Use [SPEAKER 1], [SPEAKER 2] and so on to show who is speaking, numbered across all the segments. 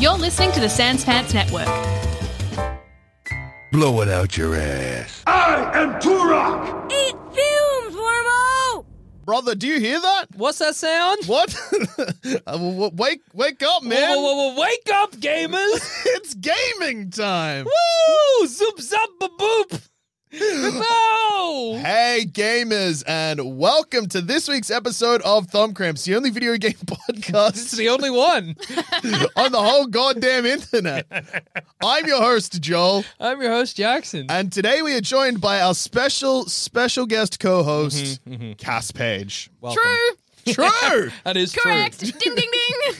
[SPEAKER 1] You're listening to the Sans Pants Network.
[SPEAKER 2] Blow it out your ass.
[SPEAKER 3] I am Turok!
[SPEAKER 4] It fumes, Wormo!
[SPEAKER 5] Brother, do you hear that?
[SPEAKER 6] What's that sound?
[SPEAKER 5] What? Uh, w- w- wake, wake up, man!
[SPEAKER 6] Whoa, whoa, whoa, wake up, gamers!
[SPEAKER 5] It's gaming time.
[SPEAKER 6] Woo! Zoop, zap, ba, boop! Bow!
[SPEAKER 5] Hey, gamers, and welcome to this week's episode of Thumb Cramps, the only video game
[SPEAKER 6] It's
[SPEAKER 5] podcast
[SPEAKER 6] the only one.
[SPEAKER 5] on the whole goddamn internet. I'm your host, Joel,
[SPEAKER 6] I'm your host, Jackson.
[SPEAKER 5] and today we are joined by our special, special guest co-host, Cass Page.
[SPEAKER 6] Mm-hmm, Welcome.
[SPEAKER 5] True, true,
[SPEAKER 6] That is
[SPEAKER 4] Correct. ding, ding, ding.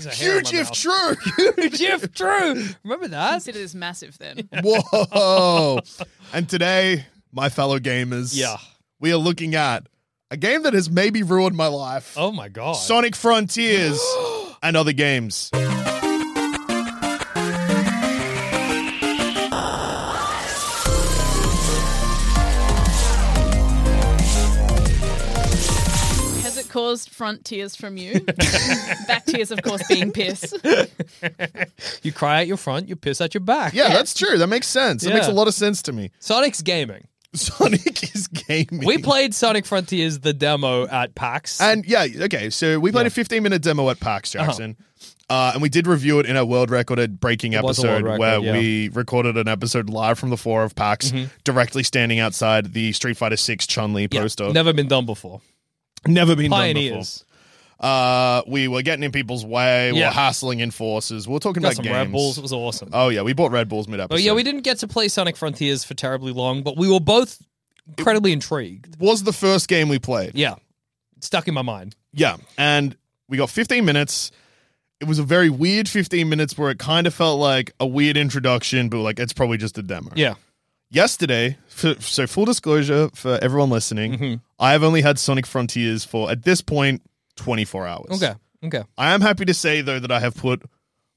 [SPEAKER 6] true.
[SPEAKER 5] huge if true.
[SPEAKER 6] true. Huge if true. Remember that?
[SPEAKER 4] Consider this massive then.
[SPEAKER 5] Whoa! and today, my fellow gamers,
[SPEAKER 6] Yeah.
[SPEAKER 5] we are looking at a game that has maybe ruined my life.
[SPEAKER 6] Oh my god.
[SPEAKER 5] Sonic Frontiers and other games.
[SPEAKER 4] Has it caused front tears from you? Back tears, of course, being piss.
[SPEAKER 6] you cry at your front, you piss at your back.
[SPEAKER 5] Yeah, that's true. That makes sense. It
[SPEAKER 6] Yeah.
[SPEAKER 5] makes a lot of sense to me.
[SPEAKER 6] Sonic's gaming.
[SPEAKER 5] Sonic is gaming.
[SPEAKER 6] We played Sonic Frontiers the demo at PAX.
[SPEAKER 5] And yeah, okay, so we played a 15 minute demo at Parks
[SPEAKER 6] Uh-huh.
[SPEAKER 5] Jackson. Uh, and we did review it in a world record breaking
[SPEAKER 6] It was a
[SPEAKER 5] episode
[SPEAKER 6] world record,
[SPEAKER 5] where
[SPEAKER 6] yeah. Mm-hmm.
[SPEAKER 5] we recorded an episode live from the floor of PAX, directly standing outside the Street Fighter 6 Chun Li
[SPEAKER 6] Yeah,
[SPEAKER 5] poster.
[SPEAKER 6] Never been done before.
[SPEAKER 5] Never been
[SPEAKER 6] Pioneers.
[SPEAKER 5] done before. Uh, we were getting in people's way. We
[SPEAKER 6] Yeah.
[SPEAKER 5] were hassling enforcers. We were talking
[SPEAKER 6] Got
[SPEAKER 5] about
[SPEAKER 6] some
[SPEAKER 5] games.
[SPEAKER 6] Red Bulls. It was awesome.
[SPEAKER 5] Oh yeah, we bought Red Bulls mid
[SPEAKER 6] Oh
[SPEAKER 5] episode.
[SPEAKER 6] yeah, we didn't get to play Sonic Frontiers for terribly long, but we were both incredibly intrigued.
[SPEAKER 5] Was the first game we played.
[SPEAKER 6] Yeah, stuck in my mind.
[SPEAKER 5] Yeah, and we got 15 minutes. It was a very weird 15 minutes where it kind of felt like a weird introduction, but like it's probably just a demo.
[SPEAKER 6] Yeah,
[SPEAKER 5] Yesterday, for, so full disclosure for everyone listening,
[SPEAKER 6] Mm-hmm.
[SPEAKER 5] I have only had Sonic Frontiers for at this point 24 hours.
[SPEAKER 6] okay, okay.
[SPEAKER 5] I am happy to say though that I have put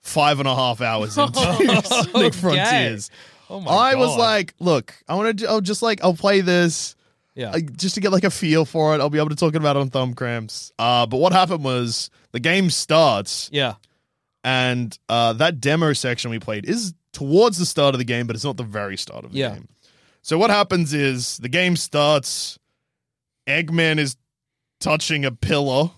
[SPEAKER 5] five and a half hours into Sonic
[SPEAKER 6] Okay.
[SPEAKER 5] Frontiers.
[SPEAKER 6] Oh my
[SPEAKER 5] I was
[SPEAKER 6] God.
[SPEAKER 5] like, look, I want to. I'll just like I'll play this
[SPEAKER 6] yeah,
[SPEAKER 5] like, just to get like a feel for it. I'll be able to talk about it on thumb cramps. Uh, but what happened was the game starts,
[SPEAKER 6] yeah.
[SPEAKER 5] and uh, that demo section we played is towards the start of the game, but it's not the very start of the
[SPEAKER 6] Yeah.
[SPEAKER 5] game. So what happens is the game starts. Eggman is touching a pillow,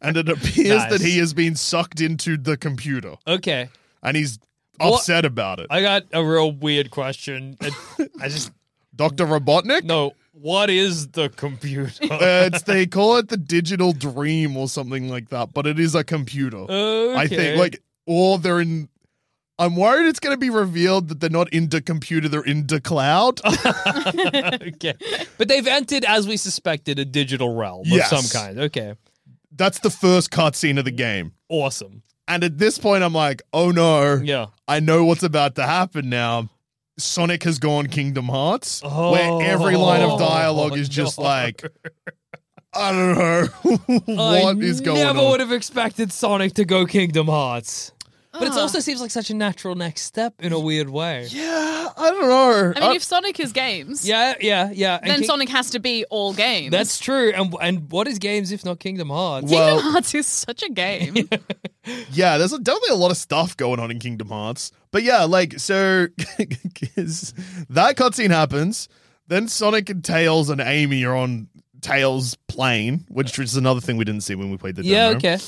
[SPEAKER 5] and it appears
[SPEAKER 6] Nice.
[SPEAKER 5] that he has been sucked into the computer,
[SPEAKER 6] Okay,
[SPEAKER 5] and he's
[SPEAKER 6] What-
[SPEAKER 5] upset about it.
[SPEAKER 6] I got a real weird question. I- I just
[SPEAKER 5] Doctor Robotnik.
[SPEAKER 6] no. What is the computer?
[SPEAKER 5] Uh, it's they call it the digital dream or something like that, but it is a computer.
[SPEAKER 6] Okay.
[SPEAKER 5] I think like or they're in I'm worried it's gonna be revealed that they're not into computer, they're into cloud.
[SPEAKER 6] okay, but they've entered as we suspected a digital realm
[SPEAKER 5] Yes.
[SPEAKER 6] of some kind. Okay,
[SPEAKER 5] That's the first cutscene of the game.
[SPEAKER 6] awesome.
[SPEAKER 5] And at this point I'm like, oh no,
[SPEAKER 6] Yeah.
[SPEAKER 5] I know what's about to happen now. Sonic has gone Kingdom Hearts,
[SPEAKER 6] Oh,
[SPEAKER 5] where every line of dialogue is just
[SPEAKER 6] no.
[SPEAKER 5] like I don't know what
[SPEAKER 6] I
[SPEAKER 5] is going
[SPEAKER 6] never
[SPEAKER 5] on.
[SPEAKER 6] would have expected Sonic to go Kingdom Hearts. But
[SPEAKER 4] Ah.
[SPEAKER 6] it also seems like such a natural next step in a weird way.
[SPEAKER 5] yeah, I don't know.
[SPEAKER 4] I mean,
[SPEAKER 5] I-
[SPEAKER 4] if Sonic is games,
[SPEAKER 6] Yeah, yeah, yeah. And
[SPEAKER 4] then
[SPEAKER 6] King-
[SPEAKER 4] Sonic has to be all games.
[SPEAKER 6] That's true. And and what is games if not Kingdom Hearts?
[SPEAKER 5] Well-
[SPEAKER 4] Kingdom Hearts is such a game.
[SPEAKER 5] Yeah, there's definitely a lot of stuff going on in Kingdom Hearts. But yeah, like, so 'cause that cutscene happens. Then Sonic and Tails and Amy are on Tails' plane, which is another thing we didn't see when we played the
[SPEAKER 6] yeah,
[SPEAKER 5] demo.
[SPEAKER 6] okay.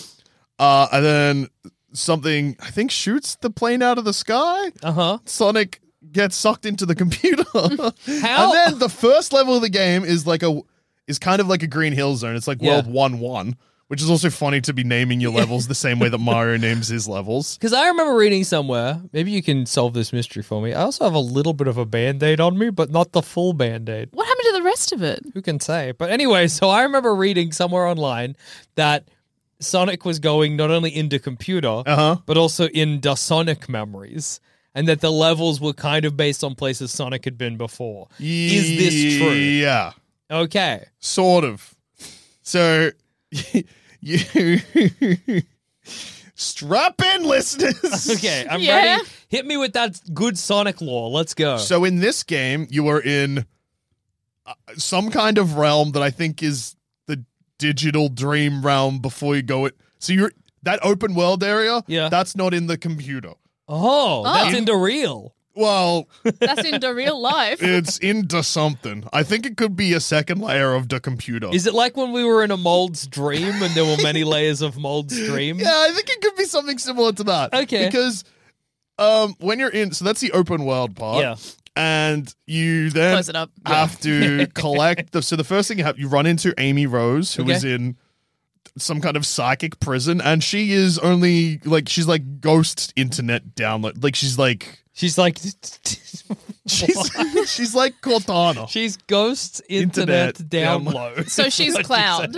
[SPEAKER 5] Uh, and then something I think shoots the plane out of the sky.
[SPEAKER 6] Uh huh.
[SPEAKER 5] Sonic gets sucked into the computer.
[SPEAKER 6] How-
[SPEAKER 5] And then the first level of the game is like a is kind of like a Green Hill Zone. It's like
[SPEAKER 6] Yeah.
[SPEAKER 5] World One One, which is also funny to be naming your levels the same way that Mario names his levels.
[SPEAKER 6] Because I remember reading somewhere, maybe you can solve this mystery for me. I also have a little bit of a band aid on me, but not the full band aid.
[SPEAKER 4] What happened to the rest of it?
[SPEAKER 6] Who can say? But anyway, so I remember reading somewhere online that Sonic was going not only into computer,
[SPEAKER 5] Uh huh.
[SPEAKER 6] but also in the Sonic memories, and that the levels were kind of based on places Sonic had been before. Is this true?
[SPEAKER 5] Yeah,
[SPEAKER 6] Okay.
[SPEAKER 5] sort of. So you strap in, listeners.
[SPEAKER 6] Okay, I'm
[SPEAKER 4] Yeah.
[SPEAKER 6] ready. Hit me with that good Sonic lore. Let's go.
[SPEAKER 5] So in this game, you are in uh, some kind of realm that I think is the digital dream realm before you go it. So you're that open world area.
[SPEAKER 6] Yeah.
[SPEAKER 5] that's not in the computer.
[SPEAKER 6] oh, that's
[SPEAKER 4] Oh.
[SPEAKER 6] into real.
[SPEAKER 5] Well,
[SPEAKER 4] That's into real life.
[SPEAKER 5] it's into something. I think it could be a second layer of the computer.
[SPEAKER 6] Is it like when we were in a mold's dream and there were many layers of mold's dream?
[SPEAKER 5] yeah, I think it could be something similar to that.
[SPEAKER 6] Okay.
[SPEAKER 5] because um, when you're in, so that's the open world part.
[SPEAKER 6] Yeah.
[SPEAKER 5] and you then
[SPEAKER 4] Close it up.
[SPEAKER 5] have to collect the so the first thing you have you run into Amy Rose who is
[SPEAKER 6] Okay.
[SPEAKER 5] in some kind of psychic prison and she is only like she's like ghost internet download like she's like
[SPEAKER 6] She's like,
[SPEAKER 5] she's she's like Cortana
[SPEAKER 6] she's ghosts internet,
[SPEAKER 5] Internet
[SPEAKER 6] download.
[SPEAKER 4] So she's Cloud.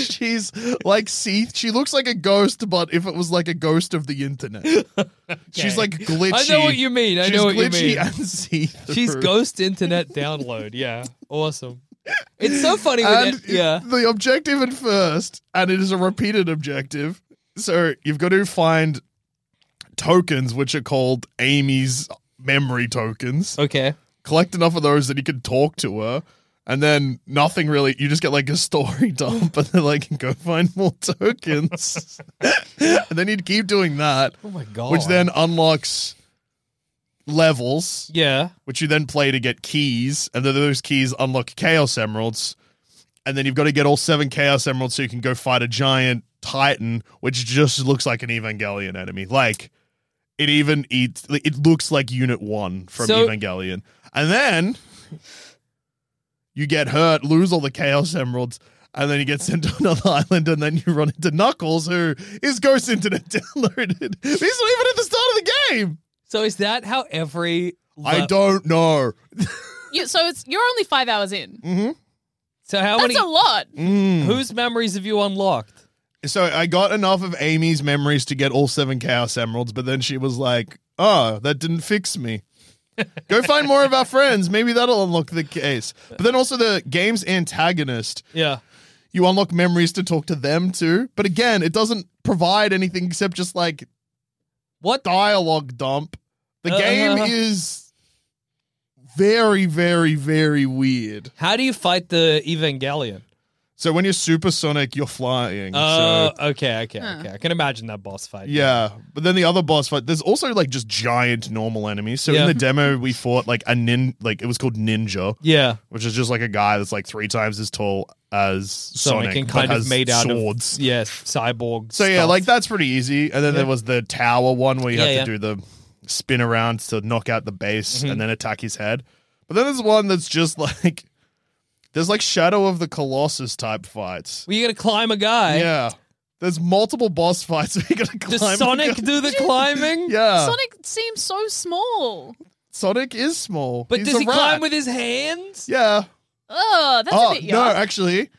[SPEAKER 5] she's like see she looks like a ghost but if it was like a ghost of the internet she's like glitchy
[SPEAKER 6] I know what you mean. I
[SPEAKER 5] she's
[SPEAKER 6] know what you
[SPEAKER 5] glitchy
[SPEAKER 6] mean.
[SPEAKER 5] and see-through.
[SPEAKER 6] She's ghost internet download. Yeah, awesome. It's so funny. When
[SPEAKER 5] and
[SPEAKER 6] it, yeah,
[SPEAKER 5] the objective at first, and it is a repeated objective. So you've got to find tokens, which are called Amy's memory tokens.
[SPEAKER 6] okay.
[SPEAKER 5] Collect enough of those that you can talk to her, and then nothing really. You just get like a story dump, and then like go find more tokens, and then you'd keep doing that,
[SPEAKER 6] Oh my god.
[SPEAKER 5] which then unlocks levels
[SPEAKER 6] yeah.
[SPEAKER 5] which you then play to get keys, and then those keys unlock Chaos Emeralds. And then you've got to get all seven Chaos Emeralds so you can go fight a giant Titan, which just looks like an Evangelion enemy. Like it even eats. like, It looks like Unit One from
[SPEAKER 6] So-
[SPEAKER 5] Evangelion, and then you get hurt, lose all the Chaos Emeralds. And then you get sent to another island, and then you run into Knuckles, who is Ghost Internet downloaded. He's not even at the start of the game.
[SPEAKER 6] So is that how every?
[SPEAKER 5] I don't know.
[SPEAKER 4] You, so it's you're only five hours in.
[SPEAKER 6] So how
[SPEAKER 4] That's
[SPEAKER 6] many?
[SPEAKER 4] a lot.
[SPEAKER 5] Mm.
[SPEAKER 6] Whose memories have you unlocked?
[SPEAKER 5] So I got enough of Amy's memories to get all seven Chaos Emeralds, but then she was like, oh, that didn't fix me. Go find more of our friends. Maybe that'll unlock the case. But then also the game's antagonist,
[SPEAKER 6] Yeah.
[SPEAKER 5] you unlock memories to talk to them too. But again, it doesn't provide anything except just like
[SPEAKER 6] What?
[SPEAKER 5] dialogue dump. The
[SPEAKER 6] Uh,
[SPEAKER 5] game
[SPEAKER 6] uh-huh.
[SPEAKER 5] is very, very, very weird.
[SPEAKER 6] How do you fight the Evangelion?
[SPEAKER 5] So when you're supersonic, you're flying. so
[SPEAKER 6] Oh, okay, okay,
[SPEAKER 4] Huh.
[SPEAKER 6] okay. I can imagine that boss fight.
[SPEAKER 5] uh, Yeah, but then the other boss fight. There's also like just giant normal enemies. So
[SPEAKER 6] Yeah.
[SPEAKER 5] in the demo, we fought like a nin, like it was called Ninja,
[SPEAKER 6] Yeah.
[SPEAKER 5] which is just like a guy that's like three times as tall as Sonic,
[SPEAKER 6] Sonic and
[SPEAKER 5] but
[SPEAKER 6] kind of
[SPEAKER 5] has
[SPEAKER 6] made out
[SPEAKER 5] swords.
[SPEAKER 6] of yes, cyborg.
[SPEAKER 5] so yeah,
[SPEAKER 6] stuff.
[SPEAKER 5] like that's pretty easy. And then there was the tower one where you
[SPEAKER 6] Yeah,
[SPEAKER 5] have
[SPEAKER 6] yeah. Mm-hmm.
[SPEAKER 5] to do the spin around to knock out the base and then attack his head. But then there's one that's just like there's like Shadow of the Colossus type fights.
[SPEAKER 6] Well, you gotta climb a guy.
[SPEAKER 5] yeah, there's multiple boss fights. We're gonna climb.
[SPEAKER 6] Does Sonic do the climbing?
[SPEAKER 5] Yeah.
[SPEAKER 4] Sonic seems so small.
[SPEAKER 5] Sonic is small.
[SPEAKER 6] But
[SPEAKER 5] He's
[SPEAKER 6] does
[SPEAKER 5] a
[SPEAKER 6] he
[SPEAKER 5] rat.
[SPEAKER 6] climb with his hands?
[SPEAKER 5] Yeah.
[SPEAKER 4] Oh, that's
[SPEAKER 5] oh
[SPEAKER 4] a bit
[SPEAKER 5] no,
[SPEAKER 4] yuck.
[SPEAKER 5] actually.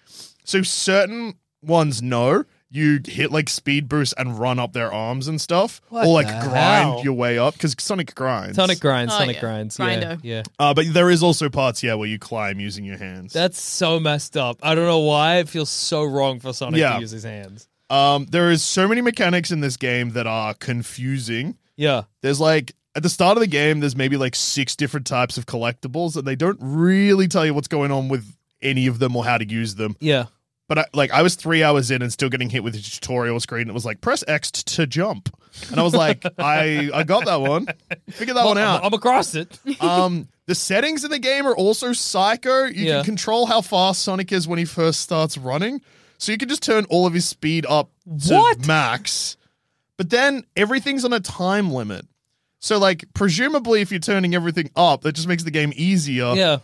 [SPEAKER 5] So certain ones no. You hit like speed boost and run up their arms and stuff,
[SPEAKER 6] What
[SPEAKER 5] or like
[SPEAKER 6] the
[SPEAKER 5] grind
[SPEAKER 6] hell?
[SPEAKER 5] your way up because Sonic grinds.
[SPEAKER 6] Sonic grinds,
[SPEAKER 4] Oh,
[SPEAKER 6] Sonic
[SPEAKER 4] yeah.
[SPEAKER 6] grinds.
[SPEAKER 4] Grindo.
[SPEAKER 6] Yeah, yeah.
[SPEAKER 5] Uh, but there is also parts yeah where you climb using your hands.
[SPEAKER 6] That's so messed up. I don't know why it feels so wrong for Sonic
[SPEAKER 5] Yeah.
[SPEAKER 6] to use his hands.
[SPEAKER 5] um, there is so many mechanics in this game that are confusing.
[SPEAKER 6] Yeah.
[SPEAKER 5] There's like at the start of the game, there's maybe like six different types of collectibles, and they don't really tell you what's going on with any of them or how to use them.
[SPEAKER 6] Yeah.
[SPEAKER 5] But I, like I was three hours in and still getting hit with a tutorial screen. It was like press X t- to jump, and I was like, I I got that one. Figure that
[SPEAKER 6] Well,
[SPEAKER 5] one
[SPEAKER 6] I'm,
[SPEAKER 5] out.
[SPEAKER 6] I'm across it.
[SPEAKER 5] Um, the settings in the game are also psycho. You
[SPEAKER 6] Yeah.
[SPEAKER 5] can control how fast Sonic is when he first starts running, so you can just turn all of his speed up to
[SPEAKER 6] What?
[SPEAKER 5] max. But then everything's on a time limit. So, like, presumably, if you're turning everything up, that just makes the game easier.
[SPEAKER 6] yeah.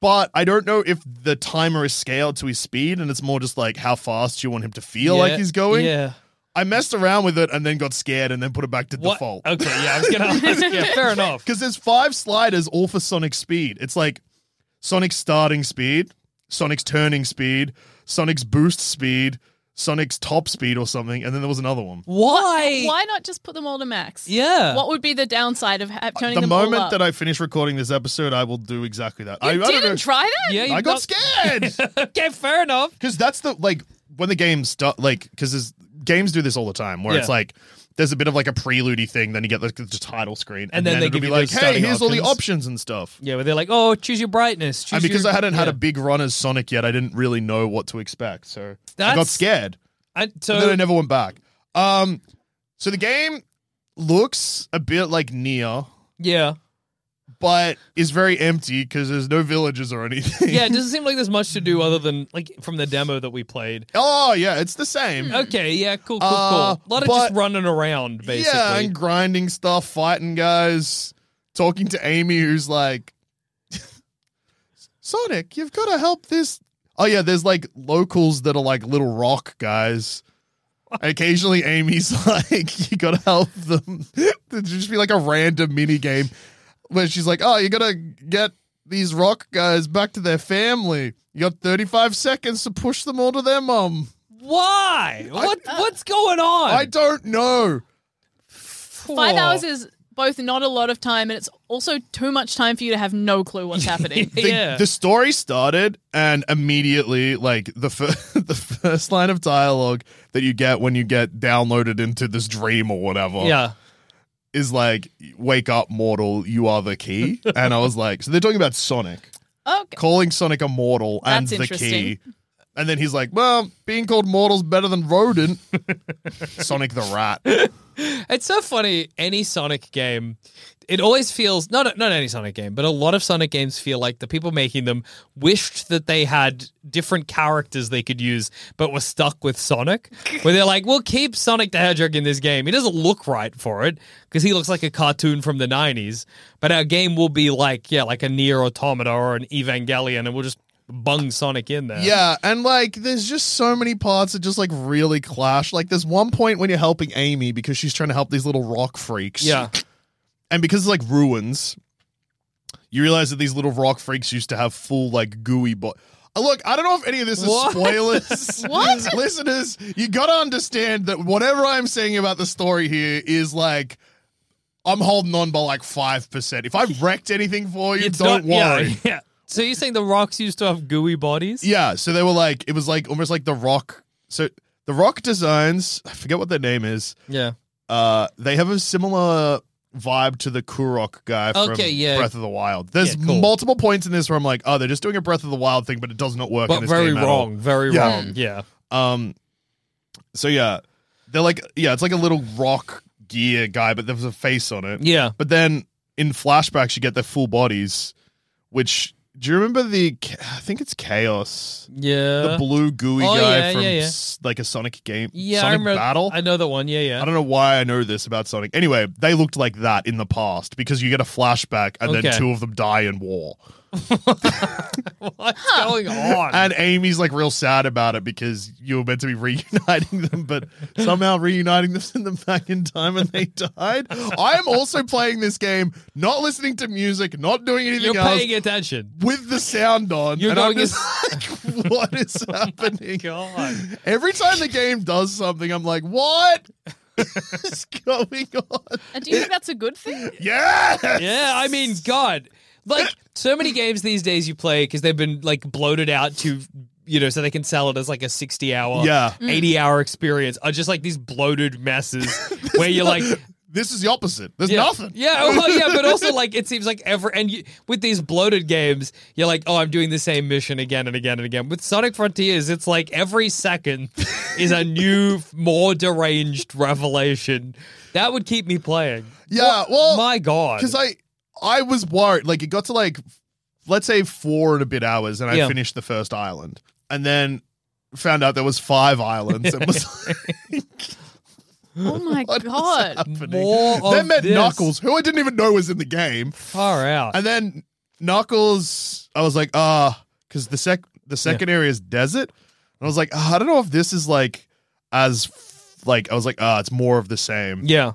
[SPEAKER 5] But I don't know if the timer is scaled to his speed and it's more just like how fast you want him to feel like
[SPEAKER 6] Yeah.
[SPEAKER 5] he's going.
[SPEAKER 6] Yeah.
[SPEAKER 5] I messed around with it and then got scared and then put it back to
[SPEAKER 6] What-
[SPEAKER 5] default.
[SPEAKER 4] Oh.
[SPEAKER 6] Okay, yeah, I was gonna ask. Yeah, fair enough.
[SPEAKER 5] Because there's five sliders all for Sonic speed. It's like Sonic's starting speed, Sonic's turning speed, Sonic's boost speed, Sonic's top speed or something, and then there was another one.
[SPEAKER 6] Why?
[SPEAKER 4] Why not just put them all to max?
[SPEAKER 6] Yeah.
[SPEAKER 4] What would be the downside of ha- turning
[SPEAKER 5] Uh, the
[SPEAKER 4] them all
[SPEAKER 5] moment
[SPEAKER 4] up?
[SPEAKER 5] that I finish recording this episode, I will do exactly that. I, I
[SPEAKER 4] you
[SPEAKER 5] don't
[SPEAKER 4] didn't
[SPEAKER 5] know.
[SPEAKER 4] try that.
[SPEAKER 6] Yeah,
[SPEAKER 5] I
[SPEAKER 6] you've
[SPEAKER 5] got scared
[SPEAKER 6] Okay, fair enough.
[SPEAKER 5] because that's the like when the game start like because games do this all the time where it's
[SPEAKER 6] Yeah.
[SPEAKER 5] like there's a bit of like a preludey thing, then you get like, the, title screen, and,
[SPEAKER 6] then they
[SPEAKER 5] it'll
[SPEAKER 6] give
[SPEAKER 5] be
[SPEAKER 6] you
[SPEAKER 5] like,
[SPEAKER 6] those
[SPEAKER 5] hey,
[SPEAKER 6] starting
[SPEAKER 5] here's all the
[SPEAKER 6] options."
[SPEAKER 5] options and stuff.
[SPEAKER 6] Yeah, where they're like, oh, choose your brightness. Choose
[SPEAKER 5] And because
[SPEAKER 6] your-
[SPEAKER 5] I hadn't had
[SPEAKER 6] yeah.
[SPEAKER 5] a big run as Sonic yet, I didn't really know what to expect. So I got
[SPEAKER 6] That's-
[SPEAKER 5] scared.
[SPEAKER 6] I, so
[SPEAKER 5] and then I never went back. Um, so the game looks a bit like Neo,
[SPEAKER 6] yeah,
[SPEAKER 5] but is very empty because there's no villages or anything.
[SPEAKER 6] yeah. It doesn't seem like there's much to do other than like from the demo that we played.
[SPEAKER 5] Oh yeah, it's the same.
[SPEAKER 6] Okay, yeah, cool, cool, cool.
[SPEAKER 5] Uh,
[SPEAKER 6] a lot of
[SPEAKER 5] but-
[SPEAKER 6] just running around, basically.
[SPEAKER 5] Yeah, and grinding stuff, fighting guys, talking to Amy, who's like, Sonic, you've got to help this. Oh, yeah, there's like locals that are like little rock guys. Occasionally, Amy's like, you got to help them. It'd just be like a random mini game where she's like, oh, you got to get these rock guys back to their family. You got 35 seconds to push them all to their mum.
[SPEAKER 6] Why? What? what's going on?
[SPEAKER 5] uh, I don't know.
[SPEAKER 4] Five
[SPEAKER 6] Whoa.
[SPEAKER 4] hours is both not a lot of time, and it's also too much time for you to have no clue what's happening.
[SPEAKER 5] the,
[SPEAKER 6] yeah.
[SPEAKER 5] the story started and immediately like the f- the first line of dialogue that you get when you get downloaded into this dream or whatever
[SPEAKER 6] yeah.
[SPEAKER 5] is like wake up mortal you are the key and i was like so they're talking about sonic
[SPEAKER 4] okay.
[SPEAKER 5] calling sonic a mortal and
[SPEAKER 4] That's
[SPEAKER 5] the key
[SPEAKER 4] interesting.
[SPEAKER 5] and then he's like well being called mortal's better than rodent sonic the rat
[SPEAKER 6] It's so funny. Any Sonic game, it always feels not not any Sonic game, but a lot of Sonic games feel like the people making them wished that they had different characters they could use, but were stuck with Sonic. where they're like, "We'll keep Sonic the Hedgehog in this game. He doesn't look right for it because he looks like a cartoon from the '90s, but our game will be like yeah, like a near automata or an Evangelion, and we'll just bung Sonic in there.
[SPEAKER 5] Yeah, and like there's just so many parts that just like really clash. Like there's one point when you're helping Amy because she's trying to help these little rock freaks.
[SPEAKER 6] yeah,
[SPEAKER 5] And because it's like ruins, you realize that these little rock freaks used to have full like gooey bo- Uh, Look, I don't know if any of this is
[SPEAKER 6] What?
[SPEAKER 5] spoilers.
[SPEAKER 4] What?
[SPEAKER 5] Listeners, you gotta understand that whatever I'm saying about the story here is like I'm holding on by like five percent. If I wrecked anything for you,
[SPEAKER 6] It's
[SPEAKER 5] don't
[SPEAKER 6] not- yeah,
[SPEAKER 5] worry.
[SPEAKER 6] Yeah. So you're saying the rocks used to have gooey bodies?
[SPEAKER 5] Yeah, so they were like it was like almost like the rock. So the rock designs, I forget what their name is.
[SPEAKER 6] Yeah.
[SPEAKER 5] Uh, they have a similar vibe to the Kurok guy from
[SPEAKER 6] Okay, yeah.
[SPEAKER 5] Breath of the Wild. There's
[SPEAKER 6] Yeah, cool.
[SPEAKER 5] multiple points in this where I'm like, oh, they're just doing a Breath of the Wild thing, but it does not work. in
[SPEAKER 6] but
[SPEAKER 5] this
[SPEAKER 6] very
[SPEAKER 5] game at all.
[SPEAKER 6] wrong, very
[SPEAKER 5] Yeah.
[SPEAKER 6] wrong. Yeah,
[SPEAKER 5] Um, so yeah, they're like yeah, it's like a little rock gear guy, but there's a face on it.
[SPEAKER 6] yeah.
[SPEAKER 5] But then in flashbacks, you get their full bodies, which. Do you remember the? I think it's Chaos
[SPEAKER 6] yeah.
[SPEAKER 5] the blue gooey
[SPEAKER 6] Oh,
[SPEAKER 5] guy
[SPEAKER 6] yeah,
[SPEAKER 5] from
[SPEAKER 6] yeah, yeah.
[SPEAKER 5] s- like a Sonic game,
[SPEAKER 6] yeah, I
[SPEAKER 5] Sonic
[SPEAKER 6] remember,
[SPEAKER 5] Battle.
[SPEAKER 6] I know that one. Yeah, yeah.
[SPEAKER 5] I don't know why I know this about Sonic. Anyway, they looked like that in the past because you get a flashback and then
[SPEAKER 6] Okay.
[SPEAKER 5] two of them die in war.
[SPEAKER 6] What's going on?
[SPEAKER 5] And Amy's like real sad about it because you were meant to be reuniting them, but somehow reuniting them sent them back in time and they died. I am also playing this game, not listening to music, not doing anything
[SPEAKER 6] You're
[SPEAKER 5] else,
[SPEAKER 6] paying attention.
[SPEAKER 5] with the sound on.
[SPEAKER 6] You're
[SPEAKER 5] and I'm
[SPEAKER 6] going Oh
[SPEAKER 5] just like, what is happening?
[SPEAKER 6] God.
[SPEAKER 5] Every time the game does something, I'm like, what is going on?
[SPEAKER 4] And do you think that's a good thing?
[SPEAKER 5] Yes!
[SPEAKER 6] Yeah, I mean, God, like so many games these days you play because they've been like bloated out to you know so they can sell it as like a sixty hour,
[SPEAKER 5] Yeah.
[SPEAKER 6] eighty hour experience are just like these bloated messes where you're like,
[SPEAKER 5] This is the opposite. There's
[SPEAKER 6] Yeah.
[SPEAKER 5] nothing.
[SPEAKER 6] Yeah, oh, well, yeah, but also like it seems like ever and you, with these bloated games, you're like, oh, I'm doing the same mission again and again and again. With Sonic Frontiers, it's like every second is a new, more deranged revelation that would keep me playing.
[SPEAKER 5] Yeah, well,
[SPEAKER 6] my God,
[SPEAKER 5] Because I, I was worried. Like, it got to like, let's say four and a bit hours, and I
[SPEAKER 6] Yeah.
[SPEAKER 5] finished the first island. And then found out there was five islands and was like,
[SPEAKER 4] Oh my god.
[SPEAKER 6] More
[SPEAKER 5] They
[SPEAKER 6] of
[SPEAKER 5] met
[SPEAKER 6] this.
[SPEAKER 5] Knuckles, who I didn't even know was in the game.
[SPEAKER 6] Far out.
[SPEAKER 5] And then Knuckles, I was like, ah, because the sec the second area is desert. And I was like, ah, I don't know if this is like as f- like I was like, ah, it's more of the same.
[SPEAKER 6] yeah.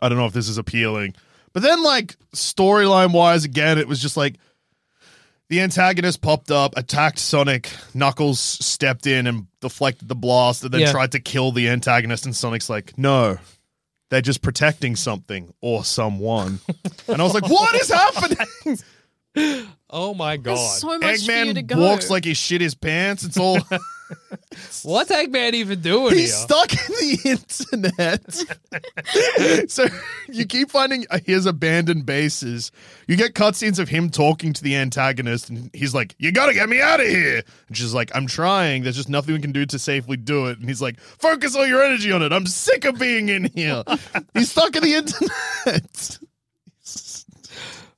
[SPEAKER 5] I don't know if this is appealing. But then, like, storyline wise, again, it was just like the antagonist popped up, attacked Sonic, Knuckles stepped in and deflected the blast, and then
[SPEAKER 6] Yeah.
[SPEAKER 5] tried to kill the antagonist. And Sonic's like, no, they're just protecting something or someone. and I was like, what is happening?
[SPEAKER 6] Oh my
[SPEAKER 4] There's
[SPEAKER 6] god.
[SPEAKER 4] so much for you to
[SPEAKER 5] Eggman
[SPEAKER 4] go.
[SPEAKER 5] walks like he shit his pants. It's all.
[SPEAKER 6] What's Eggman even doing
[SPEAKER 5] He's
[SPEAKER 6] here?
[SPEAKER 5] stuck in the internet. so you keep finding uh, his abandoned bases. You get cutscenes of him talking to the antagonist, and he's like, "You gotta get me out of here." And she's like, "I'm trying. There's just nothing we can do to safely do it." And he's like, "Focus all your energy on it. I'm sick of being in here." he's stuck in the internet.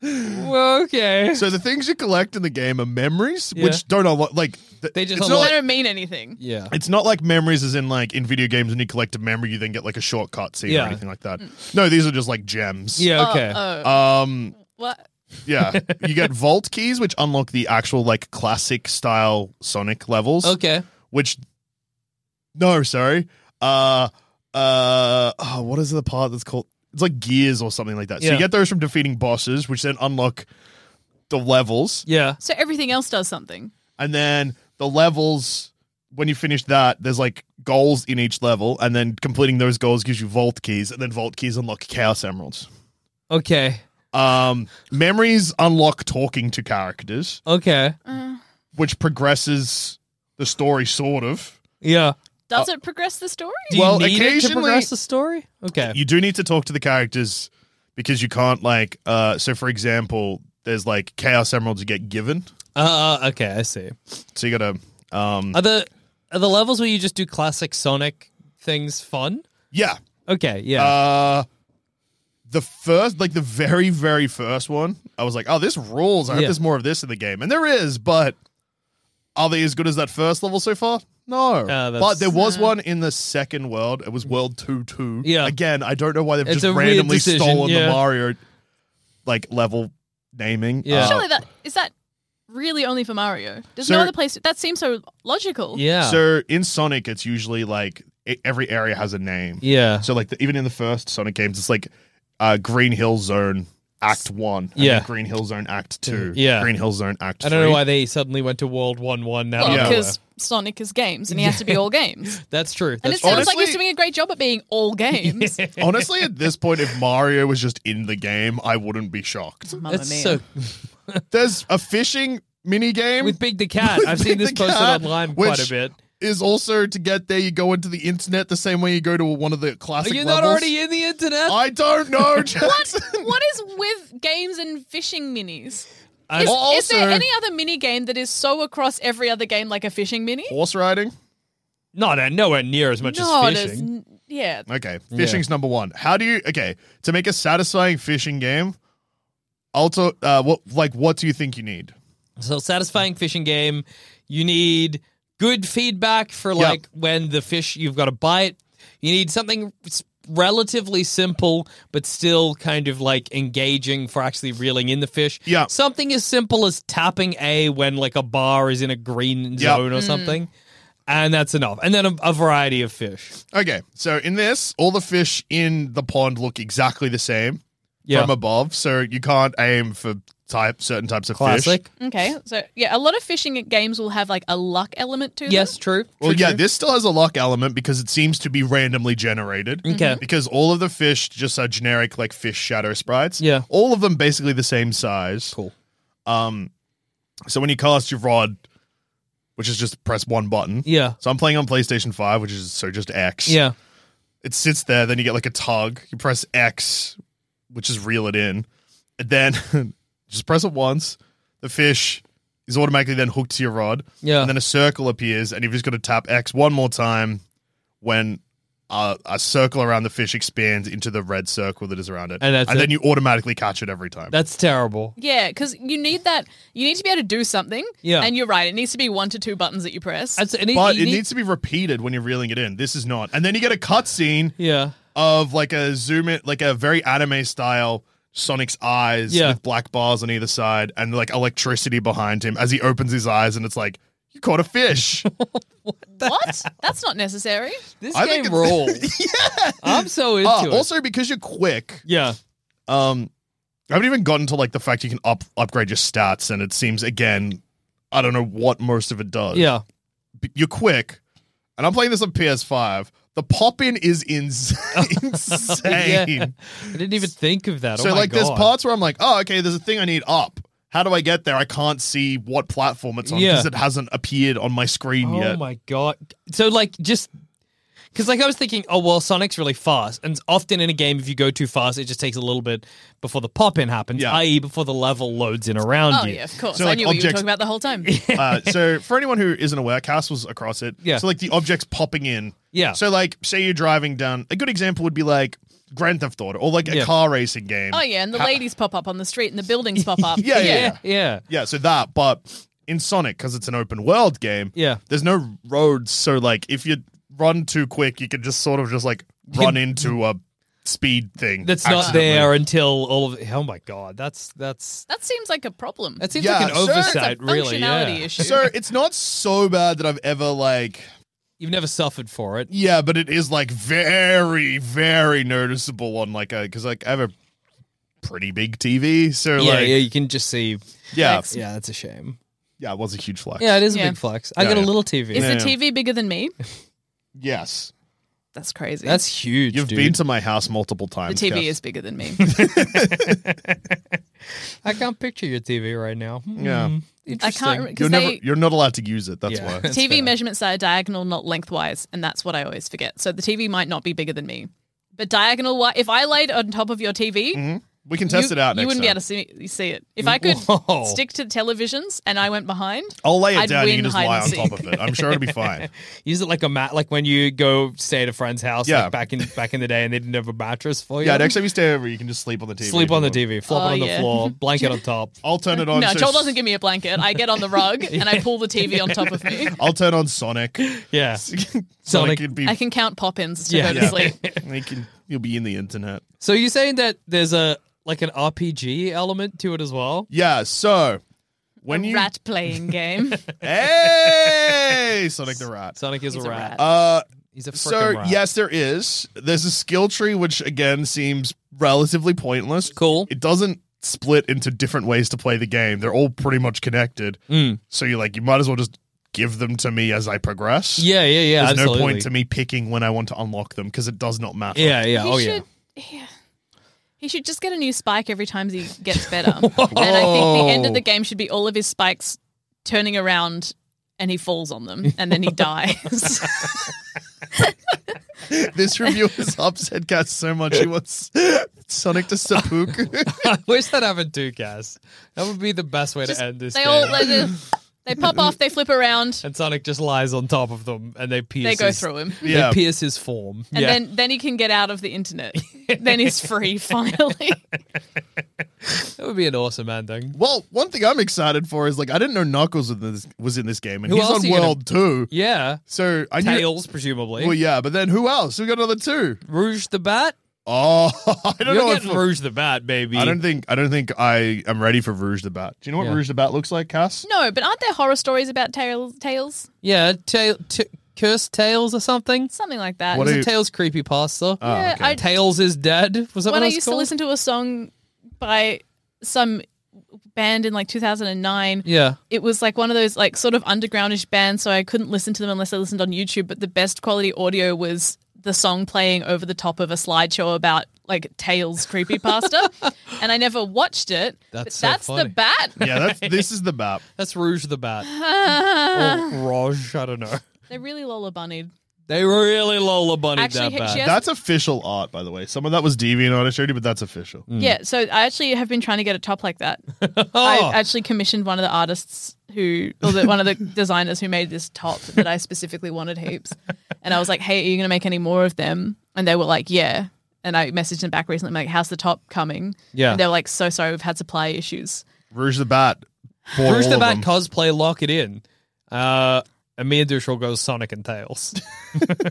[SPEAKER 6] okay.
[SPEAKER 5] so the things you collect in the game are memories,
[SPEAKER 6] Yeah.
[SPEAKER 5] which don't unlock. Like th-
[SPEAKER 6] They just
[SPEAKER 5] it's not
[SPEAKER 6] unlock-
[SPEAKER 4] They
[SPEAKER 5] like-
[SPEAKER 4] don't mean anything.
[SPEAKER 6] yeah.
[SPEAKER 5] It's not like memories as in like in video games when you collect a memory, you then get like a shortcut scene
[SPEAKER 6] Yeah.
[SPEAKER 5] or anything like that. No, these are just like gems.
[SPEAKER 6] Yeah, okay.
[SPEAKER 4] Oh,
[SPEAKER 5] Um
[SPEAKER 4] what?
[SPEAKER 5] yeah. you get vault keys, which unlock the actual like classic style Sonic levels.
[SPEAKER 6] okay.
[SPEAKER 5] Which No, sorry. Uh uh oh, what is the part that's called it's like gears or something like that. So
[SPEAKER 6] Yeah.
[SPEAKER 5] you get those from defeating bosses, which then unlock the levels.
[SPEAKER 6] Yeah.
[SPEAKER 4] So everything else does something.
[SPEAKER 5] and then the levels when you finish that there's like goals in each level and then completing those goals gives you vault keys and then vault keys unlock chaos emeralds
[SPEAKER 6] Okay.
[SPEAKER 5] um memories unlock talking to characters
[SPEAKER 6] Okay.
[SPEAKER 5] which progresses the story sort of
[SPEAKER 6] Yeah.
[SPEAKER 4] Does
[SPEAKER 5] Uh,
[SPEAKER 4] it progress the story?
[SPEAKER 6] Do you
[SPEAKER 5] Well,
[SPEAKER 6] need it to
[SPEAKER 5] occasionally-
[SPEAKER 6] progress the story? Okay.
[SPEAKER 5] you do need to talk to the characters because you can't like uh so for example there's like chaos emeralds you get given
[SPEAKER 6] Uh, uh, okay, I see.
[SPEAKER 5] so you gotta um
[SPEAKER 6] Are the are the levels where you just do classic Sonic things fun?
[SPEAKER 5] yeah
[SPEAKER 6] Okay, yeah.
[SPEAKER 5] Uh, the first, like the very, very first one, I was like, oh, this rules. I hope
[SPEAKER 6] Yeah.
[SPEAKER 5] there's more of this in the game. And there is, but are they as good as that first level so far? No.
[SPEAKER 6] Uh, that's-
[SPEAKER 5] but there was one in the second world. It was World 2 2.
[SPEAKER 6] Yeah.
[SPEAKER 5] Again, I don't know why they've
[SPEAKER 6] It's a
[SPEAKER 5] just
[SPEAKER 6] weird
[SPEAKER 5] randomly
[SPEAKER 6] decision,
[SPEAKER 5] stolen
[SPEAKER 6] yeah.
[SPEAKER 5] the Mario like level naming. Uh,
[SPEAKER 6] Yeah.
[SPEAKER 4] Surely that is that really only for Mario. There's
[SPEAKER 5] So-
[SPEAKER 4] no other place that seems so logical.
[SPEAKER 6] yeah.
[SPEAKER 5] Uh, So in Sonic, it's usually like e- every area has a name.
[SPEAKER 6] yeah.
[SPEAKER 5] So like the, even in the first Sonic games, it's like uh, Green Hill Zone Act One, and
[SPEAKER 6] Yeah.
[SPEAKER 5] then Green Hill Zone Act Two,
[SPEAKER 6] Yeah.
[SPEAKER 5] Green Hill Zone Act.
[SPEAKER 6] I don't know
[SPEAKER 5] three.
[SPEAKER 6] why they suddenly went to World 1 1 now.
[SPEAKER 4] Well,
[SPEAKER 5] Yeah.
[SPEAKER 4] because Sonic is games and he has to be all games.
[SPEAKER 6] That's true.
[SPEAKER 4] And
[SPEAKER 6] That's
[SPEAKER 4] it sounds like he's
[SPEAKER 5] Honestly-
[SPEAKER 4] doing a great job at being all games.
[SPEAKER 5] Honestly, at this point, if Mario was just in the game, I wouldn't be shocked.
[SPEAKER 4] Mamma
[SPEAKER 6] That's
[SPEAKER 4] mia.
[SPEAKER 6] so
[SPEAKER 5] There's a fishing mini game
[SPEAKER 6] with Big the Cat.
[SPEAKER 5] With
[SPEAKER 6] I've
[SPEAKER 5] Big
[SPEAKER 6] seen this
[SPEAKER 5] the
[SPEAKER 6] posted
[SPEAKER 5] Cat,
[SPEAKER 6] online quite a
[SPEAKER 5] which-
[SPEAKER 6] bit.
[SPEAKER 5] is also to get there. You go into the internet the same way you go to one of the
[SPEAKER 6] Are
[SPEAKER 5] classic.
[SPEAKER 6] you
[SPEAKER 5] levels.
[SPEAKER 6] not already in the internet?
[SPEAKER 5] I don't know. Jackson.
[SPEAKER 4] what is with games and fishing minis?
[SPEAKER 6] I-
[SPEAKER 4] Is, is there
[SPEAKER 5] also-
[SPEAKER 4] any other mini game that is so across every other game like a fishing mini?
[SPEAKER 5] Horse riding.
[SPEAKER 6] not uh, nowhere near as much as
[SPEAKER 4] there's
[SPEAKER 6] fishing.
[SPEAKER 4] n- yeah.
[SPEAKER 5] Okay, fishing's number one. How do you? Okay, to make a satisfying fishing game, also, uh, what like what do you think you need?
[SPEAKER 6] So satisfying fishing game. You need good feedback for
[SPEAKER 5] Yeah.
[SPEAKER 6] like when the fish you've got to bite. You need something s- relatively simple but still kind of like engaging for actually reeling in the fish.
[SPEAKER 5] Yeah.
[SPEAKER 6] Something as simple as tapping A when like a bar is in a green
[SPEAKER 5] Yeah.
[SPEAKER 6] zone or something. And that's enough. And then a, a variety of fish.
[SPEAKER 5] Okay, so in this, all the fish in the pond look exactly the same
[SPEAKER 6] Yeah.
[SPEAKER 5] from above, so you can't aim for type certain types of
[SPEAKER 6] Classic.
[SPEAKER 5] fish.
[SPEAKER 4] Okay. So yeah, a lot of fishing games will have like a luck element to
[SPEAKER 6] Yes, true.
[SPEAKER 5] Well,
[SPEAKER 6] True,
[SPEAKER 5] yeah,
[SPEAKER 6] true.
[SPEAKER 5] this still has a luck element because it seems to be randomly generated.
[SPEAKER 6] Okay.
[SPEAKER 5] Because all of the fish just are generic, like fish shadow sprites.
[SPEAKER 6] Yeah.
[SPEAKER 5] All of them basically the same size.
[SPEAKER 6] Cool.
[SPEAKER 5] Um, so when you cast your rod, which is just press one button.
[SPEAKER 6] Yeah.
[SPEAKER 5] So I'm playing on PlayStation 5, which is so just X.
[SPEAKER 6] Yeah.
[SPEAKER 5] it sits there. Then you get like a tug. You press X, which is reel it in. And then just press it once. The fish is automatically then hooked to your rod.
[SPEAKER 6] Yeah.
[SPEAKER 5] And then a circle appears, and you've just got to tap X one more time when uh, a circle around the fish expands into the red circle that is around it,
[SPEAKER 6] And that's it.
[SPEAKER 5] then you automatically catch it every time.
[SPEAKER 6] That's terrible.
[SPEAKER 4] Yeah, because you need that. You need to be able to do something.
[SPEAKER 6] Yeah.
[SPEAKER 4] And you're right. It needs to be one to two buttons that you press.
[SPEAKER 6] That's, and
[SPEAKER 5] but
[SPEAKER 6] you
[SPEAKER 5] it
[SPEAKER 6] need-
[SPEAKER 5] needs to be repeated when you're reeling it in. This is not, and then you get a cutscene
[SPEAKER 6] Yeah.
[SPEAKER 5] of like a zoom in, like a very anime style Sonic's eyes
[SPEAKER 6] Yeah.
[SPEAKER 5] with black bars on either side and like electricity behind him as he opens his eyes, and it's like you caught a fish.
[SPEAKER 4] what? That's not necessary.
[SPEAKER 6] This
[SPEAKER 5] I think
[SPEAKER 6] game
[SPEAKER 5] it's-
[SPEAKER 6] rules. I'm so into
[SPEAKER 5] Ah,
[SPEAKER 6] it.
[SPEAKER 5] also, because you're quick,
[SPEAKER 6] yeah.
[SPEAKER 5] um, I haven't even gotten to like the fact you can up upgrade your stats, and it seems again, I don't know what most of it does.
[SPEAKER 6] Yeah.
[SPEAKER 5] B- you're quick, and I'm playing this on PS5. The pop in is ins- insane.
[SPEAKER 6] Yeah. I didn't even think of that.
[SPEAKER 5] So
[SPEAKER 6] oh my
[SPEAKER 5] like, there's
[SPEAKER 6] God.
[SPEAKER 5] parts where I'm like, oh, okay, there's a thing I need up. How do I get there? I can't see what platform it's on because
[SPEAKER 6] Yeah.
[SPEAKER 5] it hasn't appeared on my screen
[SPEAKER 6] Oh
[SPEAKER 5] yet.
[SPEAKER 6] my god! So like just because like I was thinking, oh well, Sonic's really fast, and often in a game, if you go too fast, it just takes a little bit before the pop in happens,
[SPEAKER 5] Yeah.
[SPEAKER 6] i.e., before the level loads in around
[SPEAKER 4] Oh
[SPEAKER 6] you.
[SPEAKER 4] yeah, of course.
[SPEAKER 5] So,
[SPEAKER 4] I
[SPEAKER 5] like,
[SPEAKER 4] knew what you were
[SPEAKER 5] objects-
[SPEAKER 4] talking about the whole time.
[SPEAKER 5] uh, so for anyone who isn't aware, Cass was across it.
[SPEAKER 6] Yeah.
[SPEAKER 5] So like the objects popping in.
[SPEAKER 6] Yeah.
[SPEAKER 5] So like, say you're driving down. A good example would be like Grand Theft Auto or like a
[SPEAKER 6] Yeah.
[SPEAKER 5] car racing game.
[SPEAKER 4] Oh yeah, and the ladies pop up on the street, and the buildings pop up.
[SPEAKER 5] Yeah, yeah, yeah.
[SPEAKER 6] yeah, yeah.
[SPEAKER 5] Yeah, so that, but in Sonic, because it's an open world game,
[SPEAKER 6] Yeah.
[SPEAKER 5] there's no roads. So, like, if you run too quick, you can just sort of just like run into a speed thing
[SPEAKER 6] That's not
[SPEAKER 5] accidentally.
[SPEAKER 6] there until all of. Oh my god, that's that's
[SPEAKER 4] That seems like a problem.
[SPEAKER 6] that seems
[SPEAKER 5] Yeah,
[SPEAKER 6] like an
[SPEAKER 5] so- It's a
[SPEAKER 6] oversight,
[SPEAKER 4] It's a
[SPEAKER 6] really. Yeah,
[SPEAKER 4] functionality issue.
[SPEAKER 5] So it's not so bad that I've ever like
[SPEAKER 6] you've never suffered for it.
[SPEAKER 5] yeah, but it is like very very noticeable on like a because like I have a pretty big TV, so
[SPEAKER 6] yeah,
[SPEAKER 5] like
[SPEAKER 6] yeah,
[SPEAKER 5] yeah
[SPEAKER 6] you can just see.
[SPEAKER 5] yeah,
[SPEAKER 6] Yeah, that's a shame.
[SPEAKER 5] it was a huge flex.
[SPEAKER 6] Yeah, it is
[SPEAKER 4] Yeah.
[SPEAKER 6] a big flex. I
[SPEAKER 5] Yeah,
[SPEAKER 6] got a
[SPEAKER 5] yeah.
[SPEAKER 6] little TV.
[SPEAKER 4] Is
[SPEAKER 5] Yeah.
[SPEAKER 4] the TV bigger than me?
[SPEAKER 5] Yes,
[SPEAKER 4] That's crazy.
[SPEAKER 6] that's huge.
[SPEAKER 5] you've
[SPEAKER 6] dude.
[SPEAKER 5] been to my house multiple
[SPEAKER 4] the
[SPEAKER 5] times.
[SPEAKER 4] TV
[SPEAKER 5] Kath.
[SPEAKER 4] is bigger than me.
[SPEAKER 6] I can't picture your TV right now. Hmm,
[SPEAKER 5] Yeah.
[SPEAKER 4] I
[SPEAKER 6] Interesting.
[SPEAKER 4] can't because
[SPEAKER 5] You're never
[SPEAKER 4] mm. they
[SPEAKER 5] you're not allowed to use it. That's
[SPEAKER 6] Yeah.
[SPEAKER 5] why.
[SPEAKER 4] TV
[SPEAKER 6] fair.
[SPEAKER 4] measurements are diagonal, not lengthwise, and that's what I always forget. So the TV might not be bigger than me, but diagonal. wi- If I laid on top of your TV,
[SPEAKER 5] We can Mm-hmm. test
[SPEAKER 4] you,
[SPEAKER 5] it out.
[SPEAKER 4] You
[SPEAKER 5] next
[SPEAKER 4] wouldn't
[SPEAKER 5] time.
[SPEAKER 4] be able to see, see it. If I could
[SPEAKER 6] Whoa.
[SPEAKER 4] stick to televisions and I went behind,
[SPEAKER 5] I'll lay it
[SPEAKER 4] I'd
[SPEAKER 5] down. You
[SPEAKER 4] win
[SPEAKER 5] can just
[SPEAKER 4] hide
[SPEAKER 5] lie
[SPEAKER 4] and
[SPEAKER 5] on
[SPEAKER 4] seek.
[SPEAKER 5] top of it. I'm sure it'll be fine.
[SPEAKER 6] Use it like a mat, like when you go stay at a friend's house,
[SPEAKER 5] Yeah.
[SPEAKER 6] like back in back in the day, and they didn't have a mattress for you.
[SPEAKER 5] yeah, next time you stay over, you can just sleep on the TV.
[SPEAKER 6] sleep on the
[SPEAKER 5] if you want.
[SPEAKER 6] TV, flop
[SPEAKER 4] Oh,
[SPEAKER 6] it on the
[SPEAKER 4] yeah.
[SPEAKER 6] floor, blanket on top.
[SPEAKER 5] I'll turn it on.
[SPEAKER 4] no,
[SPEAKER 5] so
[SPEAKER 4] Joel doesn't give me a blanket. I get on the rug and I pull the TV on top of me.
[SPEAKER 5] I'll turn on Sonic.
[SPEAKER 6] Yeah,
[SPEAKER 5] Sonic can be.
[SPEAKER 4] I can count pop-ins to go
[SPEAKER 6] Yeah.
[SPEAKER 4] to
[SPEAKER 5] yeah.
[SPEAKER 4] sleep.
[SPEAKER 5] He can- You'll be in the internet.
[SPEAKER 6] So you're saying that there's a like an RPG element to it as well?
[SPEAKER 5] Yeah. So when you
[SPEAKER 4] Rat playing game.
[SPEAKER 5] hey Sonic the Rat.
[SPEAKER 6] Sonic is
[SPEAKER 4] He's
[SPEAKER 6] a
[SPEAKER 4] a
[SPEAKER 6] rat.
[SPEAKER 4] rat.
[SPEAKER 5] Uh,
[SPEAKER 6] He's a freaking
[SPEAKER 5] so
[SPEAKER 6] rat.
[SPEAKER 5] yes, there is. There's a skill tree which again seems relatively pointless.
[SPEAKER 6] cool.
[SPEAKER 5] It doesn't split into different ways to play the game. They're all pretty much connected.
[SPEAKER 6] Mm.
[SPEAKER 5] So you're like, you might as well just give them to me as I progress.
[SPEAKER 6] Yeah, yeah, yeah.
[SPEAKER 5] There's
[SPEAKER 6] absolutely.
[SPEAKER 5] no point to me picking when I want to unlock them because it does not matter.
[SPEAKER 6] Yeah, yeah.
[SPEAKER 4] He
[SPEAKER 6] oh yeah.
[SPEAKER 4] should, yeah. He should just get a new spike every time he gets better. and I think the end of the game should be all of his spikes turning around and he falls on them and then he dies.
[SPEAKER 5] This review has upset Cat so much he wants Sonic to seppuku.
[SPEAKER 6] I wish that happened too, Cass. That would be the best way
[SPEAKER 4] Just-
[SPEAKER 6] to end this.
[SPEAKER 4] they
[SPEAKER 6] game.
[SPEAKER 4] all they, just- they pop off, they flip around,
[SPEAKER 6] and Sonic just lies on top of them, and they pierce.
[SPEAKER 4] they go
[SPEAKER 6] his-
[SPEAKER 4] through him.
[SPEAKER 6] They
[SPEAKER 5] Yeah.
[SPEAKER 6] pierce his form.
[SPEAKER 4] And
[SPEAKER 6] yeah.
[SPEAKER 4] then then he can get out of the internet. then he's free finally.
[SPEAKER 6] that would be an awesome ending.
[SPEAKER 5] well, one thing I'm excited for is like I didn't know Knuckles was in this, was in this game, and
[SPEAKER 6] Who
[SPEAKER 5] he's
[SPEAKER 6] else are
[SPEAKER 5] on
[SPEAKER 6] you gonna-
[SPEAKER 5] World Two.
[SPEAKER 6] Yeah.
[SPEAKER 5] So I knew.
[SPEAKER 6] Tails, presumably.
[SPEAKER 5] Well, yeah, but then who else? We got another two.
[SPEAKER 6] Rouge the Bat?
[SPEAKER 5] Oh, I don't
[SPEAKER 6] You're
[SPEAKER 5] know.
[SPEAKER 6] getting
[SPEAKER 5] If,
[SPEAKER 6] Rouge the Bat, baby.
[SPEAKER 5] I don't think I don't think I am ready for Rouge the Bat. Do you know what
[SPEAKER 6] Yeah.
[SPEAKER 5] Rouge the Bat looks like, Cass?
[SPEAKER 4] No, but aren't there horror stories about tails tails?
[SPEAKER 6] Yeah, tail, t- Cursed Tails or something?
[SPEAKER 4] Something like that.
[SPEAKER 5] What
[SPEAKER 6] Was
[SPEAKER 5] are
[SPEAKER 6] it
[SPEAKER 5] you-
[SPEAKER 6] Tails Creepypasta?
[SPEAKER 4] Yeah, I-
[SPEAKER 6] Tails is Dead? Was that
[SPEAKER 4] when
[SPEAKER 6] what
[SPEAKER 4] I
[SPEAKER 6] it's
[SPEAKER 4] used
[SPEAKER 6] called?
[SPEAKER 4] to listen to a song by some band in like 2009,
[SPEAKER 6] Yeah.
[SPEAKER 4] it was like one of those like sort of undergroundish bands, so I couldn't listen to them unless I listened on YouTube. But the best quality audio was the song playing over the top of a slideshow about like Tails creepypasta, and I never watched it.
[SPEAKER 6] That's
[SPEAKER 4] but
[SPEAKER 6] so
[SPEAKER 4] that's
[SPEAKER 6] funny.
[SPEAKER 4] the bat.
[SPEAKER 5] Yeah, that's, this is the Bat.
[SPEAKER 6] That's Rouge the Bat. or Rouge, I don't know.
[SPEAKER 4] They're really lolla bunnied.
[SPEAKER 6] They really Lola Bunny
[SPEAKER 4] Actually,
[SPEAKER 6] that bat.
[SPEAKER 4] she has-
[SPEAKER 5] That's official art, by the way. Some of that was deviant art, I showed you, but that's
[SPEAKER 6] Mm.
[SPEAKER 5] official.
[SPEAKER 4] Yeah, so I actually have been trying to get a top like that.
[SPEAKER 6] Oh,
[SPEAKER 4] I actually commissioned one of the artists who, or the, one of the designers who made this top that I specifically wanted heaps. And I was like, hey, are you going to make any more of them? And they were like, yeah. And I messaged them back recently, like, how's the top coming?
[SPEAKER 6] Yeah.
[SPEAKER 4] And they were like, so sorry, we've had supply issues.
[SPEAKER 5] Rouge the Bat. Bought
[SPEAKER 6] Rouge
[SPEAKER 5] all
[SPEAKER 6] the
[SPEAKER 5] of
[SPEAKER 6] Bat
[SPEAKER 5] them.
[SPEAKER 6] cosplay, lock it in. Uh, and me and Dush will go Sonic and Tails.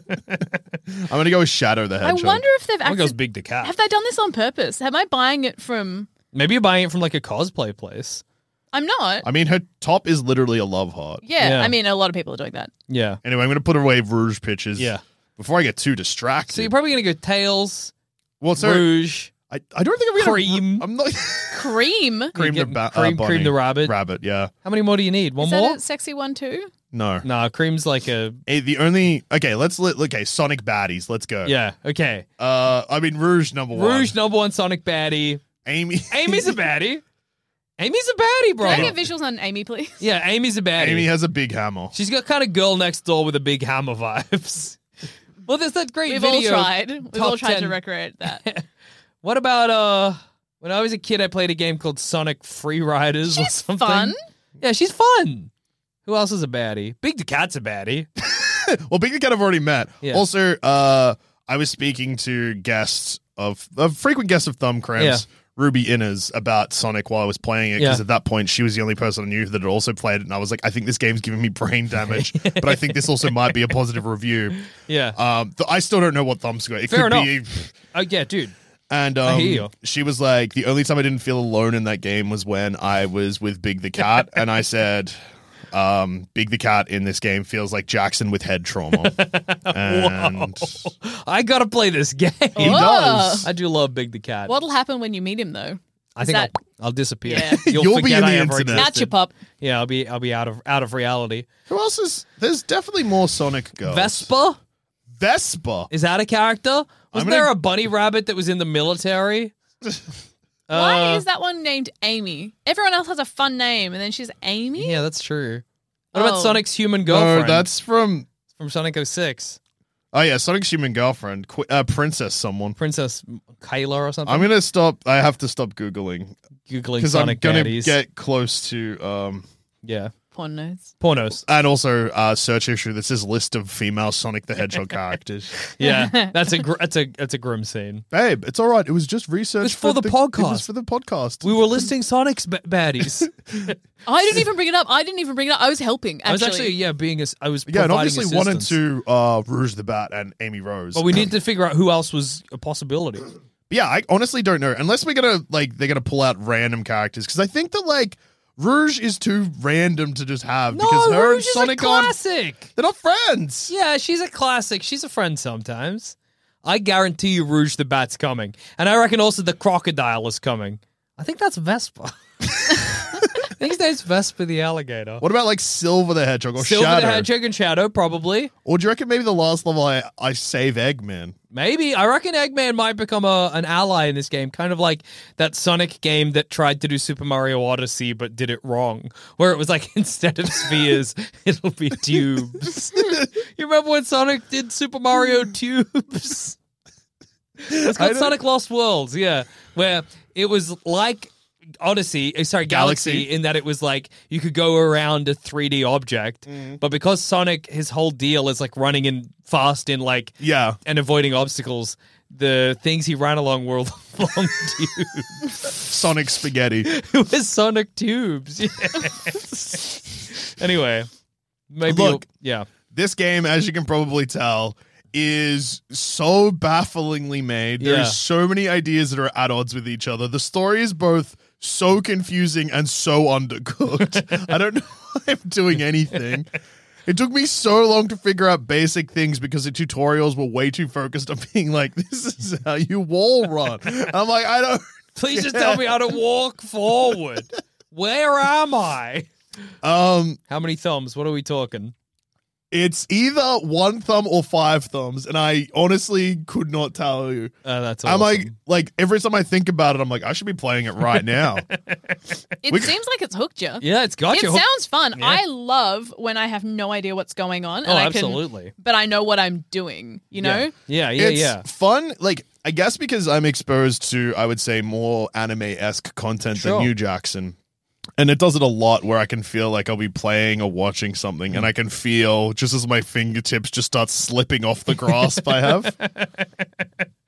[SPEAKER 5] I'm gonna go with Shadow the
[SPEAKER 4] I
[SPEAKER 5] Hedgehog.
[SPEAKER 4] wonder if they've
[SPEAKER 6] One
[SPEAKER 4] actually.
[SPEAKER 6] goes Big the Cat.
[SPEAKER 4] Have they done this on purpose? Am I buying it from.
[SPEAKER 6] Maybe you're buying it from like a cosplay place.
[SPEAKER 4] I'm not.
[SPEAKER 5] I mean, her top is literally a love heart.
[SPEAKER 4] yeah,
[SPEAKER 6] Yeah.
[SPEAKER 4] I mean, a lot of people are doing that.
[SPEAKER 6] Yeah.
[SPEAKER 5] Anyway, I'm gonna put away Rouge pitches.
[SPEAKER 6] Yeah.
[SPEAKER 5] Before I get too distracted.
[SPEAKER 6] So you're probably going to go Tails,
[SPEAKER 5] well, so
[SPEAKER 6] Rouge.
[SPEAKER 5] I, I don't think I'm gonna
[SPEAKER 6] Cream.
[SPEAKER 5] I'm not
[SPEAKER 4] Cream.
[SPEAKER 5] cream the
[SPEAKER 6] getting
[SPEAKER 5] ba- uh,
[SPEAKER 6] cream- cream
[SPEAKER 5] bunny.
[SPEAKER 6] the rabbit.
[SPEAKER 5] Rabbit, yeah.
[SPEAKER 6] How many more do you need? One
[SPEAKER 4] Is
[SPEAKER 6] more?
[SPEAKER 4] that a sexy one too?
[SPEAKER 5] No.
[SPEAKER 6] Nah, cream's like a.
[SPEAKER 5] Eh, the only okay, let's let okay Sonic baddies. Let's go.
[SPEAKER 6] Yeah. Okay.
[SPEAKER 5] Uh, I mean Rouge number one.
[SPEAKER 6] Rouge, number one Sonic baddie.
[SPEAKER 5] Amy.
[SPEAKER 6] Amy's a baddie. Amy's a baddie, bro.
[SPEAKER 4] Can I get visuals on Amy, please?
[SPEAKER 6] yeah, Amy's a baddie.
[SPEAKER 5] Amy has a big hammer.
[SPEAKER 6] She's got kind of girl next door with a big hammer vibes. Well, there's that great
[SPEAKER 4] We've
[SPEAKER 6] video.
[SPEAKER 4] all tried. We've all
[SPEAKER 6] top
[SPEAKER 4] tried
[SPEAKER 6] 10.
[SPEAKER 4] to recreate that.
[SPEAKER 6] What about uh? When I was a kid, I played a game called Sonic Free Riders or
[SPEAKER 4] She's
[SPEAKER 6] something.
[SPEAKER 4] fun.
[SPEAKER 6] Yeah, she's fun. Who else is a baddie? Big the Cat's a baddie.
[SPEAKER 5] Well, Big the Cat I've already met.
[SPEAKER 6] Yeah.
[SPEAKER 5] Also, uh, I was speaking to guests of a frequent guest of Thumb Cramps, Ruby Inners, about Sonic while I was playing it because
[SPEAKER 6] Yeah.
[SPEAKER 5] at that point she was the only person I knew that had also played it, and I was like, I think this game's giving me brain damage, but I think this also might be a positive review.
[SPEAKER 6] Yeah.
[SPEAKER 5] Um, th- I still don't know what Thumb's going. It
[SPEAKER 6] Fair
[SPEAKER 5] could
[SPEAKER 6] enough.
[SPEAKER 5] be.
[SPEAKER 4] Uh,
[SPEAKER 6] oh yeah, dude.
[SPEAKER 5] And
[SPEAKER 6] I
[SPEAKER 5] um,
[SPEAKER 6] hear you.
[SPEAKER 5] she was like, the only time I didn't feel alone in that game was when I was with Big the Cat, and I said, um, "Big the Cat in this game feels like Jackson with head trauma." and
[SPEAKER 6] I gotta play this game.
[SPEAKER 5] he
[SPEAKER 4] Oh.
[SPEAKER 5] does.
[SPEAKER 6] I do love Big the Cat.
[SPEAKER 4] What'll happen when you meet him, though?
[SPEAKER 6] I think
[SPEAKER 4] that-
[SPEAKER 6] I'll, I'll disappear.
[SPEAKER 4] Yeah.
[SPEAKER 6] You'll,
[SPEAKER 5] You'll be
[SPEAKER 6] forget
[SPEAKER 5] in
[SPEAKER 6] I
[SPEAKER 5] the
[SPEAKER 6] ever
[SPEAKER 5] internet.
[SPEAKER 6] existed.
[SPEAKER 4] Gotcha, pop.
[SPEAKER 6] Yeah, I'll be I'll be out of out of reality.
[SPEAKER 5] Who else is? There's definitely more Sonic girls.
[SPEAKER 6] Vespa
[SPEAKER 5] Vespa.
[SPEAKER 6] is that a character?
[SPEAKER 5] I'm gonna-
[SPEAKER 6] Wasn't there a bunny rabbit that was in the military?
[SPEAKER 4] Why
[SPEAKER 6] Uh,
[SPEAKER 4] is that one named Amy? Everyone else has a fun name, and then she's Amy.
[SPEAKER 6] Yeah, that's true. What about
[SPEAKER 4] Oh.
[SPEAKER 6] Sonic's human
[SPEAKER 5] No,
[SPEAKER 6] girlfriend?
[SPEAKER 5] that's from.
[SPEAKER 6] from Sonic 06.
[SPEAKER 5] Oh yeah, Sonic's human girlfriend, Qu- uh, princess. Someone.
[SPEAKER 6] Princess Kayla or something.
[SPEAKER 5] I'm gonna stop. I have to stop googling
[SPEAKER 6] googling
[SPEAKER 5] because I'm
[SPEAKER 6] Sonic
[SPEAKER 5] gonna
[SPEAKER 6] baddies.
[SPEAKER 5] get close to. Um,
[SPEAKER 6] yeah,
[SPEAKER 4] Porn notes.
[SPEAKER 6] pornos.
[SPEAKER 5] and also uh, search history. This is list of female Sonic the Hedgehog characters.
[SPEAKER 6] Yeah, that's a gr- that's a that's a grim scene.
[SPEAKER 5] Babe, it's all right. It was just research.
[SPEAKER 6] was for the
[SPEAKER 5] It
[SPEAKER 6] podcast.
[SPEAKER 5] was for the podcast.
[SPEAKER 6] We were listing Sonic's ba- baddies.
[SPEAKER 4] I didn't even bring it up. I didn't even bring it up. I was helping. Actually,
[SPEAKER 6] I was actually yeah being a, I was
[SPEAKER 5] yeah, and
[SPEAKER 6] providing
[SPEAKER 5] obviously one and two,
[SPEAKER 6] assistance.
[SPEAKER 5] uh, Rouge the Bat and Amy Rose.
[SPEAKER 6] But we need to figure out who else was a possibility.
[SPEAKER 5] yeah, I honestly don't know. Unless we're gonna like, they're gonna pull out random characters because I think that like Rouge is too random to just have because her and
[SPEAKER 6] Rouge is a
[SPEAKER 5] Sonic aren't.
[SPEAKER 6] classic.
[SPEAKER 5] They're not friends.
[SPEAKER 6] Yeah, she's a classic. She's a friend sometimes. I guarantee you, Rouge the Bat's coming, and I reckon also the crocodile is coming. I think that's Vespa. I think his name's Vespa the alligator.
[SPEAKER 5] What about like Silver the Hedgehog or
[SPEAKER 6] Silver
[SPEAKER 5] Shadow?
[SPEAKER 6] the Hedgehog and Shadow, probably.
[SPEAKER 5] Or do you reckon maybe the last level I, I save Eggman?
[SPEAKER 6] Maybe. I reckon Eggman might become a, an ally in this game, kind of like that Sonic game that tried to do Super Mario Odyssey but did it wrong, where it was like instead of spheres, it'll be tubes. you remember when Sonic did Super Mario Tubes? It's
[SPEAKER 5] I
[SPEAKER 6] called
[SPEAKER 5] don't-
[SPEAKER 6] Sonic Lost Worlds, yeah, where it was like Odyssey, eh, sorry, Galaxy,
[SPEAKER 5] Galaxy.
[SPEAKER 6] in that it was like you could go around a 3D object,
[SPEAKER 5] Mm.
[SPEAKER 6] but because Sonic, his whole deal is like running in fast in like
[SPEAKER 5] Yeah.
[SPEAKER 6] and avoiding obstacles, the things he ran along were long tubes.
[SPEAKER 5] Sonic Spaghetti.
[SPEAKER 6] it was Sonic tubes. yes. anyway, maybe
[SPEAKER 5] Look.
[SPEAKER 6] yeah,
[SPEAKER 5] this game, as you can probably tell, is so bafflingly made. There
[SPEAKER 6] Yeah.
[SPEAKER 5] is so many ideas that are at odds with each other. The story is both so confusing and so undercooked. I don't know why I'm doing anything. It took me so long to figure out basic things because the tutorials were way too focused on being like, this is how you wall run. I'm like, I don't.
[SPEAKER 6] please just tell me how to walk forward. Where am I?
[SPEAKER 5] Um,
[SPEAKER 6] How many thumbs? What are we talking?
[SPEAKER 5] it's either one thumb or five thumbs, and I honestly could not tell you.
[SPEAKER 6] Uh, that's
[SPEAKER 5] I'm
[SPEAKER 6] awesome.
[SPEAKER 5] like, like every time I think about it, I'm like, I should be playing it right now.
[SPEAKER 4] it
[SPEAKER 5] We-
[SPEAKER 4] seems like it's hooked you.
[SPEAKER 6] yeah, it's got
[SPEAKER 4] it
[SPEAKER 6] you.
[SPEAKER 4] sounds fun.
[SPEAKER 6] Yeah.
[SPEAKER 4] I love when I have no idea what's going on.
[SPEAKER 6] oh,
[SPEAKER 4] and I Can,
[SPEAKER 6] absolutely.
[SPEAKER 4] but I know what I'm doing. You know.
[SPEAKER 6] Yeah, yeah, yeah.
[SPEAKER 5] it's
[SPEAKER 6] yeah.
[SPEAKER 5] fun. Like I guess because I'm exposed to, I would say, more anime esque content
[SPEAKER 6] Sure.
[SPEAKER 5] than you, Jackson. and it does it a lot where I can feel like I'll be playing or watching something and I can feel just as my fingertips just start slipping off the grasp I have.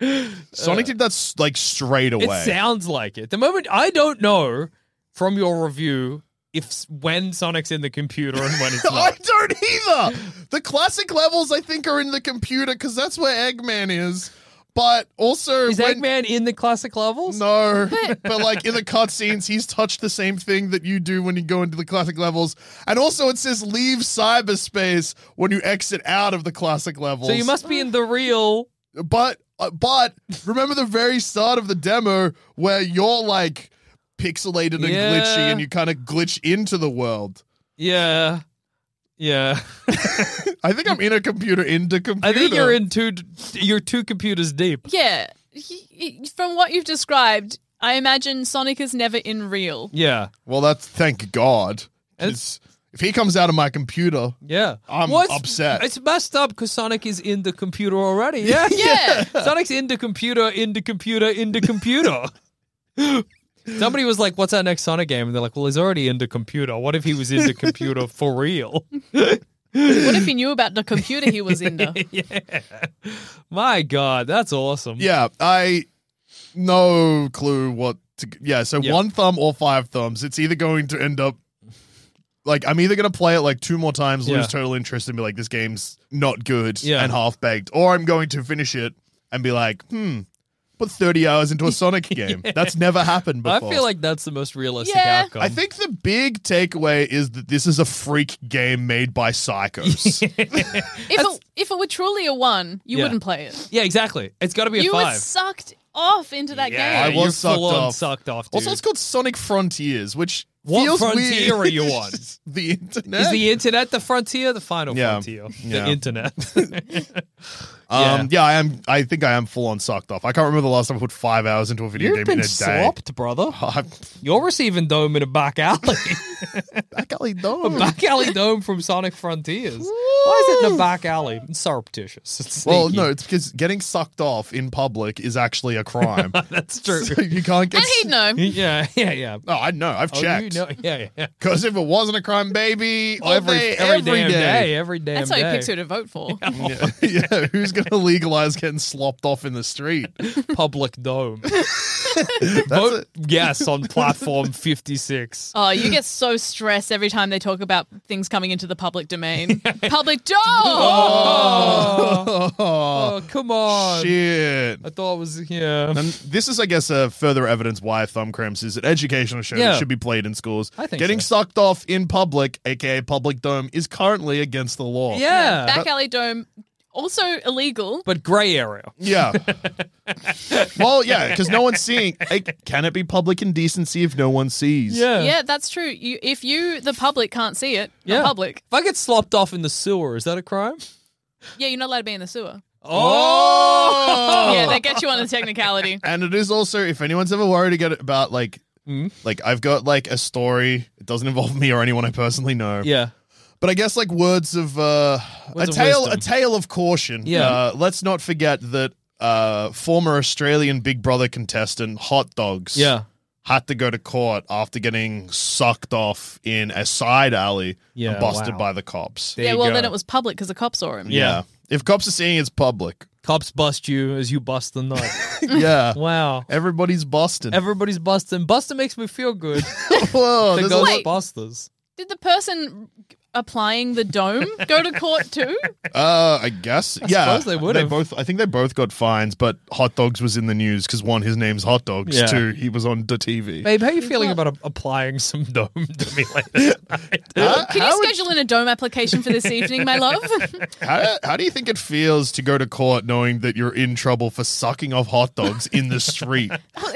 [SPEAKER 6] Uh,
[SPEAKER 5] Sonic did that s- like straight away.
[SPEAKER 6] It sounds like it. The moment I don't know from your review if s- when Sonic's in the computer and when it's
[SPEAKER 5] I
[SPEAKER 6] not.
[SPEAKER 5] don't either. The classic levels I think are in the computer because that's where Eggman is. But also,
[SPEAKER 6] Is
[SPEAKER 5] when-
[SPEAKER 6] Eggman in the classic levels?
[SPEAKER 5] No, but like in the cutscenes, he's touched the same thing that you do when you go into the classic levels. And also, it says leave cyberspace when you exit out of the classic levels.
[SPEAKER 6] So you must be in the real.
[SPEAKER 5] But uh, but remember the very start of the demo where you're like pixelated and
[SPEAKER 6] Yeah.
[SPEAKER 5] glitchy, and you kind of glitch into the world.
[SPEAKER 6] Yeah. Yeah.
[SPEAKER 5] I think I'm in a computer into computer.
[SPEAKER 6] I think you're in two you're two computers deep.
[SPEAKER 4] Yeah. He- he- from what you've described, I imagine Sonic is never in real.
[SPEAKER 6] Yeah.
[SPEAKER 5] Well, that's thank God.
[SPEAKER 6] It's-
[SPEAKER 5] 'Cause If he comes out of my computer,
[SPEAKER 6] Yeah.
[SPEAKER 5] I'm upset.
[SPEAKER 6] It's messed up because Sonic is in the computer already. Yeah.
[SPEAKER 4] Yeah.
[SPEAKER 6] Sonic's in the computer, in the computer, in the computer. Somebody was like, What's our next Sonic game? And they're like, Well, he's already in the computer. What if he was in the computer for real?
[SPEAKER 4] What if he knew about the computer he was in? though?
[SPEAKER 6] yeah. My God, that's awesome.
[SPEAKER 5] Yeah, I no clue what to. Yeah, so
[SPEAKER 6] Yeah.
[SPEAKER 5] one thumb or five thumbs. It's either going to end up like I'm either going to play it like two more times,
[SPEAKER 6] Yeah.
[SPEAKER 5] lose total interest, and be like, this game's not good
[SPEAKER 6] Yeah.
[SPEAKER 5] and half baked, or I'm going to finish it and be like, hmm, put 30 hours into a Sonic game. That's never happened
[SPEAKER 6] I
[SPEAKER 5] before.
[SPEAKER 6] feel like that's the most realistic
[SPEAKER 4] Yeah.
[SPEAKER 6] outcome.
[SPEAKER 5] I think the big takeaway is that this is a freak game made by psychos.
[SPEAKER 4] If it, if it were truly a one, you
[SPEAKER 6] Yeah.
[SPEAKER 4] wouldn't play it.
[SPEAKER 6] Yeah, exactly. It's got to be a
[SPEAKER 4] You were
[SPEAKER 6] five.
[SPEAKER 4] sucked off into that
[SPEAKER 6] yeah,
[SPEAKER 4] game.
[SPEAKER 5] I was
[SPEAKER 6] you're
[SPEAKER 5] sucked
[SPEAKER 6] full-on
[SPEAKER 5] off.
[SPEAKER 6] sucked off, dude.
[SPEAKER 5] also, it's called Sonic Frontiers, which
[SPEAKER 6] What
[SPEAKER 5] feels
[SPEAKER 6] frontier
[SPEAKER 5] weird.
[SPEAKER 6] are you on?
[SPEAKER 5] the internet.
[SPEAKER 6] Is the internet the frontier? The final
[SPEAKER 5] Yeah.
[SPEAKER 6] frontier.
[SPEAKER 5] Yeah.
[SPEAKER 6] The internet.
[SPEAKER 5] Um, yeah. I am. I think I am full on sucked off. I can't remember the last time I put five hours into a video
[SPEAKER 6] You've
[SPEAKER 5] game in a
[SPEAKER 6] been
[SPEAKER 5] day.
[SPEAKER 6] swapped, brother.
[SPEAKER 5] I'm
[SPEAKER 6] You're receiving dome in a back alley.
[SPEAKER 5] back alley dome.
[SPEAKER 6] back alley dome from Sonic Frontiers. Why is it in a back alley? It's surreptitious. It's
[SPEAKER 5] Well,
[SPEAKER 6] sneaky.
[SPEAKER 5] no, it's because getting sucked off in public is actually a crime.
[SPEAKER 6] that's true.
[SPEAKER 5] So you can't get.
[SPEAKER 4] and he'd know.
[SPEAKER 6] yeah, yeah, yeah.
[SPEAKER 5] Oh, I know. I've
[SPEAKER 6] Oh,
[SPEAKER 5] checked.
[SPEAKER 6] you know, yeah, yeah.
[SPEAKER 5] Because if it wasn't a crime, baby, all
[SPEAKER 6] every
[SPEAKER 5] day,
[SPEAKER 6] every damn
[SPEAKER 5] day.
[SPEAKER 6] day, every damn
[SPEAKER 4] That's how he
[SPEAKER 6] day.
[SPEAKER 4] picks who to vote for.
[SPEAKER 5] Yeah, yeah, who's going to legalize getting slopped off in the street?
[SPEAKER 6] Public dome.
[SPEAKER 5] That's
[SPEAKER 6] Vote
[SPEAKER 5] it.
[SPEAKER 6] yes on platform fifty six.
[SPEAKER 4] Oh, you get so stressed every time they talk about things coming into the public domain. Oh, public dome.
[SPEAKER 5] Oh,
[SPEAKER 6] Oh come on!
[SPEAKER 5] shit.
[SPEAKER 6] I thought it was yeah.
[SPEAKER 5] And this is, I guess, uh, further evidence why thumb cramps is an educational show
[SPEAKER 6] Yeah.
[SPEAKER 5] that should be played in schools.
[SPEAKER 6] I think
[SPEAKER 5] Getting
[SPEAKER 6] so.
[SPEAKER 5] sucked off in public, aka public dome, is currently against the law.
[SPEAKER 6] yeah,
[SPEAKER 4] Back alley dome, also illegal.
[SPEAKER 6] but gray area.
[SPEAKER 5] Yeah. well, yeah, because no one's seeing. Like, can it be public indecency if no one sees?
[SPEAKER 6] Yeah,
[SPEAKER 4] Yeah, that's true. You, if you, the public, can't see it, the
[SPEAKER 6] Yeah.
[SPEAKER 4] public.
[SPEAKER 6] If I get slopped off in the sewer, is that a crime?
[SPEAKER 4] Yeah, you're not allowed to be in the sewer.
[SPEAKER 5] Oh.
[SPEAKER 4] Yeah, they get you on the technicality.
[SPEAKER 5] And it is also, if anyone's ever worried again about like,
[SPEAKER 6] Mm.
[SPEAKER 5] like I've got like a story. It doesn't involve me or anyone I personally know.
[SPEAKER 6] yeah.
[SPEAKER 5] But I guess like words of uh,
[SPEAKER 6] Words
[SPEAKER 5] a
[SPEAKER 6] of
[SPEAKER 5] tale, a
[SPEAKER 6] wisdom.
[SPEAKER 5] tale of caution.
[SPEAKER 6] Yeah.
[SPEAKER 5] Uh, let's not forget that uh, former Australian Big Brother contestant Hot Dogs.
[SPEAKER 6] Yeah.
[SPEAKER 5] Had to go to court after getting sucked off in a side alley
[SPEAKER 6] Yeah,
[SPEAKER 5] and busted
[SPEAKER 6] wow.
[SPEAKER 5] by the cops.
[SPEAKER 6] There
[SPEAKER 4] yeah,
[SPEAKER 6] you
[SPEAKER 4] well,
[SPEAKER 6] go.
[SPEAKER 4] then it was public because the cops saw him.
[SPEAKER 6] Yeah.
[SPEAKER 5] If cops are seeing, it's public.
[SPEAKER 6] Cops bust you as you bust the nut.
[SPEAKER 5] yeah.
[SPEAKER 6] wow.
[SPEAKER 5] Everybody's busted.
[SPEAKER 6] Everybody's busting. Buster makes me feel good.
[SPEAKER 5] Whoa,
[SPEAKER 6] the
[SPEAKER 5] there's a-
[SPEAKER 6] Ghostbusters.
[SPEAKER 4] Did the person applying the dome go to court too?
[SPEAKER 5] Uh, I guess. yeah,
[SPEAKER 6] suppose they would've.
[SPEAKER 5] both. I think they both got fines, but Hot Dogs was in the news because one, his name's Hot Dogs.
[SPEAKER 6] Yeah.
[SPEAKER 5] Two, he was on the TV.
[SPEAKER 6] Babe, how are you feeling about a- applying some dome to me later tonight?
[SPEAKER 5] Huh?
[SPEAKER 4] Can
[SPEAKER 5] how,
[SPEAKER 4] you
[SPEAKER 5] would-
[SPEAKER 4] schedule in a dome application for this evening, my love?
[SPEAKER 5] how, how do you think it feels to go to court knowing that you're in trouble for sucking off hot dogs in the street?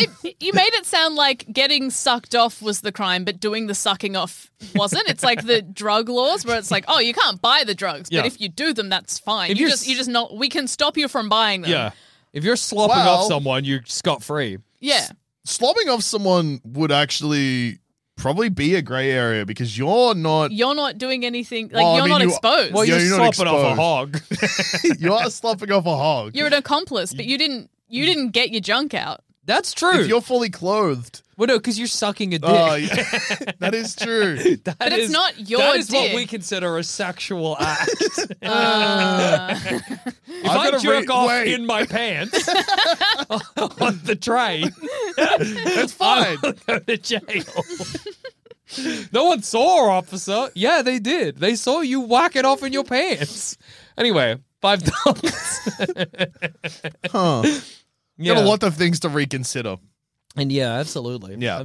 [SPEAKER 4] It, you made it sound like getting sucked off was the crime, but doing the sucking off wasn't. It's like the drug laws where it's like, oh, you can't buy the drugs,
[SPEAKER 6] Yeah.
[SPEAKER 4] but if you do them, that's fine.
[SPEAKER 6] If
[SPEAKER 4] you
[SPEAKER 6] you're
[SPEAKER 4] just,
[SPEAKER 6] s-
[SPEAKER 4] you just not. We can stop you from buying them.
[SPEAKER 6] Yeah. If you're slopping
[SPEAKER 5] Well-
[SPEAKER 6] off someone, you're scot free.
[SPEAKER 4] yeah.
[SPEAKER 5] Slobbing off someone would actually probably be a gray area because you're not.
[SPEAKER 4] You're not doing anything. Like
[SPEAKER 5] Well, I
[SPEAKER 4] you're
[SPEAKER 5] mean,
[SPEAKER 4] not
[SPEAKER 5] you-
[SPEAKER 4] exposed.
[SPEAKER 6] Well,
[SPEAKER 5] Yeah,
[SPEAKER 6] you're,
[SPEAKER 5] you're not
[SPEAKER 6] slopping off a
[SPEAKER 5] exposed.
[SPEAKER 6] hog.
[SPEAKER 5] you are slopping off a hog.
[SPEAKER 4] you're an accomplice, but you didn't. You didn't get your junk out.
[SPEAKER 6] That's true.
[SPEAKER 5] If you're fully clothed,
[SPEAKER 6] well, no, because you're sucking a dick.
[SPEAKER 5] oh, yeah. that is true.
[SPEAKER 6] That
[SPEAKER 4] But it's
[SPEAKER 6] is-
[SPEAKER 4] not your
[SPEAKER 6] That is what
[SPEAKER 4] dick.
[SPEAKER 6] we consider a sexual act. if
[SPEAKER 5] I've
[SPEAKER 6] I
[SPEAKER 5] gotta re-
[SPEAKER 6] jerk off
[SPEAKER 5] wait.
[SPEAKER 6] in my pants on the train,
[SPEAKER 5] That's fine.
[SPEAKER 6] I'll go to jail. no one saw, officer. Yeah, they did. They saw you whack it off in your pants. Anyway, five dollars.
[SPEAKER 5] Huh.
[SPEAKER 6] yeah,
[SPEAKER 5] Got a lot of things to reconsider.
[SPEAKER 6] and yeah, absolutely.
[SPEAKER 5] Yeah.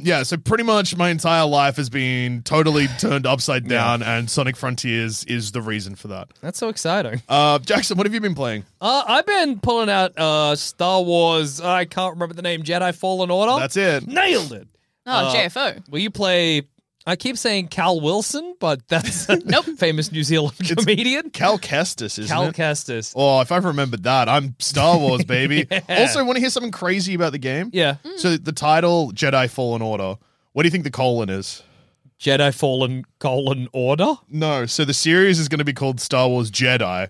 [SPEAKER 5] Um, yeah. So pretty much my entire life has been totally turned upside down, and Sonic Frontiers is the reason for that.
[SPEAKER 6] That's so exciting.
[SPEAKER 5] Uh, Jackson, what have you been playing?
[SPEAKER 6] Uh, I've been pulling out uh, Star Wars. uh, I can't remember the name. Jedi Fallen Order.
[SPEAKER 5] That's it.
[SPEAKER 6] nailed it.
[SPEAKER 4] Oh,
[SPEAKER 6] Uh,
[SPEAKER 4] JFO.
[SPEAKER 6] Will you play? I keep saying Cal Wilson, but that's a
[SPEAKER 4] Nope.
[SPEAKER 6] famous New Zealand comedian.
[SPEAKER 5] Cal Kestis, isn't
[SPEAKER 6] Cal
[SPEAKER 5] it?
[SPEAKER 6] Kestis.
[SPEAKER 5] Oh, if I've remembered that, I'm Star Wars, baby. Also, want to hear something crazy about the game?
[SPEAKER 6] Yeah,
[SPEAKER 4] Mm.
[SPEAKER 5] So the title Jedi Fallen Order. What do you think the colon is?
[SPEAKER 6] Jedi Fallen colon Order.
[SPEAKER 5] No. So the series is going to be called Star Wars Jedi.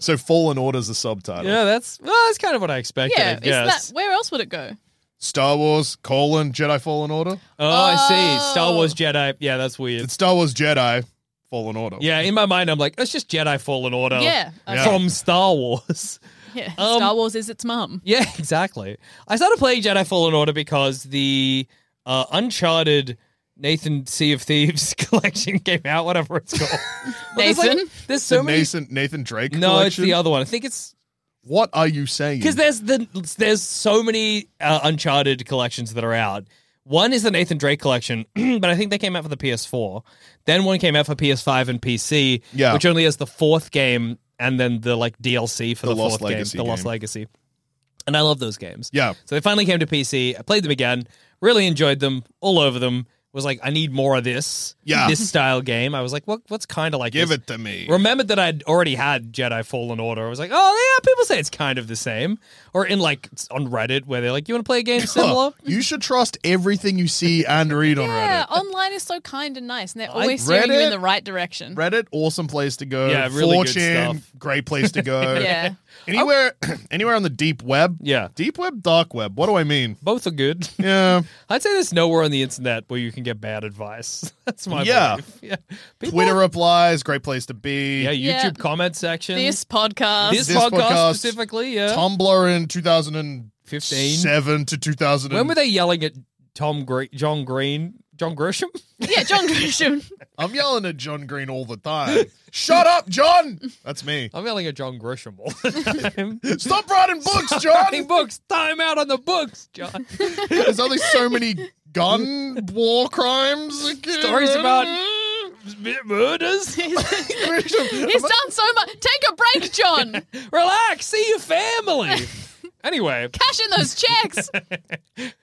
[SPEAKER 5] so Fallen Order is the subtitle.
[SPEAKER 6] Yeah, that's well, that's kind of what I expected.
[SPEAKER 4] Yeah,
[SPEAKER 6] I
[SPEAKER 4] is
[SPEAKER 6] guess.
[SPEAKER 4] that where else would it go?
[SPEAKER 5] Star Wars colon Jedi Fallen Order.
[SPEAKER 6] oh, I see. Star
[SPEAKER 4] Oh.
[SPEAKER 6] Wars Jedi. Yeah, that's weird.
[SPEAKER 5] It's Star Wars Jedi Fallen Order.
[SPEAKER 6] yeah, in my mind, I'm like, it's just Jedi Fallen Order.
[SPEAKER 4] Yeah, I
[SPEAKER 5] Yeah.
[SPEAKER 6] from Star Wars.
[SPEAKER 4] Yeah,
[SPEAKER 6] Um,
[SPEAKER 4] Star Wars is its mum.
[SPEAKER 6] Yeah, exactly. I started playing Jedi Fallen Order because the uh, Uncharted Nathan Sea of Thieves collection came out, whatever it's called. But there's, like-
[SPEAKER 4] Nathan?
[SPEAKER 6] there's so
[SPEAKER 5] The
[SPEAKER 6] many.
[SPEAKER 5] Nathan Nathan Drake.
[SPEAKER 6] no, it's
[SPEAKER 5] collection? Hmm.
[SPEAKER 6] the other one. I think it's
[SPEAKER 5] What are you saying?
[SPEAKER 6] because there's the there's so many uh, Uncharted collections that are out. One is the Nathan Drake collection, but I think they came out for the PS4. Then one came out for PS5 and PC,
[SPEAKER 5] Yeah.
[SPEAKER 6] which only has the fourth game and then the like DLC for
[SPEAKER 5] The
[SPEAKER 6] the,
[SPEAKER 5] Lost
[SPEAKER 6] fourth
[SPEAKER 5] Legacy
[SPEAKER 6] game, the Lost
[SPEAKER 5] game.
[SPEAKER 6] Legacy. And I love those games.
[SPEAKER 5] Yeah.
[SPEAKER 6] So they finally came to PC. I played them again, really enjoyed them, all over them. Was like, I need more of this.
[SPEAKER 5] Yeah.
[SPEAKER 6] This style game. I was like, what? What's kind of like?
[SPEAKER 5] Give
[SPEAKER 6] this?
[SPEAKER 5] it to me.
[SPEAKER 6] Remembered that I'd already had Jedi Fallen Order. I was like, oh yeah, people say it's kind of the same. Or in like s- on Reddit where they're like, you want to play a game similar?
[SPEAKER 5] You should trust everything you see and read on
[SPEAKER 4] Yeah,
[SPEAKER 5] Reddit.
[SPEAKER 4] online is so kind and nice, and they're
[SPEAKER 6] I-
[SPEAKER 4] always steering you
[SPEAKER 5] Reddit-
[SPEAKER 4] in the right direction.
[SPEAKER 5] Reddit, awesome place to go.
[SPEAKER 6] Yeah, really good
[SPEAKER 5] 4chan,
[SPEAKER 6] stuff.
[SPEAKER 5] great place to go.
[SPEAKER 4] Yeah.
[SPEAKER 5] Anywhere anywhere on the deep web.
[SPEAKER 6] Yeah.
[SPEAKER 5] Deep web, dark web. What do I mean?
[SPEAKER 6] Both are good.
[SPEAKER 5] Yeah.
[SPEAKER 6] I'd say there's nowhere on the internet where you can get bad advice. That's my
[SPEAKER 5] Yeah.
[SPEAKER 6] belief. Yeah. People-
[SPEAKER 5] Twitter replies, great place to be.
[SPEAKER 6] Yeah, YouTube
[SPEAKER 4] Yeah.
[SPEAKER 6] comment section.
[SPEAKER 4] This podcast.
[SPEAKER 6] This
[SPEAKER 5] This
[SPEAKER 6] podcast,
[SPEAKER 5] podcast.
[SPEAKER 6] specifically, yeah.
[SPEAKER 5] Tumblr in 2007
[SPEAKER 6] 15.
[SPEAKER 5] to 2000.
[SPEAKER 6] When were they yelling at Tom Gre- John Green? John Gresham?
[SPEAKER 4] yeah, John Grisham.
[SPEAKER 5] I'm yelling at John Green all the time. Shut up, John! That's me.
[SPEAKER 6] I'm yelling at John Gresham all the time.
[SPEAKER 5] Stop writing books, John!
[SPEAKER 6] Writing books, time out on the books, John.
[SPEAKER 5] There's only so many gun war crimes. I can't-
[SPEAKER 6] Stories about murders.
[SPEAKER 4] He's done so much. Take a break, John. Cash
[SPEAKER 6] Relax, see your family. anyway,
[SPEAKER 4] in those checks.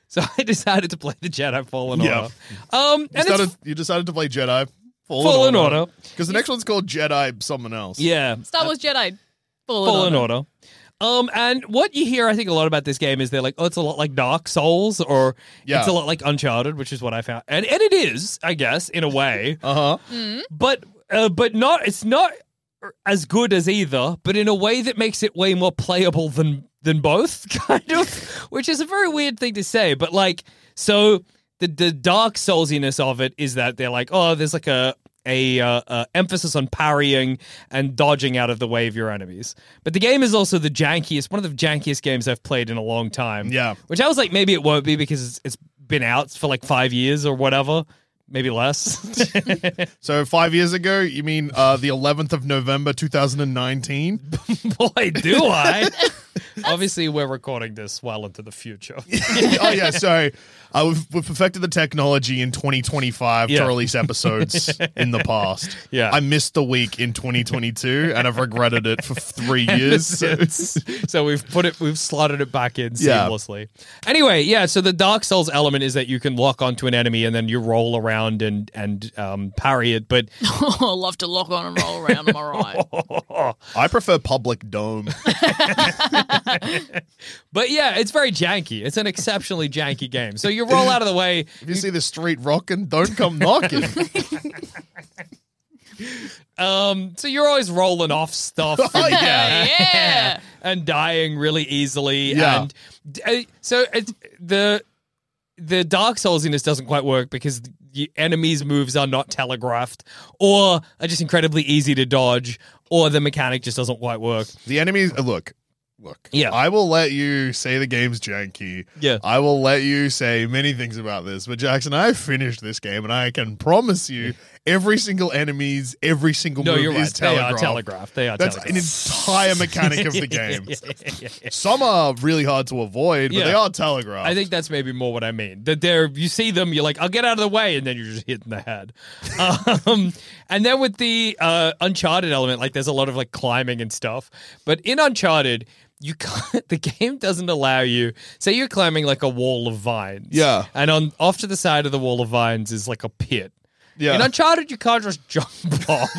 [SPEAKER 6] so I decided to play the Jedi Fallen Order.
[SPEAKER 5] Yeah.
[SPEAKER 6] Um,
[SPEAKER 5] You
[SPEAKER 6] and it's,
[SPEAKER 5] decided, you decided to play Jedi. Fallen,
[SPEAKER 6] Fallen Order.
[SPEAKER 5] Because the next one's called Jedi something else.
[SPEAKER 6] yeah,
[SPEAKER 4] Star Wars Jedi. Fallen,
[SPEAKER 6] Fallen
[SPEAKER 4] Order.
[SPEAKER 6] Order. Um, and what you hear, I think, a lot about this game is they're like, oh, it's a lot like Dark Souls, or
[SPEAKER 5] Yeah.
[SPEAKER 6] it's a lot like Uncharted, which is what I found, and and it is, I guess, in a way,
[SPEAKER 5] Uh huh.
[SPEAKER 6] but uh, but not, it's not as good as either, but in a way that makes it way more playable than than both, kind of, which is a very weird thing to say, but like, so the the Dark Soulsiness of it is that they're like, oh, there's like a a uh, uh, emphasis on parrying and dodging out of the way of your enemies. But the game is also the jankiest, one of the jankiest games I've played in a long time.
[SPEAKER 5] Yeah.
[SPEAKER 6] Which I was like, maybe it won't be because it's, it's been out for like five years or whatever, maybe less.
[SPEAKER 5] So five years ago, you mean uh, the 11th of November 2019?
[SPEAKER 6] Boy, do I. Obviously, we're recording this well into the future.
[SPEAKER 5] oh yeah, sorry. Uh, we've, we've perfected the technology in 2025 to
[SPEAKER 6] Yeah.
[SPEAKER 5] release episodes in the past.
[SPEAKER 6] Yeah.
[SPEAKER 5] I missed the week in 2022, and I've regretted it for three years. so-
[SPEAKER 6] so we've put it, we've slotted it back in
[SPEAKER 5] Yeah.
[SPEAKER 6] seamlessly. Anyway, yeah. So the Dark Souls element is that you can lock onto an enemy and then you roll around and and um, parry it. But
[SPEAKER 4] Oh, love to lock on and roll around. Am I right?
[SPEAKER 5] I prefer public dome.
[SPEAKER 6] but yeah, it's very janky. It's an exceptionally janky game. So you roll out of the way.
[SPEAKER 5] If you see the street rocking, don't come knocking.
[SPEAKER 6] Um, so you're always rolling off stuff.
[SPEAKER 5] Oh, yeah.
[SPEAKER 4] yeah.
[SPEAKER 6] and dying really easily.
[SPEAKER 5] Yeah.
[SPEAKER 6] And uh, so it's the the Dark Soulsiness doesn't quite work because the enemies' moves are not telegraphed, or are just incredibly easy to dodge, or the mechanic just doesn't quite work.
[SPEAKER 5] The enemies uh, look, look.
[SPEAKER 6] Yeah.
[SPEAKER 5] I will let you say the game's janky.
[SPEAKER 6] Yeah.
[SPEAKER 5] I will let you say many things about this, but Jackson, I finished this game and I can promise you every single enemy's every single
[SPEAKER 6] No,
[SPEAKER 5] move
[SPEAKER 6] you're
[SPEAKER 5] is
[SPEAKER 6] right. They are
[SPEAKER 5] telegraphed.
[SPEAKER 6] telegraphed. They are
[SPEAKER 5] That's an
[SPEAKER 6] telegraphed.
[SPEAKER 5] entire mechanic of the game.
[SPEAKER 6] Yeah, yeah, yeah, yeah.
[SPEAKER 5] Some are really hard to avoid, but
[SPEAKER 6] Yeah.
[SPEAKER 5] they are telegraphed.
[SPEAKER 6] I think that's maybe more what I mean. That there, you see them, you're like, I'll get out of the way, and then you're just hit in the head. um, and then with the uh, Uncharted element, like there's a lot of like climbing and stuff. But in Uncharted, you can't, the game doesn't allow you. Say you're climbing like a wall of vines,
[SPEAKER 5] Yeah.
[SPEAKER 6] and on off to the side of the wall of vines is like a pit.
[SPEAKER 5] Yeah.
[SPEAKER 6] In Uncharted, you can't just jump off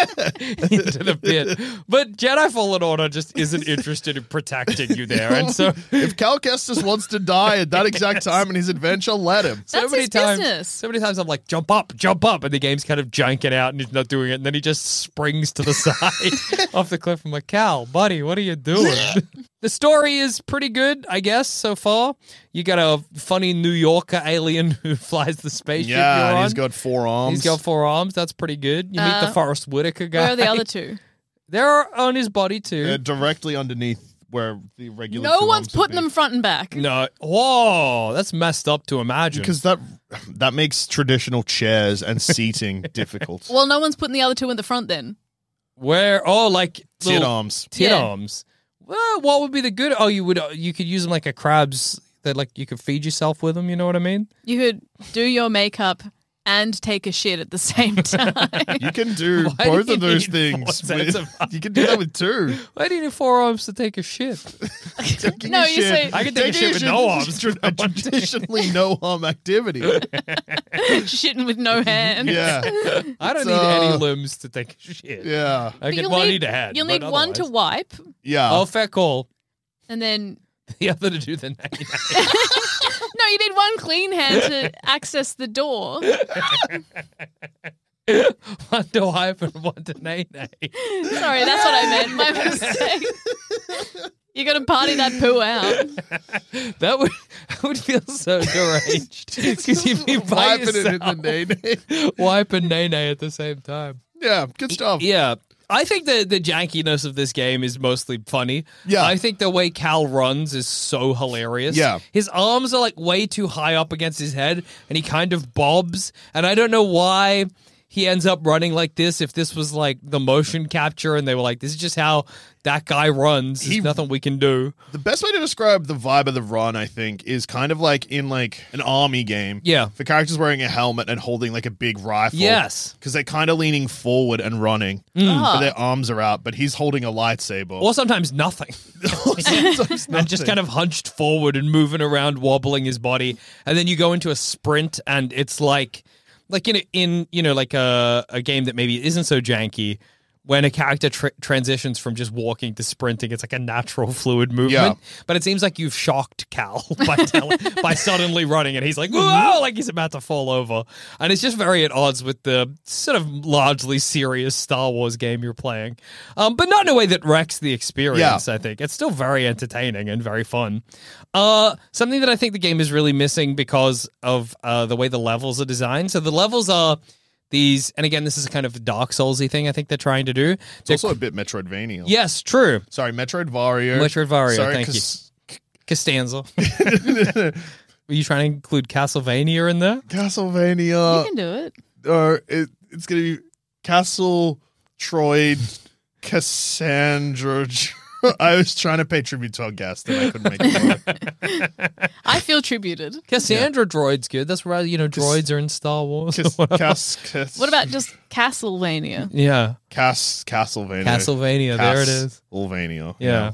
[SPEAKER 6] into the pit. But Jedi Fallen Order just isn't interested in protecting you there. And so
[SPEAKER 5] if Cal Kestis wants to die at that exact time in his adventure, let him.
[SPEAKER 6] so
[SPEAKER 1] That's
[SPEAKER 6] many
[SPEAKER 1] his
[SPEAKER 6] times,
[SPEAKER 1] business.
[SPEAKER 6] so many times I'm like, jump up, jump up, and the game's kind of janking out and he's not doing it, and then he just springs to the side off the cliff. I'm like, Cal, buddy, what are you doing? the story is pretty good, I guess, so far. You got a funny New Yorker alien who flies the spaceship.
[SPEAKER 5] Yeah,
[SPEAKER 6] you're
[SPEAKER 5] and
[SPEAKER 6] on.
[SPEAKER 5] he's got four arms.
[SPEAKER 6] He's got four arms. That's pretty good. You meet the
[SPEAKER 1] Uh,
[SPEAKER 6] Forrest Whitaker guy.
[SPEAKER 1] Where are the other two?
[SPEAKER 6] They're on his body too.
[SPEAKER 5] They're uh, directly underneath where the regular.
[SPEAKER 1] No
[SPEAKER 5] two
[SPEAKER 1] one's
[SPEAKER 5] arms would
[SPEAKER 1] putting
[SPEAKER 5] be.
[SPEAKER 1] them front and back.
[SPEAKER 6] no, whoa, that's messed up to imagine.
[SPEAKER 5] because that that makes traditional chairs and seating difficult.
[SPEAKER 1] Well, no one's putting the other two in the front then.
[SPEAKER 6] where oh, like
[SPEAKER 5] Tit
[SPEAKER 6] little-
[SPEAKER 5] arms.
[SPEAKER 6] tit
[SPEAKER 1] Yeah.
[SPEAKER 6] arms. Well, what would be the good? Oh, you would you could use them like a crab's that like you could feed yourself with them. You know what I mean?
[SPEAKER 1] You could do your makeup and take a shit at the same time.
[SPEAKER 5] You can do
[SPEAKER 6] Why
[SPEAKER 5] both
[SPEAKER 6] do
[SPEAKER 5] of
[SPEAKER 6] you
[SPEAKER 5] those
[SPEAKER 6] need
[SPEAKER 5] things.
[SPEAKER 6] four sets
[SPEAKER 5] with-
[SPEAKER 6] of arms?
[SPEAKER 5] you can do that with two.
[SPEAKER 6] Why do you need four arms to take a shit?
[SPEAKER 5] Taking
[SPEAKER 1] No,
[SPEAKER 5] a
[SPEAKER 1] you say-
[SPEAKER 5] shit-
[SPEAKER 6] I can take a shit with no arms.
[SPEAKER 5] is tra- a traditionally no harm activity.
[SPEAKER 1] Shitting with no hands.
[SPEAKER 5] Yeah,
[SPEAKER 6] I don't
[SPEAKER 5] It's,
[SPEAKER 6] need any
[SPEAKER 5] uh,
[SPEAKER 6] limbs to take a shit.
[SPEAKER 5] yeah,
[SPEAKER 6] I
[SPEAKER 1] But
[SPEAKER 6] could
[SPEAKER 1] you'll
[SPEAKER 6] well, I
[SPEAKER 1] need-
[SPEAKER 6] need a head.
[SPEAKER 1] You'll
[SPEAKER 6] but
[SPEAKER 1] need one to
[SPEAKER 6] otherwise-
[SPEAKER 1] wipe
[SPEAKER 5] yeah.
[SPEAKER 6] Oh, fair call.
[SPEAKER 1] and then
[SPEAKER 6] The other to do the night.
[SPEAKER 1] No, you need one clean hand to access the door.
[SPEAKER 6] one to wipe and one to nay nay.
[SPEAKER 1] Sorry, that's what I meant. My mistake. You're gonna party that poo out.
[SPEAKER 6] That would I would feel so deranged because you'd be by
[SPEAKER 5] Wiping it in the
[SPEAKER 6] yourself,
[SPEAKER 5] nay-nay.
[SPEAKER 6] wipe and nay nay at the same time.
[SPEAKER 5] Yeah, good stuff.
[SPEAKER 6] Yeah. I think the, the jankiness of this game is mostly funny.
[SPEAKER 5] Yeah.
[SPEAKER 6] I think the way Cal runs is so hilarious.
[SPEAKER 5] Yeah.
[SPEAKER 6] His arms are like way too high up against his head and he kind of bobs. And I don't know why he ends up running like this if this was like the motion capture and they were like, this is just how that guy runs. There's
[SPEAKER 5] He-
[SPEAKER 6] nothing we can do.
[SPEAKER 5] The best way to describe the vibe of the run, I think, is kind of like in like an army game.
[SPEAKER 6] Yeah.
[SPEAKER 5] the character's wearing a helmet and holding like a big rifle.
[SPEAKER 6] Yes. Mm.
[SPEAKER 5] because they're kind of leaning forward and running, but their arms are out. But he's holding a lightsaber.
[SPEAKER 6] Or sometimes nothing.
[SPEAKER 5] Sometimes
[SPEAKER 6] and just kind of hunched forward and moving around, wobbling his body. And then you go into a sprint, and it's like, like in a, in you know like a a game that maybe isn't so janky. When a character tr- transitions from just walking to sprinting, it's like a natural fluid movement. But it seems like you've shocked Cal by tell- by suddenly running, and he's like, "Whoa!" Like he's about to fall over, and it's just very at odds with the sort of largely serious Star Wars game you're playing. Um, but not in a way that wrecks the experience. I think it's still very entertaining and very fun. Uh, something that I think the game is really missing because of uh, the way the levels are designed. So the levels are these, and again, this is a kind of Dark Soulsy thing. I think they're trying to do.
[SPEAKER 5] It's also a bit Metroidvania.
[SPEAKER 6] Yes, true.
[SPEAKER 5] Sorry, Metroidvaria.
[SPEAKER 6] Metroidvaria,
[SPEAKER 5] Sorry,
[SPEAKER 6] thank
[SPEAKER 5] 'cause
[SPEAKER 6] Costanza. Were you trying to include Castlevania in there?
[SPEAKER 5] Castlevania.
[SPEAKER 6] Uh,
[SPEAKER 1] you can do it.
[SPEAKER 5] or it, it's going to be Castle Troy Cassandra. I was trying to pay tribute to our guest and I couldn't make it. work.
[SPEAKER 1] I feel tributed.
[SPEAKER 6] Cassandra droid's good. That's why you know droids are in Star Wars.
[SPEAKER 5] Cas- Cas- Cas-
[SPEAKER 1] What about just Castlevania?
[SPEAKER 6] yeah,
[SPEAKER 5] Cas- Castlevania?
[SPEAKER 6] Castlevania. There it is.
[SPEAKER 5] Castlevania.
[SPEAKER 6] Yeah.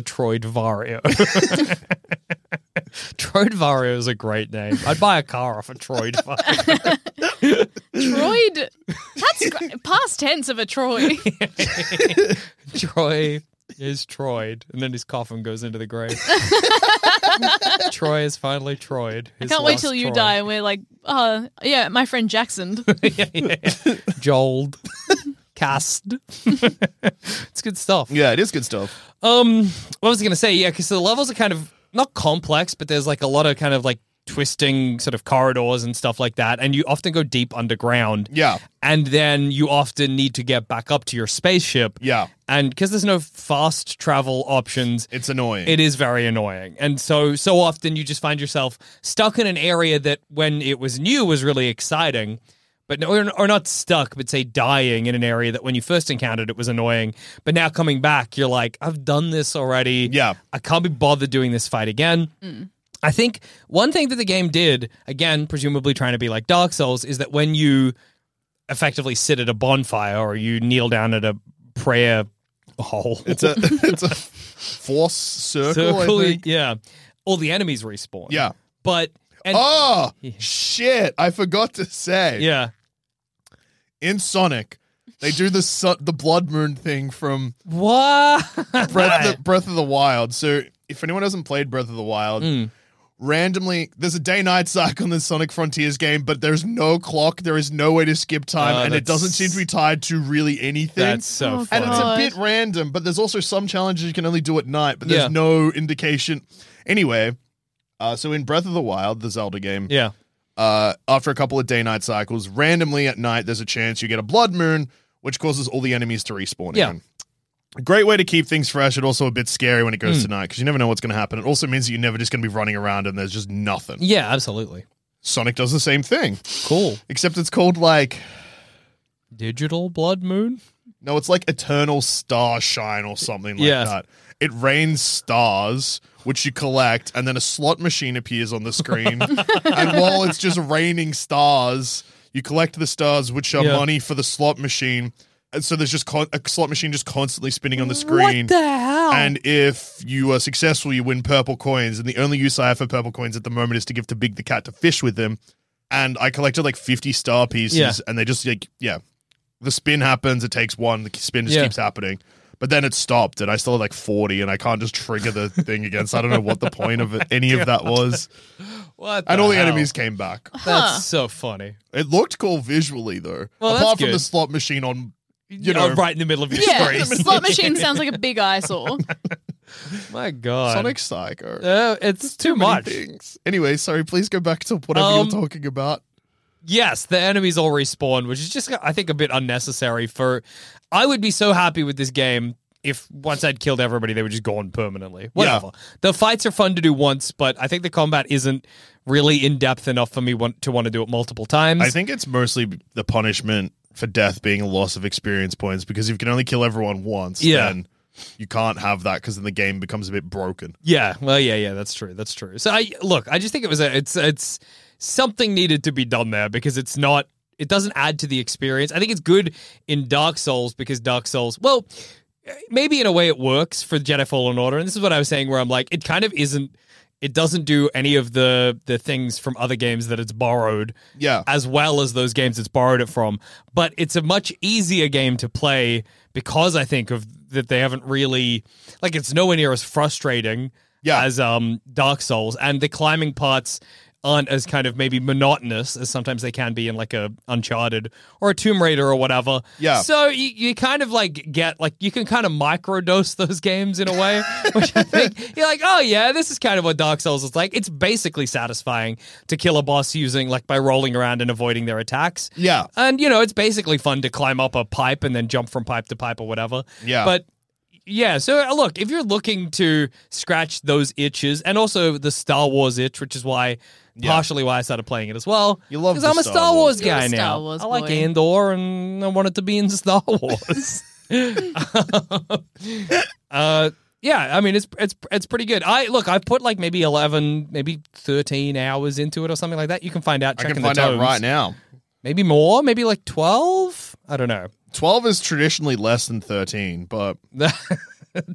[SPEAKER 6] Troidvario. Troidvario is a great name. I'd buy a car off a Troidvario.
[SPEAKER 1] Troid. That's gr- past tense of a Troy.
[SPEAKER 6] Troy is Troid, and then his coffin goes into the grave. Troy is finally Troid.
[SPEAKER 1] I
[SPEAKER 6] His
[SPEAKER 1] can't wait
[SPEAKER 6] last
[SPEAKER 1] till you
[SPEAKER 6] Troy.
[SPEAKER 1] die and we're like, uh, yeah, my friend Jackson.
[SPEAKER 6] Jold. cast. it's good stuff.
[SPEAKER 5] Yeah, it is good stuff.
[SPEAKER 6] Um, what was I going to say? Yeah, because the levels are kind of not complex, but there's like a lot of kind of like twisting sort of corridors and stuff like that, and you often go deep underground.
[SPEAKER 5] Yeah.
[SPEAKER 6] and then you often need to get back up to your spaceship.
[SPEAKER 5] Yeah.
[SPEAKER 6] and because there's no fast travel options,
[SPEAKER 5] It's annoying.
[SPEAKER 6] it is very annoying. And so so often you just find yourself stuck in an area that when it was new was really exciting. But no, or, or not stuck, but say dying in an area that when you first encountered it was annoying. But now coming back, you're like, I've done this already.
[SPEAKER 5] Yeah.
[SPEAKER 6] I can't be bothered doing this fight again. I think one thing that the game did, again, presumably trying to be like Dark Souls, is that when you effectively sit at a bonfire or you kneel down at a prayer hole,
[SPEAKER 5] It's a it's a force circle. I
[SPEAKER 6] Circle,
[SPEAKER 5] think.
[SPEAKER 6] yeah. All the enemies respawn.
[SPEAKER 5] Yeah.
[SPEAKER 6] But and
[SPEAKER 5] Oh shit! I forgot to say.
[SPEAKER 6] yeah.
[SPEAKER 5] In Sonic, they do the su- the blood moon thing from
[SPEAKER 6] What?
[SPEAKER 5] Breath of, the, Breath of the Wild. So if anyone hasn't played Breath of the Wild,
[SPEAKER 6] Hmm.
[SPEAKER 5] randomly there's a day night cycle in the Sonic Frontiers game, but there's no clock, there is no way to skip time,
[SPEAKER 6] Oh,
[SPEAKER 5] and it
[SPEAKER 6] that's-
[SPEAKER 5] doesn't seem to be tied to really anything.
[SPEAKER 6] That's so
[SPEAKER 4] Oh,
[SPEAKER 5] and
[SPEAKER 6] funny.
[SPEAKER 5] it's a
[SPEAKER 4] God.
[SPEAKER 5] bit random, but there's also some challenges you can only do at night, but there's
[SPEAKER 6] Yeah.
[SPEAKER 5] no indication. Anyway, uh, so in Breath of the Wild, the Zelda game,
[SPEAKER 6] yeah.
[SPEAKER 5] uh, after a couple of day night cycles, randomly at night, there's a chance you get a blood moon, which causes all the enemies to respawn
[SPEAKER 6] Yeah.
[SPEAKER 5] again. A great way to keep things fresh and also a bit scary when it goes to night because you never know what's going to happen. It also means that you're never just going to be running around and there's just nothing.
[SPEAKER 6] Yeah, absolutely.
[SPEAKER 5] Sonic does the same thing,
[SPEAKER 6] Cool.
[SPEAKER 5] except it's called like,
[SPEAKER 6] Digital blood moon?
[SPEAKER 5] no, it's like Eternal Star Shine or something like
[SPEAKER 6] Yeah.
[SPEAKER 5] that. It rains stars. Which you collect, and then a slot machine appears on the screen. and while it's just raining stars, you collect the stars, which are
[SPEAKER 6] Yeah.
[SPEAKER 5] money for the slot machine. And so there's just con- a slot machine just constantly spinning on the screen.
[SPEAKER 6] What the hell?
[SPEAKER 5] And if you are successful, you win purple coins. And the only use I have for purple coins at the moment is to give to Big the Cat to fish with them. And I collected like 50 star pieces,
[SPEAKER 6] Yeah.
[SPEAKER 5] and they just like, yeah, the spin happens, it takes one, the spin just
[SPEAKER 6] Yeah.
[SPEAKER 5] keeps happening. But then it stopped, and I still had like 40, and I can't just trigger the thing again. So I don't know what the point of it- any of that was.
[SPEAKER 6] what
[SPEAKER 5] And all the
[SPEAKER 6] hell?
[SPEAKER 5] enemies came back.
[SPEAKER 6] That's so funny.
[SPEAKER 5] It looked cool visually, though.
[SPEAKER 6] Well, that's
[SPEAKER 5] Apart from
[SPEAKER 6] good.
[SPEAKER 5] the slot machine on, you
[SPEAKER 6] You know,
[SPEAKER 5] know,
[SPEAKER 6] Uh, right in the middle of your
[SPEAKER 1] Yeah,
[SPEAKER 6] screen.
[SPEAKER 1] the slot machine sounds like a big eyesore.
[SPEAKER 6] My God.
[SPEAKER 5] Sonic Psycho.
[SPEAKER 6] Uh, it's too
[SPEAKER 5] Many
[SPEAKER 6] much.
[SPEAKER 5] things. Anyway, sorry. Please go back to whatever
[SPEAKER 6] Um,
[SPEAKER 5] you're talking about.
[SPEAKER 6] Yes, the enemies all respawn, which is just I think a bit unnecessary for I would be so happy with this game if once I'd killed everybody they were just gone permanently. Whatever. The fights are fun to do once, but I think the combat isn't really in depth enough for me want, to want to do it multiple times.
[SPEAKER 5] I think it's mostly the punishment for death being a loss of experience points because if you can only kill everyone once,
[SPEAKER 6] Yeah.
[SPEAKER 5] then you can't have that because then the game becomes a bit broken.
[SPEAKER 6] Yeah, well, yeah, yeah, that's true. That's true. So I look, I just think it was a, it's it's something needed to be done there because it's not it doesn't add to the experience. I think it's good in Dark Souls because Dark Souls, well, maybe in a way it works for Jedi Fallen Order, and this is what I was saying where I'm like, it kind of isn't. It doesn't do any of the the things from other games that it's borrowed
[SPEAKER 5] Yeah.
[SPEAKER 6] as well as those games it's borrowed it from. But it's a much easier game to play because I think of that they haven't really like it's nowhere near as frustrating
[SPEAKER 5] Yeah.
[SPEAKER 6] as um Dark Souls and the climbing parts aren't as kind of maybe monotonous as sometimes they can be in like a Uncharted or a Tomb Raider or whatever.
[SPEAKER 5] Yeah.
[SPEAKER 6] So you, you kind of like get like you can kind of microdose those games in a way, which I think you're like, oh yeah, this is kind of what Dark Souls is like. It's basically satisfying to kill a boss using like by rolling around and avoiding their attacks.
[SPEAKER 5] Yeah.
[SPEAKER 6] And you know, it's basically fun to climb up a pipe and then jump from pipe to pipe or whatever.
[SPEAKER 5] Yeah.
[SPEAKER 6] But yeah, so uh, look, if you're looking to scratch those itches and also the Star Wars itch, which is why partially why I started playing it as well.
[SPEAKER 5] You love
[SPEAKER 6] because
[SPEAKER 5] the
[SPEAKER 6] I'm a
[SPEAKER 5] Star
[SPEAKER 6] Star
[SPEAKER 5] Wars.
[SPEAKER 6] Wars,
[SPEAKER 1] You're a
[SPEAKER 6] guy
[SPEAKER 1] Star
[SPEAKER 6] now.
[SPEAKER 1] Wars
[SPEAKER 6] I like
[SPEAKER 1] boy.
[SPEAKER 6] Andor and I wanted to be in Star Wars. uh yeah, I mean it's it's it's pretty good. I look, I've put like maybe eleven, maybe thirteen hours into it or something like that. You can find out.
[SPEAKER 5] I can
[SPEAKER 6] checking
[SPEAKER 5] find
[SPEAKER 6] the
[SPEAKER 5] out
[SPEAKER 6] tomes
[SPEAKER 5] right now.
[SPEAKER 6] maybe more, maybe like 12. I don't know.
[SPEAKER 5] 12 is traditionally less than 13, but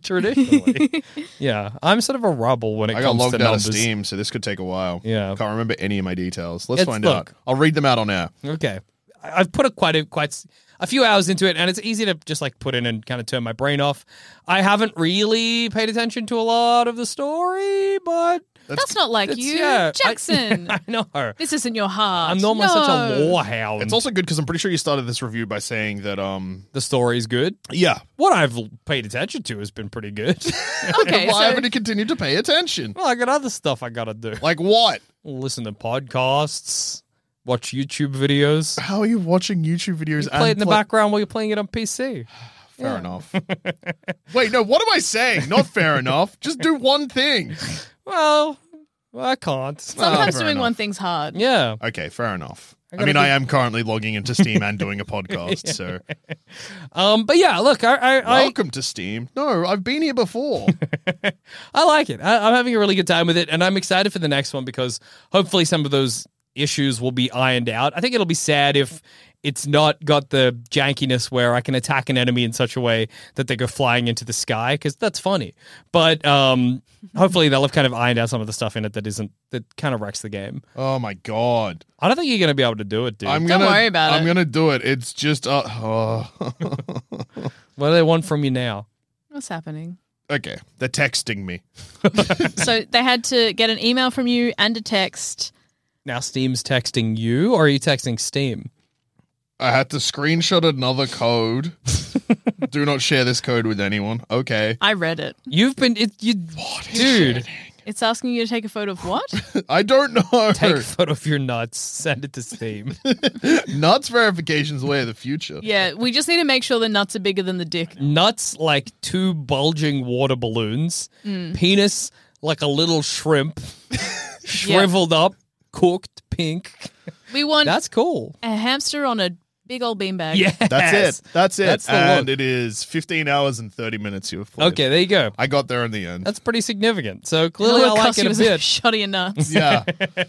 [SPEAKER 6] Traditionally. yeah, I'm sort of a rubble when it
[SPEAKER 5] I got
[SPEAKER 6] comes to
[SPEAKER 5] logged out of
[SPEAKER 6] numbers.
[SPEAKER 5] Steam, so this could take a while.
[SPEAKER 6] Yeah.
[SPEAKER 5] Can't remember any of my details. Let's
[SPEAKER 6] It's-
[SPEAKER 5] find out.
[SPEAKER 6] look.
[SPEAKER 5] I'll read them out on air.
[SPEAKER 6] Okay. I- I've put a quite a quite s- a few hours into it, and it's easy to just like put in and kind of turn my brain off. I haven't really paid attention to a lot of the story, but
[SPEAKER 4] That's not like
[SPEAKER 6] it's-
[SPEAKER 4] you,
[SPEAKER 6] yeah, I-
[SPEAKER 4] Jackson.
[SPEAKER 6] I know.
[SPEAKER 4] this isn't your heart.
[SPEAKER 6] I'm normally
[SPEAKER 4] no.
[SPEAKER 6] such a lore hound.
[SPEAKER 5] It's also good because I'm pretty sure you started this review by saying that, um,
[SPEAKER 6] the story's good.
[SPEAKER 5] yeah.
[SPEAKER 6] What I've l- paid attention to has been pretty good.
[SPEAKER 4] Okay,
[SPEAKER 5] Why
[SPEAKER 4] so
[SPEAKER 5] haven't you continued to pay attention?
[SPEAKER 6] well, I got other stuff I gotta do.
[SPEAKER 5] Like what?
[SPEAKER 6] Listen to podcasts, watch YouTube videos.
[SPEAKER 5] How are you watching YouTube videos?
[SPEAKER 6] You
[SPEAKER 5] and
[SPEAKER 6] play it in the
[SPEAKER 5] pla-
[SPEAKER 6] background while you're playing it on PC.
[SPEAKER 5] Fair enough. Wait, no. What am I saying? Not fair enough. Just do one thing.
[SPEAKER 6] Well, I can't.
[SPEAKER 4] sometimes
[SPEAKER 5] fair
[SPEAKER 4] doing
[SPEAKER 5] enough.
[SPEAKER 4] one thing's hard.
[SPEAKER 6] Yeah.
[SPEAKER 5] Okay, fair enough. I,
[SPEAKER 6] gotta
[SPEAKER 5] mean,
[SPEAKER 6] do-
[SPEAKER 5] I am currently logging into Steam and doing a podcast. So
[SPEAKER 6] Um. But yeah, look, I I, I,
[SPEAKER 5] welcome to Steam. No, I've been here before.
[SPEAKER 6] I like it. I, I'm having a really good time with it, and I'm excited for the next one because hopefully some of those issues will be ironed out. I think it'll be sad if it's not got the jankiness where I can attack an enemy in such a way that they go flying into the sky because that's funny. But um, hopefully they'll have kind of ironed out some of the stuff in it that isn't that kind of wrecks the game.
[SPEAKER 5] oh my god.
[SPEAKER 6] I don't think you're gonna be able to do it, dude.
[SPEAKER 5] I'm
[SPEAKER 4] Don't
[SPEAKER 5] gonna
[SPEAKER 4] worry about
[SPEAKER 5] I'm
[SPEAKER 4] it.
[SPEAKER 5] gonna do it. It's just uh oh.
[SPEAKER 6] what do they want from you now?
[SPEAKER 4] What's happening?
[SPEAKER 5] okay. They're texting me.
[SPEAKER 4] so they had to get an email from you and a text.
[SPEAKER 6] Now Steam's texting you, or are you texting Steam?
[SPEAKER 5] I had to screenshot another code. do not share this code with anyone. Okay.
[SPEAKER 4] I read it.
[SPEAKER 6] You've been it, you, dude.
[SPEAKER 4] It's asking you to take a photo of what?
[SPEAKER 5] I don't know.
[SPEAKER 6] Take a photo of your nuts, send it to Steam.
[SPEAKER 5] Nuts verification's the way of the future.
[SPEAKER 4] yeah, we just need to make sure the nuts are bigger than the dick.
[SPEAKER 6] nuts like two bulging water balloons, penis like a little shrimp, shriveled up, cooked pink.
[SPEAKER 4] We want
[SPEAKER 6] That's cool.
[SPEAKER 4] a hamster on a big old beanbag.
[SPEAKER 6] Yeah,
[SPEAKER 5] That's it. That's it.
[SPEAKER 6] That's the
[SPEAKER 5] and
[SPEAKER 6] look.
[SPEAKER 5] it is 15 hours and 30 minutes you have played.
[SPEAKER 6] Okay, there you go.
[SPEAKER 5] I got there in the end.
[SPEAKER 6] That's pretty significant. So
[SPEAKER 4] It
[SPEAKER 6] clearly, I like
[SPEAKER 4] cost
[SPEAKER 6] it
[SPEAKER 4] you
[SPEAKER 6] a
[SPEAKER 4] was
[SPEAKER 6] bit.
[SPEAKER 4] Shot of your nuts.
[SPEAKER 5] yeah.
[SPEAKER 6] Uh,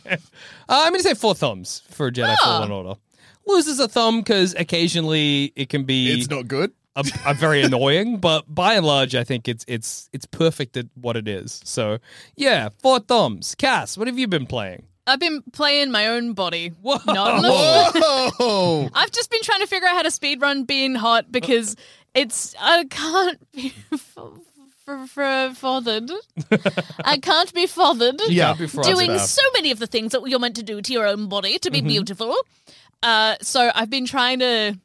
[SPEAKER 6] I'm going to say four thumbs for Jedi
[SPEAKER 4] Ah.
[SPEAKER 6] Fallen Order. Loses a thumb because occasionally it can be
[SPEAKER 5] It's not good.
[SPEAKER 6] a, a very annoying, but by and large, I think it's it's it's perfect at what it is. So yeah, four thumbs. Cass, what have you been playing?
[SPEAKER 4] I've been playing my own body.
[SPEAKER 6] Whoa.
[SPEAKER 4] Not enough.
[SPEAKER 5] Whoa.
[SPEAKER 4] I've just been trying to figure out how to speedrun being hot because it's I can't be f- f- f- bothered. I can't be bothered
[SPEAKER 5] Yeah.
[SPEAKER 6] Can't be frosted
[SPEAKER 4] doing
[SPEAKER 6] up.
[SPEAKER 4] so many of the things that you're meant to do to your own body to be
[SPEAKER 6] Mm-hmm.
[SPEAKER 4] beautiful. Uh, so I've been trying to.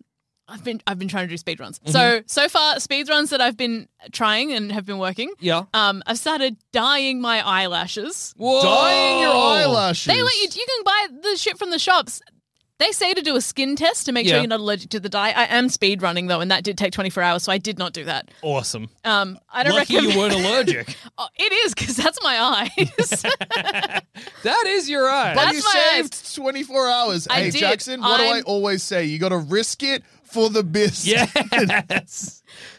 [SPEAKER 4] I've been I've been trying to do speedruns. So
[SPEAKER 6] Mm-hmm.
[SPEAKER 4] so far speedruns that I've been trying and have been working.
[SPEAKER 6] Yeah.
[SPEAKER 4] Um, I've started dyeing my eyelashes.
[SPEAKER 6] Whoa.
[SPEAKER 5] Dyeing your
[SPEAKER 4] Oh.
[SPEAKER 5] eyelashes.
[SPEAKER 4] They let you. You can buy the shit from the shops. They say to do a skin test to make
[SPEAKER 6] Yeah.
[SPEAKER 4] sure you're not allergic to the dye. I am speed running though, and that did take 24 hours, so I did not do that.
[SPEAKER 6] Awesome.
[SPEAKER 4] Um, I don't
[SPEAKER 6] Lucky
[SPEAKER 4] recommend.
[SPEAKER 6] you weren't allergic.
[SPEAKER 4] Oh, it is because that's my eyes.
[SPEAKER 6] That is your eye.
[SPEAKER 4] That's
[SPEAKER 5] you
[SPEAKER 4] my
[SPEAKER 5] saved 24 hours.
[SPEAKER 4] I
[SPEAKER 5] hey,
[SPEAKER 4] did.
[SPEAKER 5] Jackson, what do I
[SPEAKER 4] I'm-
[SPEAKER 5] always say? You got to risk it for the biz.
[SPEAKER 6] yes.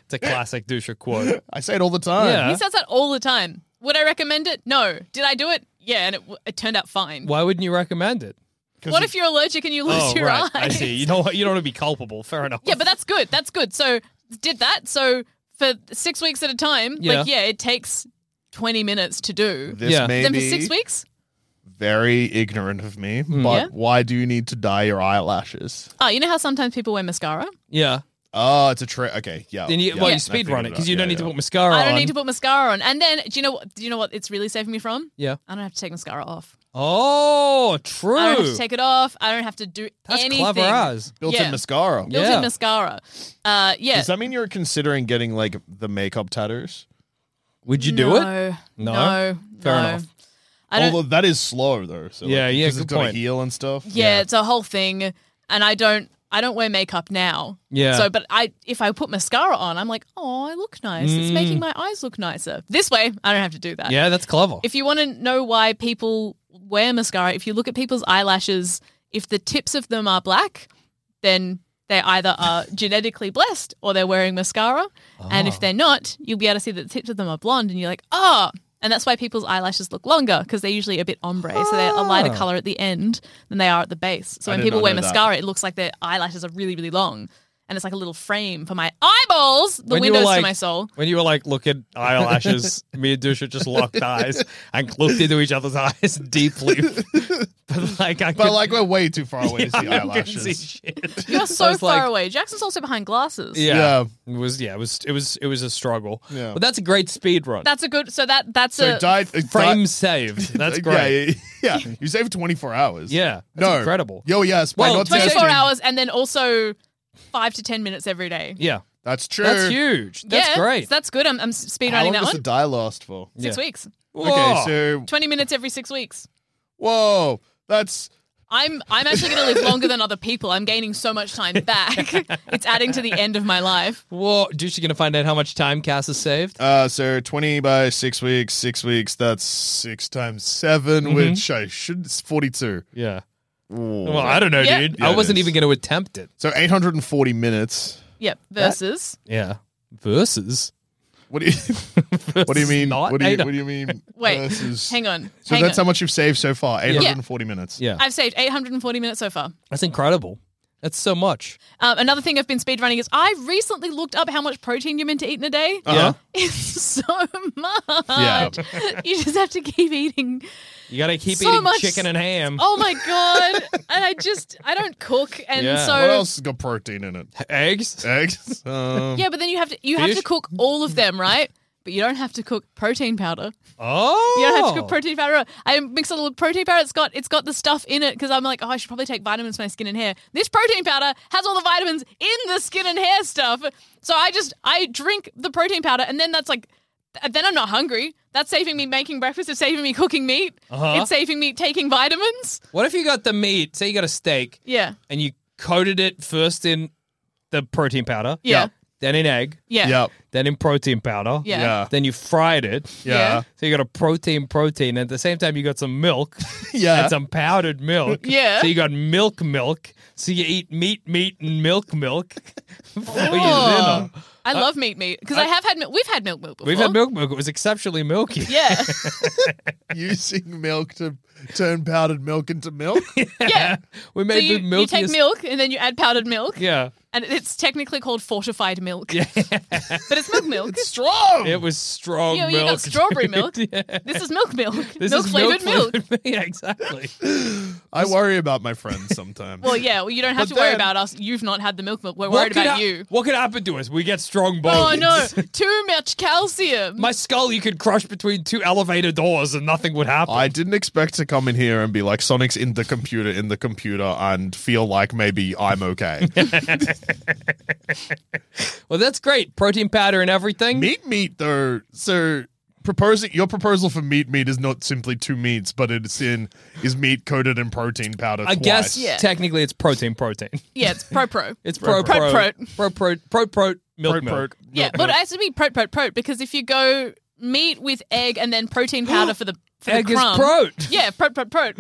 [SPEAKER 6] it's a classic Dusha quote.
[SPEAKER 5] I say it all the time.
[SPEAKER 6] Yeah.
[SPEAKER 4] he says that all the time. Would I recommend it? No. Did I do it? Yeah, and it, w- it turned out fine. What,
[SPEAKER 6] Why wouldn't you recommend it?
[SPEAKER 4] if you're allergic and you lose
[SPEAKER 6] Oh,
[SPEAKER 4] your
[SPEAKER 6] right.
[SPEAKER 4] eyes?
[SPEAKER 6] I see. You know what? You don't want to be culpable. Fair enough.
[SPEAKER 4] Yeah, but that's good. That's good. So did that. So for six weeks at a time,
[SPEAKER 6] Yeah.
[SPEAKER 4] like yeah, it takes 20 minutes to do.
[SPEAKER 5] This
[SPEAKER 6] Yeah.
[SPEAKER 5] may
[SPEAKER 4] Then for
[SPEAKER 5] be
[SPEAKER 4] six weeks,
[SPEAKER 5] very ignorant of me,
[SPEAKER 6] Hmm.
[SPEAKER 5] but
[SPEAKER 4] Yeah.
[SPEAKER 5] why do you need to dye your eyelashes?
[SPEAKER 4] Oh, you know how sometimes people wear mascara?
[SPEAKER 6] yeah.
[SPEAKER 5] Oh, it's a trick. Okay, yeah.
[SPEAKER 6] Then you,
[SPEAKER 5] yeah,
[SPEAKER 6] well,
[SPEAKER 5] I
[SPEAKER 6] you speed
[SPEAKER 5] figured
[SPEAKER 6] run it because
[SPEAKER 5] out.
[SPEAKER 6] you
[SPEAKER 5] Yeah,
[SPEAKER 6] don't need to
[SPEAKER 5] yeah.
[SPEAKER 6] put mascara
[SPEAKER 4] I don't
[SPEAKER 6] on.
[SPEAKER 4] need to put mascara on. And then do you know what do you know what it's really saving me from?
[SPEAKER 6] Yeah.
[SPEAKER 4] I don't have to take mascara off.
[SPEAKER 6] Oh, true.
[SPEAKER 4] I don't have to take it off. I don't have to do
[SPEAKER 6] That's
[SPEAKER 4] anything.
[SPEAKER 6] clever eyes.
[SPEAKER 5] Built-in
[SPEAKER 4] Yeah.
[SPEAKER 5] mascara.
[SPEAKER 4] Built-in
[SPEAKER 6] Yeah.
[SPEAKER 4] mascara. Uh yeah.
[SPEAKER 5] Does that mean you're considering getting like the makeup tatters?
[SPEAKER 6] Would you do it?
[SPEAKER 4] no,
[SPEAKER 6] No?
[SPEAKER 4] No. No.
[SPEAKER 6] Fair enough.
[SPEAKER 4] I don't
[SPEAKER 5] Although that is slow though. So
[SPEAKER 6] Yeah,
[SPEAKER 5] like,
[SPEAKER 6] yeah,
[SPEAKER 5] 'cause
[SPEAKER 6] good
[SPEAKER 5] It's got to
[SPEAKER 6] point.
[SPEAKER 5] heal and stuff.
[SPEAKER 4] yeah, it's a whole thing. And I don't I don't wear makeup now.
[SPEAKER 6] Yeah.
[SPEAKER 4] So but I if I put mascara on, I'm like, oh, I look nice. It's
[SPEAKER 6] Mm.
[SPEAKER 4] making my eyes look nicer. This way, I don't have to do that.
[SPEAKER 6] Yeah, that's clever.
[SPEAKER 4] If you want to know why people wear mascara, if you look at people's eyelashes, if the tips of them are black, then they either are genetically blessed or they're wearing mascara. And if they're not, you'll be able to see that the tips of them are blonde and you're like, oh. And that's why people's eyelashes look longer because they're usually a bit ombre. So they're a lighter color at the end than they are at the base. So
[SPEAKER 5] I
[SPEAKER 4] when
[SPEAKER 5] did
[SPEAKER 4] people
[SPEAKER 5] not
[SPEAKER 4] wear
[SPEAKER 5] know that.
[SPEAKER 4] mascara, it looks like their eyelashes are really, really long. And it's like a little frame for my eyeballs, the
[SPEAKER 6] When you were
[SPEAKER 4] windows
[SPEAKER 6] like-
[SPEAKER 4] to my soul.
[SPEAKER 6] When you were like, look at eyelashes, me and Dusha just locked eyes and looked into each other's eyes deeply but like I
[SPEAKER 5] But
[SPEAKER 6] could-
[SPEAKER 5] like we're way too far away to see
[SPEAKER 6] I couldn't
[SPEAKER 5] eyelashes.
[SPEAKER 6] see shit.
[SPEAKER 4] You're
[SPEAKER 6] I
[SPEAKER 4] so
[SPEAKER 6] was
[SPEAKER 4] far
[SPEAKER 6] like-
[SPEAKER 4] away. Jackson's also behind glasses.
[SPEAKER 6] Yeah.
[SPEAKER 5] Yeah.
[SPEAKER 6] It was yeah, it was it was it was a struggle.
[SPEAKER 5] Yeah.
[SPEAKER 6] But that's a great speed run.
[SPEAKER 4] That's a good. So that that's
[SPEAKER 5] So
[SPEAKER 4] a
[SPEAKER 5] died uh,
[SPEAKER 6] frame
[SPEAKER 5] di-
[SPEAKER 6] saved. That's
[SPEAKER 5] uh,
[SPEAKER 6] great.
[SPEAKER 5] Yeah, yeah, you saved 24 hours.
[SPEAKER 6] Yeah. That's
[SPEAKER 5] no,
[SPEAKER 6] incredible.
[SPEAKER 5] Yo, yes, by
[SPEAKER 6] Well,
[SPEAKER 5] not
[SPEAKER 4] 24
[SPEAKER 5] testing.
[SPEAKER 4] hours, and then also five to ten minutes every day.
[SPEAKER 6] Yeah.
[SPEAKER 5] That's true.
[SPEAKER 6] That's huge. That's
[SPEAKER 4] yeah,
[SPEAKER 6] great.
[SPEAKER 4] That's good. I'm, I'm speed
[SPEAKER 5] How
[SPEAKER 4] running
[SPEAKER 5] long
[SPEAKER 4] that
[SPEAKER 5] does
[SPEAKER 4] one.
[SPEAKER 5] the die last for?
[SPEAKER 4] six
[SPEAKER 6] Yeah.
[SPEAKER 4] weeks.
[SPEAKER 5] Okay,
[SPEAKER 6] Whoa.
[SPEAKER 5] so
[SPEAKER 4] 20 minutes every six weeks.
[SPEAKER 5] whoa, that's
[SPEAKER 4] I'm I'm actually going to live longer than other people. I'm gaining so much time back. it's adding to the end of my life.
[SPEAKER 6] Whoa, Douche, you gonna find out how much time Cass has saved?
[SPEAKER 5] uh so 20 by 6 weeks, 6 weeks, that's 6 times 7
[SPEAKER 6] Mm-hmm.
[SPEAKER 5] which I should it's 42.
[SPEAKER 6] Yeah.
[SPEAKER 5] Ooh.
[SPEAKER 6] Well, I don't know,
[SPEAKER 4] Yeah.
[SPEAKER 6] dude.
[SPEAKER 5] Yeah,
[SPEAKER 6] I
[SPEAKER 5] it
[SPEAKER 6] wasn't
[SPEAKER 5] is.
[SPEAKER 6] even gonna attempt it.
[SPEAKER 5] So 840 minutes.
[SPEAKER 4] Yep. Versus
[SPEAKER 6] Yeah. Versus.
[SPEAKER 5] What do you What do you mean?
[SPEAKER 6] Not
[SPEAKER 5] What do you,
[SPEAKER 6] eight-
[SPEAKER 5] what do you mean?
[SPEAKER 4] wait.
[SPEAKER 5] versus-
[SPEAKER 4] Hang on.
[SPEAKER 5] So
[SPEAKER 4] hang
[SPEAKER 5] that's
[SPEAKER 4] on.
[SPEAKER 5] how much you've saved so far. 840 minutes.
[SPEAKER 6] Yeah.
[SPEAKER 4] I've saved 840 minutes so far.
[SPEAKER 6] That's incredible. That's so much.
[SPEAKER 4] Um, another thing I've been speedrunning is I recently looked up how much protein you're meant to eat in a day.
[SPEAKER 5] Uh-huh.
[SPEAKER 4] It's so much.
[SPEAKER 5] Yeah.
[SPEAKER 4] You just have to keep eating.
[SPEAKER 6] You gotta keep
[SPEAKER 4] So
[SPEAKER 6] eating
[SPEAKER 4] much-
[SPEAKER 6] chicken and ham.
[SPEAKER 4] Oh my god! and I just I don't cook, and
[SPEAKER 6] Yeah.
[SPEAKER 4] so
[SPEAKER 5] What else has got protein in it?
[SPEAKER 6] Eggs.
[SPEAKER 5] Eggs. Um,
[SPEAKER 4] yeah. But then you have to you have to
[SPEAKER 6] Fish?
[SPEAKER 4] cook all of them, right? But you don't have to cook protein powder.
[SPEAKER 6] Oh.
[SPEAKER 4] You don't have to cook protein powder. I mix a little protein powder. It's got it's got the stuff in it because I'm like, oh, I should probably take vitamins for my skin and hair. This protein powder has all the vitamins in the skin and hair stuff. So I just I drink the protein powder, and then that's like, th- then I'm not hungry. That's saving me making breakfast. It's saving me cooking meat.
[SPEAKER 6] Uh-huh.
[SPEAKER 4] It's saving me taking vitamins.
[SPEAKER 6] What if you got the meat? Say you got a steak
[SPEAKER 4] Yeah,
[SPEAKER 6] and you coated it first in the protein powder.
[SPEAKER 4] Yeah. Yeah.
[SPEAKER 6] Then in egg.
[SPEAKER 4] yeah,
[SPEAKER 5] Yep.
[SPEAKER 6] Then in protein powder.
[SPEAKER 4] Yeah.
[SPEAKER 5] Yeah.
[SPEAKER 6] Then you fried it.
[SPEAKER 5] Yeah.
[SPEAKER 6] So you got a protein protein. At the same time, you got some milk
[SPEAKER 5] Yeah.
[SPEAKER 6] and some powdered milk.
[SPEAKER 4] Yeah.
[SPEAKER 6] So you got milk milk. So you eat meat meat and milk milk for your
[SPEAKER 4] Oh.
[SPEAKER 6] dinner.
[SPEAKER 4] I love meat meat because I, have had mil- we've had milk milk before.
[SPEAKER 6] Uh, We've had milk milk. It was exceptionally milky.
[SPEAKER 4] Yeah,
[SPEAKER 5] Using milk to turn powdered milk into milk.
[SPEAKER 4] yeah.
[SPEAKER 6] We
[SPEAKER 4] so
[SPEAKER 6] made
[SPEAKER 4] you,
[SPEAKER 6] the
[SPEAKER 4] you
[SPEAKER 6] milkiest.
[SPEAKER 4] take milk and then you add powdered milk,
[SPEAKER 6] Yeah.
[SPEAKER 4] and it's technically called fortified milk. Yeah, but it's milk milk.
[SPEAKER 5] Strong.
[SPEAKER 6] It was strong
[SPEAKER 4] Oh. Yeah, well,
[SPEAKER 6] milk.
[SPEAKER 4] you got strawberry milk.
[SPEAKER 6] Yeah.
[SPEAKER 4] This is milk milk.
[SPEAKER 6] This
[SPEAKER 4] milk
[SPEAKER 6] is
[SPEAKER 4] flavored milk.
[SPEAKER 6] milk. yeah, exactly.
[SPEAKER 5] I worry about my friends sometimes.
[SPEAKER 4] Well, yeah, well, you don't have
[SPEAKER 5] But
[SPEAKER 4] to worry
[SPEAKER 5] then-
[SPEAKER 4] about us. You've not had the milk milk. We're
[SPEAKER 6] What
[SPEAKER 4] worried
[SPEAKER 6] could
[SPEAKER 4] about
[SPEAKER 6] hap-
[SPEAKER 4] you.
[SPEAKER 6] What could happen to us? We get strong bones.
[SPEAKER 4] Oh no, too much calcium.
[SPEAKER 6] My skull you could crush between two elevator doors and nothing would happen.
[SPEAKER 5] I didn't expect to come in here and be like Sonic's in the computer, in the computer, and feel like maybe I'm okay.
[SPEAKER 6] well, that's great. Protein powder and everything.
[SPEAKER 5] meat meat though, so proposing your proposal for meat meat is not simply two meats, but it's in is meat coated in protein powder.
[SPEAKER 6] I
[SPEAKER 5] twice.
[SPEAKER 6] guess
[SPEAKER 4] Yeah.
[SPEAKER 6] technically it's protein protein.
[SPEAKER 4] yeah, it's pro pro.
[SPEAKER 6] It's pro pro
[SPEAKER 4] Prot,
[SPEAKER 6] pro pro pro pro milk
[SPEAKER 5] Pro- pro-
[SPEAKER 6] milk.
[SPEAKER 4] yeah, but it has to be pro pro pro because if you go meat with egg and then protein powder for the for
[SPEAKER 6] Egg
[SPEAKER 4] the
[SPEAKER 6] is
[SPEAKER 4] crumb,
[SPEAKER 6] prot.
[SPEAKER 4] Yeah, pro pro pro.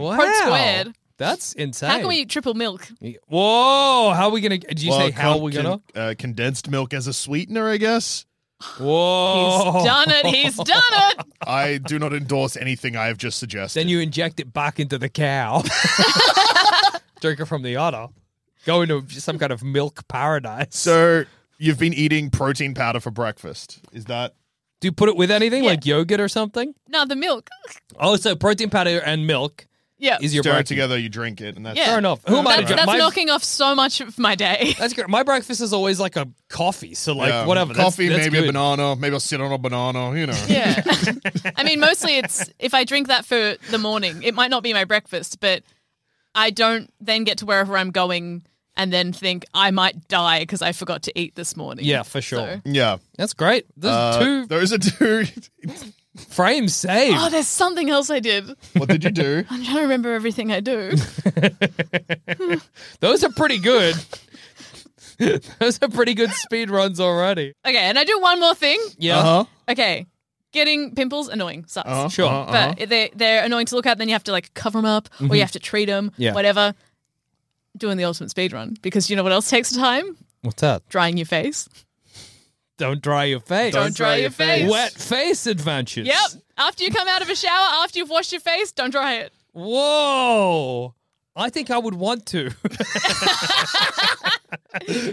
[SPEAKER 6] Wow.
[SPEAKER 4] squared.
[SPEAKER 6] That's insane.
[SPEAKER 4] How can we eat triple milk?
[SPEAKER 6] Whoa, how are we gonna do you
[SPEAKER 5] Well,
[SPEAKER 6] say how
[SPEAKER 5] con-
[SPEAKER 6] we gonna?
[SPEAKER 5] con- uh, condensed milk as a sweetener? I guess
[SPEAKER 6] Whoa.
[SPEAKER 4] He's done it. He's done it.
[SPEAKER 5] I do not endorse anything I have just suggested.
[SPEAKER 6] Then you inject it back into the cow. Drink it from the udder. Go into some kind of milk paradise.
[SPEAKER 5] so you've been eating protein powder for breakfast. Is that
[SPEAKER 6] do you put it with anything like yogurt or something?
[SPEAKER 4] No, the milk.
[SPEAKER 6] Oh, so protein powder and milk
[SPEAKER 4] Yeah.
[SPEAKER 6] is your
[SPEAKER 5] stir it
[SPEAKER 6] breakfast.
[SPEAKER 5] together? You drink it, and that's
[SPEAKER 4] Yeah.
[SPEAKER 6] Fair enough. Who am I to
[SPEAKER 4] That's,
[SPEAKER 6] judge?
[SPEAKER 4] that's
[SPEAKER 6] My-
[SPEAKER 4] knocking off so much of my day.
[SPEAKER 6] That's great. My breakfast is always like a coffee, so like
[SPEAKER 5] Yeah.
[SPEAKER 6] whatever. That's-
[SPEAKER 5] Coffee,
[SPEAKER 6] that's
[SPEAKER 5] maybe a
[SPEAKER 6] good.
[SPEAKER 5] banana. Maybe I'll sit on a banana. You know.
[SPEAKER 4] Yeah. I mean, mostly it's if I drink that for the morning, it might not be my breakfast, but I don't then get to wherever I'm going and then think I might die because I forgot to eat this morning.
[SPEAKER 6] Yeah, for sure.
[SPEAKER 4] So-
[SPEAKER 5] Yeah.
[SPEAKER 6] That's great. There's
[SPEAKER 5] Uh,
[SPEAKER 6] two
[SPEAKER 5] Those are two.
[SPEAKER 6] frames saved.
[SPEAKER 4] Oh, there's something else I did.
[SPEAKER 5] what did you do?
[SPEAKER 4] I'm trying to remember everything I do.
[SPEAKER 6] Those are pretty good. Those are pretty good speed runs already.
[SPEAKER 4] Okay, and I do one more thing.
[SPEAKER 6] Yeah,
[SPEAKER 5] Uh-huh.
[SPEAKER 4] Okay, getting pimples annoying sucks.
[SPEAKER 5] Uh-huh.
[SPEAKER 6] sure.
[SPEAKER 5] Uh-huh.
[SPEAKER 4] But they they're annoying to look at. Then you have to like cover them up, or you have to treat them,
[SPEAKER 6] Mm-hmm. Yeah.
[SPEAKER 4] whatever. Doing the ultimate speed run because you know what else takes time?
[SPEAKER 6] What's that?
[SPEAKER 4] Drying your face.
[SPEAKER 6] Don't dry your face.
[SPEAKER 4] Don't dry your face.
[SPEAKER 6] Wet face adventures.
[SPEAKER 4] Yep. After you come out of a shower, after you've washed your face, don't dry it.
[SPEAKER 6] Whoa. I think I would want to.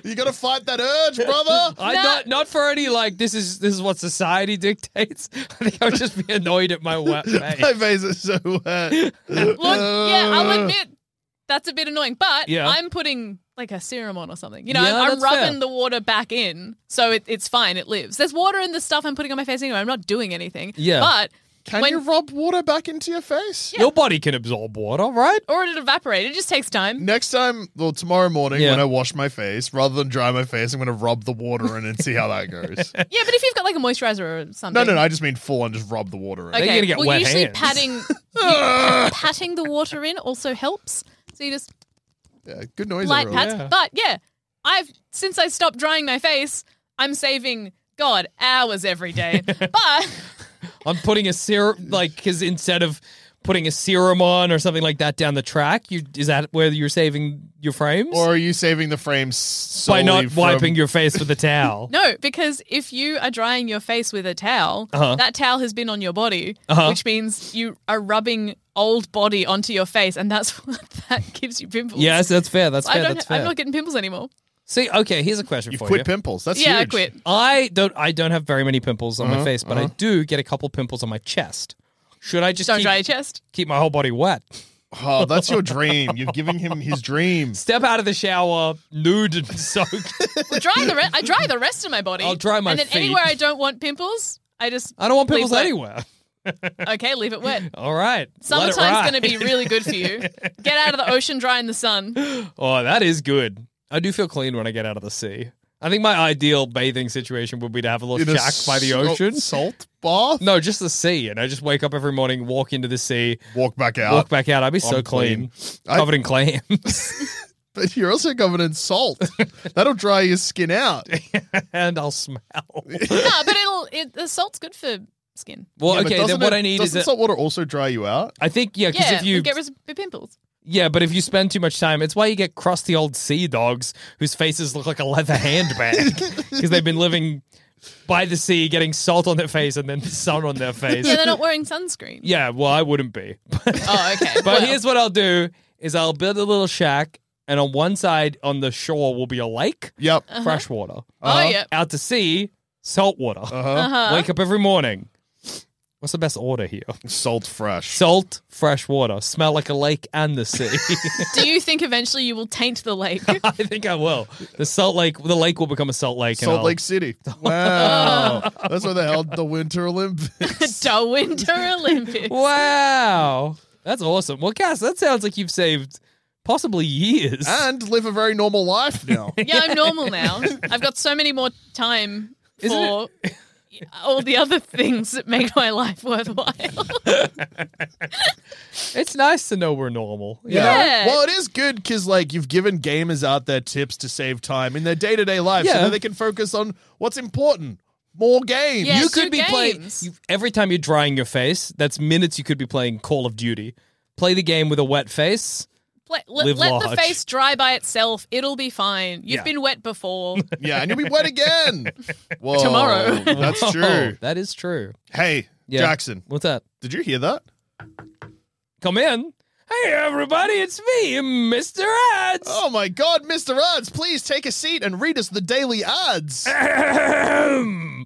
[SPEAKER 5] You gotta fight that urge, brother.
[SPEAKER 6] I not not for any like this is this is what society dictates. I think I would just be annoyed at my wa-
[SPEAKER 5] My
[SPEAKER 6] mate.
[SPEAKER 5] face is so wet.
[SPEAKER 4] Look, yeah, I'll admit that's a bit annoying, but
[SPEAKER 6] Uh. Yeah.
[SPEAKER 4] I'm putting like a serum on or something. You know, I'm,
[SPEAKER 6] Yeah,
[SPEAKER 4] I'm
[SPEAKER 6] that's fair.
[SPEAKER 4] rubbing the water back in, so it, it's fine. It lives. There's water in the stuff I'm putting on my face anyway. I'm not doing anything.
[SPEAKER 6] Yeah.
[SPEAKER 4] But
[SPEAKER 5] Can
[SPEAKER 4] when
[SPEAKER 5] you rub water back into your face?
[SPEAKER 6] Your body can absorb water, right?
[SPEAKER 4] or it evaporated, it just takes time.
[SPEAKER 5] Next time, well, tomorrow morning
[SPEAKER 6] Yeah.
[SPEAKER 5] when I wash my face, rather than dry my face, I'm gonna rub the water in and see how that goes.
[SPEAKER 4] Yeah, but if you've got like a moisturizer or something.
[SPEAKER 5] no, no, no. I just mean full on, just rub the water in.
[SPEAKER 6] you're gonna get
[SPEAKER 4] well,
[SPEAKER 6] wet
[SPEAKER 4] usually
[SPEAKER 6] hands.
[SPEAKER 4] patting patting the water in also helps. So you just
[SPEAKER 5] Yeah, good noise.
[SPEAKER 4] light
[SPEAKER 5] everyone.
[SPEAKER 4] pats. But yeah, I've since I stopped drying my face, I'm saving God hours every day. but
[SPEAKER 6] I'm putting a serum like because instead of putting a serum on or something like that down the track, you is that where you're saving your frames
[SPEAKER 5] Or are you saving the frames solely
[SPEAKER 6] by not
[SPEAKER 5] from-
[SPEAKER 6] wiping your face with a towel?
[SPEAKER 4] no, because if you are drying your face with a towel,
[SPEAKER 6] Uh-huh.
[SPEAKER 4] that towel has been on your body,
[SPEAKER 6] Uh-huh.
[SPEAKER 4] which means you are rubbing old body onto your face, and that's what that gives you pimples.
[SPEAKER 6] Yes, that's fair. That's
[SPEAKER 4] I
[SPEAKER 6] fair.
[SPEAKER 4] don't.
[SPEAKER 6] That's fair.
[SPEAKER 4] I'm not getting pimples anymore.
[SPEAKER 6] See, okay, here's a question
[SPEAKER 5] You've
[SPEAKER 6] for
[SPEAKER 5] quit
[SPEAKER 6] you.
[SPEAKER 5] pimples. That's
[SPEAKER 4] yeah, I
[SPEAKER 5] huge.
[SPEAKER 4] quit.
[SPEAKER 6] I don't. I don't have very many pimples on my face, but I do get a couple pimples on my chest. Should I just
[SPEAKER 4] Don't
[SPEAKER 6] keep,
[SPEAKER 4] dry your chest.
[SPEAKER 6] keep my whole body wet?
[SPEAKER 5] Oh, that's your dream. You're giving him his dream.
[SPEAKER 6] Step out of the shower, nude and soaked.
[SPEAKER 4] Well, dry the re- I dry the rest of my body.
[SPEAKER 6] I'll dry my
[SPEAKER 4] And then
[SPEAKER 6] feet.
[SPEAKER 4] anywhere I don't want pimples, I just
[SPEAKER 6] I don't want pimples
[SPEAKER 4] leave wet.
[SPEAKER 6] anywhere.
[SPEAKER 4] Okay, leave it wet.
[SPEAKER 6] All right, let it
[SPEAKER 4] Summertime's
[SPEAKER 6] ride.
[SPEAKER 4] going to be really good for you. Get out of the ocean, dry in the sun.
[SPEAKER 6] Oh, that is good. I do feel clean when I get out of the sea. I think my ideal bathing situation would be to have a little
[SPEAKER 5] In a oh.
[SPEAKER 6] shack by the
[SPEAKER 5] salt-
[SPEAKER 6] ocean.
[SPEAKER 5] Salt bath?
[SPEAKER 6] No, just the sea, and I just wake up every morning, walk into the sea,
[SPEAKER 5] Walk back out.
[SPEAKER 6] walk back out. I'd be so
[SPEAKER 5] I'm
[SPEAKER 6] clean,
[SPEAKER 5] clean. I-
[SPEAKER 6] covered in clams,
[SPEAKER 5] But you're also covered in salt. That'll dry your skin out.
[SPEAKER 6] and I'll smell.
[SPEAKER 4] No, but it'll it, the salt's good for skin.
[SPEAKER 6] Well,
[SPEAKER 5] Yeah, but
[SPEAKER 6] okay, then
[SPEAKER 5] doesn't
[SPEAKER 6] what
[SPEAKER 5] it-
[SPEAKER 6] I need is
[SPEAKER 5] doesn't
[SPEAKER 6] that,
[SPEAKER 5] salt water also dry you out?
[SPEAKER 6] I think yeah, because
[SPEAKER 4] Yeah,
[SPEAKER 6] if you
[SPEAKER 4] it'll get rid of pimples.
[SPEAKER 6] yeah, but if you spend too much time, it's why you get crusty old sea dogs whose faces look like a leather handbag because they've been living by the sea, getting salt on their face and then sun on their face.
[SPEAKER 4] Yeah, they're not wearing sunscreen.
[SPEAKER 6] Yeah, well, I wouldn't be.
[SPEAKER 4] Oh, okay.
[SPEAKER 6] But here's what I'll do is I'll build a little shack and on one side on the shore will be a lake,
[SPEAKER 5] Yep.
[SPEAKER 4] Uh,
[SPEAKER 6] fresh water.
[SPEAKER 4] Uh-huh.
[SPEAKER 6] Uh-huh.
[SPEAKER 4] Oh, yeah. Uh-huh.
[SPEAKER 6] Out to sea, salt water.
[SPEAKER 5] Uh-huh.
[SPEAKER 6] Wake up every morning. What's the best order here?
[SPEAKER 5] Salt fresh.
[SPEAKER 6] Salt, fresh water, smell like a lake and the sea.
[SPEAKER 4] Do you think eventually you will taint the lake?
[SPEAKER 6] I think I will. The salt lake, the lake will become a salt lake. and
[SPEAKER 5] Salt
[SPEAKER 6] I'll-
[SPEAKER 5] Lake City. Wow. That's where they held the Winter Olympics.
[SPEAKER 4] the Winter Olympics.
[SPEAKER 6] Wow, that's awesome. Well, Cass, that sounds like you've saved possibly years.
[SPEAKER 5] and live a very normal life now.
[SPEAKER 4] Yeah, I'm normal now. I've got so many more time
[SPEAKER 6] Isn't
[SPEAKER 4] for all the other things that make my life worthwhile.
[SPEAKER 6] it's nice to know we're normal. you know?
[SPEAKER 4] Yeah.
[SPEAKER 5] Well, it is good because like you've given gamers out there tips to save time in their day to day life,
[SPEAKER 6] Yeah.
[SPEAKER 5] so that they can focus on what's important: more games.
[SPEAKER 4] Yeah.
[SPEAKER 6] you
[SPEAKER 4] Yes,
[SPEAKER 6] could
[SPEAKER 4] two
[SPEAKER 6] be playing
[SPEAKER 4] games.
[SPEAKER 6] you, every time you're drying your face. That's minutes you could be playing Call of Duty. Play the game with a wet face.
[SPEAKER 4] Let, let,
[SPEAKER 6] Live
[SPEAKER 4] let the
[SPEAKER 6] large.
[SPEAKER 4] face dry by itself. It'll be fine. You've
[SPEAKER 6] Yeah.
[SPEAKER 4] been wet before.
[SPEAKER 5] Yeah, and you'll be wet again Whoa,
[SPEAKER 4] Tomorrow.
[SPEAKER 5] That's
[SPEAKER 6] Oh,
[SPEAKER 5] true.
[SPEAKER 6] that is true.
[SPEAKER 5] Hey,
[SPEAKER 6] Yeah.
[SPEAKER 5] Jackson,
[SPEAKER 6] What's that?
[SPEAKER 5] did you hear that?
[SPEAKER 6] Come in. Hey everybody, it's me, Mr. Ads.
[SPEAKER 5] Oh my God, Mr. Ads, please take a seat and read us the daily ads.
[SPEAKER 6] Ahem.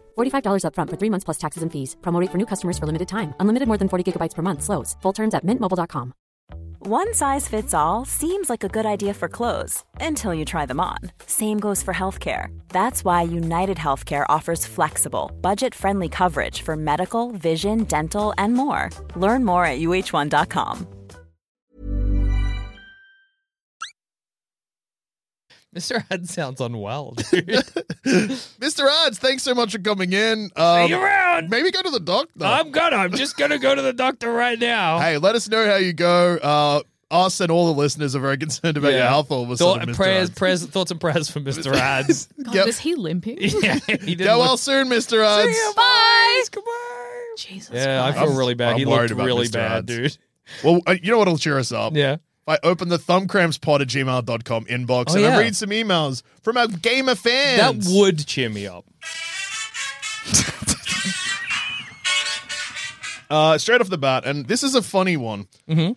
[SPEAKER 7] $45 upfront for three months plus taxes and fees. Promo rate for new customers for limited time. Unlimited more than 40 gigabytes per month. Slows. Full terms at mintmobile.com.
[SPEAKER 8] One size fits all seems like a good idea for clothes until you try them on. Same goes for healthcare. That's why United Healthcare offers flexible, budget friendly coverage for medical, vision, dental, and more. Learn more at uh1.com.
[SPEAKER 6] Mr. Ed sounds unwell, dude.
[SPEAKER 5] Mr. Odds, thanks so much for coming in. Um,
[SPEAKER 6] you around.
[SPEAKER 5] Maybe go to the doctor.
[SPEAKER 6] I'm gonna. I'm just gonna go to the doctor right now.
[SPEAKER 5] hey, let us know how you go. Uh, us and all the listeners are very concerned about your health all of a
[SPEAKER 6] Thought-
[SPEAKER 5] sudden. Mr.
[SPEAKER 6] prayers,
[SPEAKER 5] Odds.
[SPEAKER 6] prayers, thoughts and prayers for Mr. Ads.
[SPEAKER 4] God,
[SPEAKER 5] Yep.
[SPEAKER 4] is he limping?
[SPEAKER 6] yeah, he didn't
[SPEAKER 5] Go
[SPEAKER 6] look-
[SPEAKER 5] well soon, Mr. Odds.
[SPEAKER 4] Bye.
[SPEAKER 6] Goodbye.
[SPEAKER 4] Jesus.
[SPEAKER 6] Yeah, I
[SPEAKER 4] Christ.
[SPEAKER 6] feel really bad.
[SPEAKER 5] I'm
[SPEAKER 6] he
[SPEAKER 5] worried
[SPEAKER 6] looked
[SPEAKER 5] about
[SPEAKER 6] really
[SPEAKER 5] Mr.
[SPEAKER 6] bad,
[SPEAKER 5] Ads.
[SPEAKER 6] dude.
[SPEAKER 5] Well, uh, you know what'll cheer us up?
[SPEAKER 6] Yeah.
[SPEAKER 5] If I open the thumbcrampspod at gmail.com inbox
[SPEAKER 6] Oh,
[SPEAKER 5] and
[SPEAKER 6] yeah.
[SPEAKER 5] I read some emails from our gamer
[SPEAKER 6] That
[SPEAKER 5] fans.
[SPEAKER 6] would cheer me up.
[SPEAKER 5] uh, straight off the bat, and this is a funny one
[SPEAKER 6] Mm-hmm.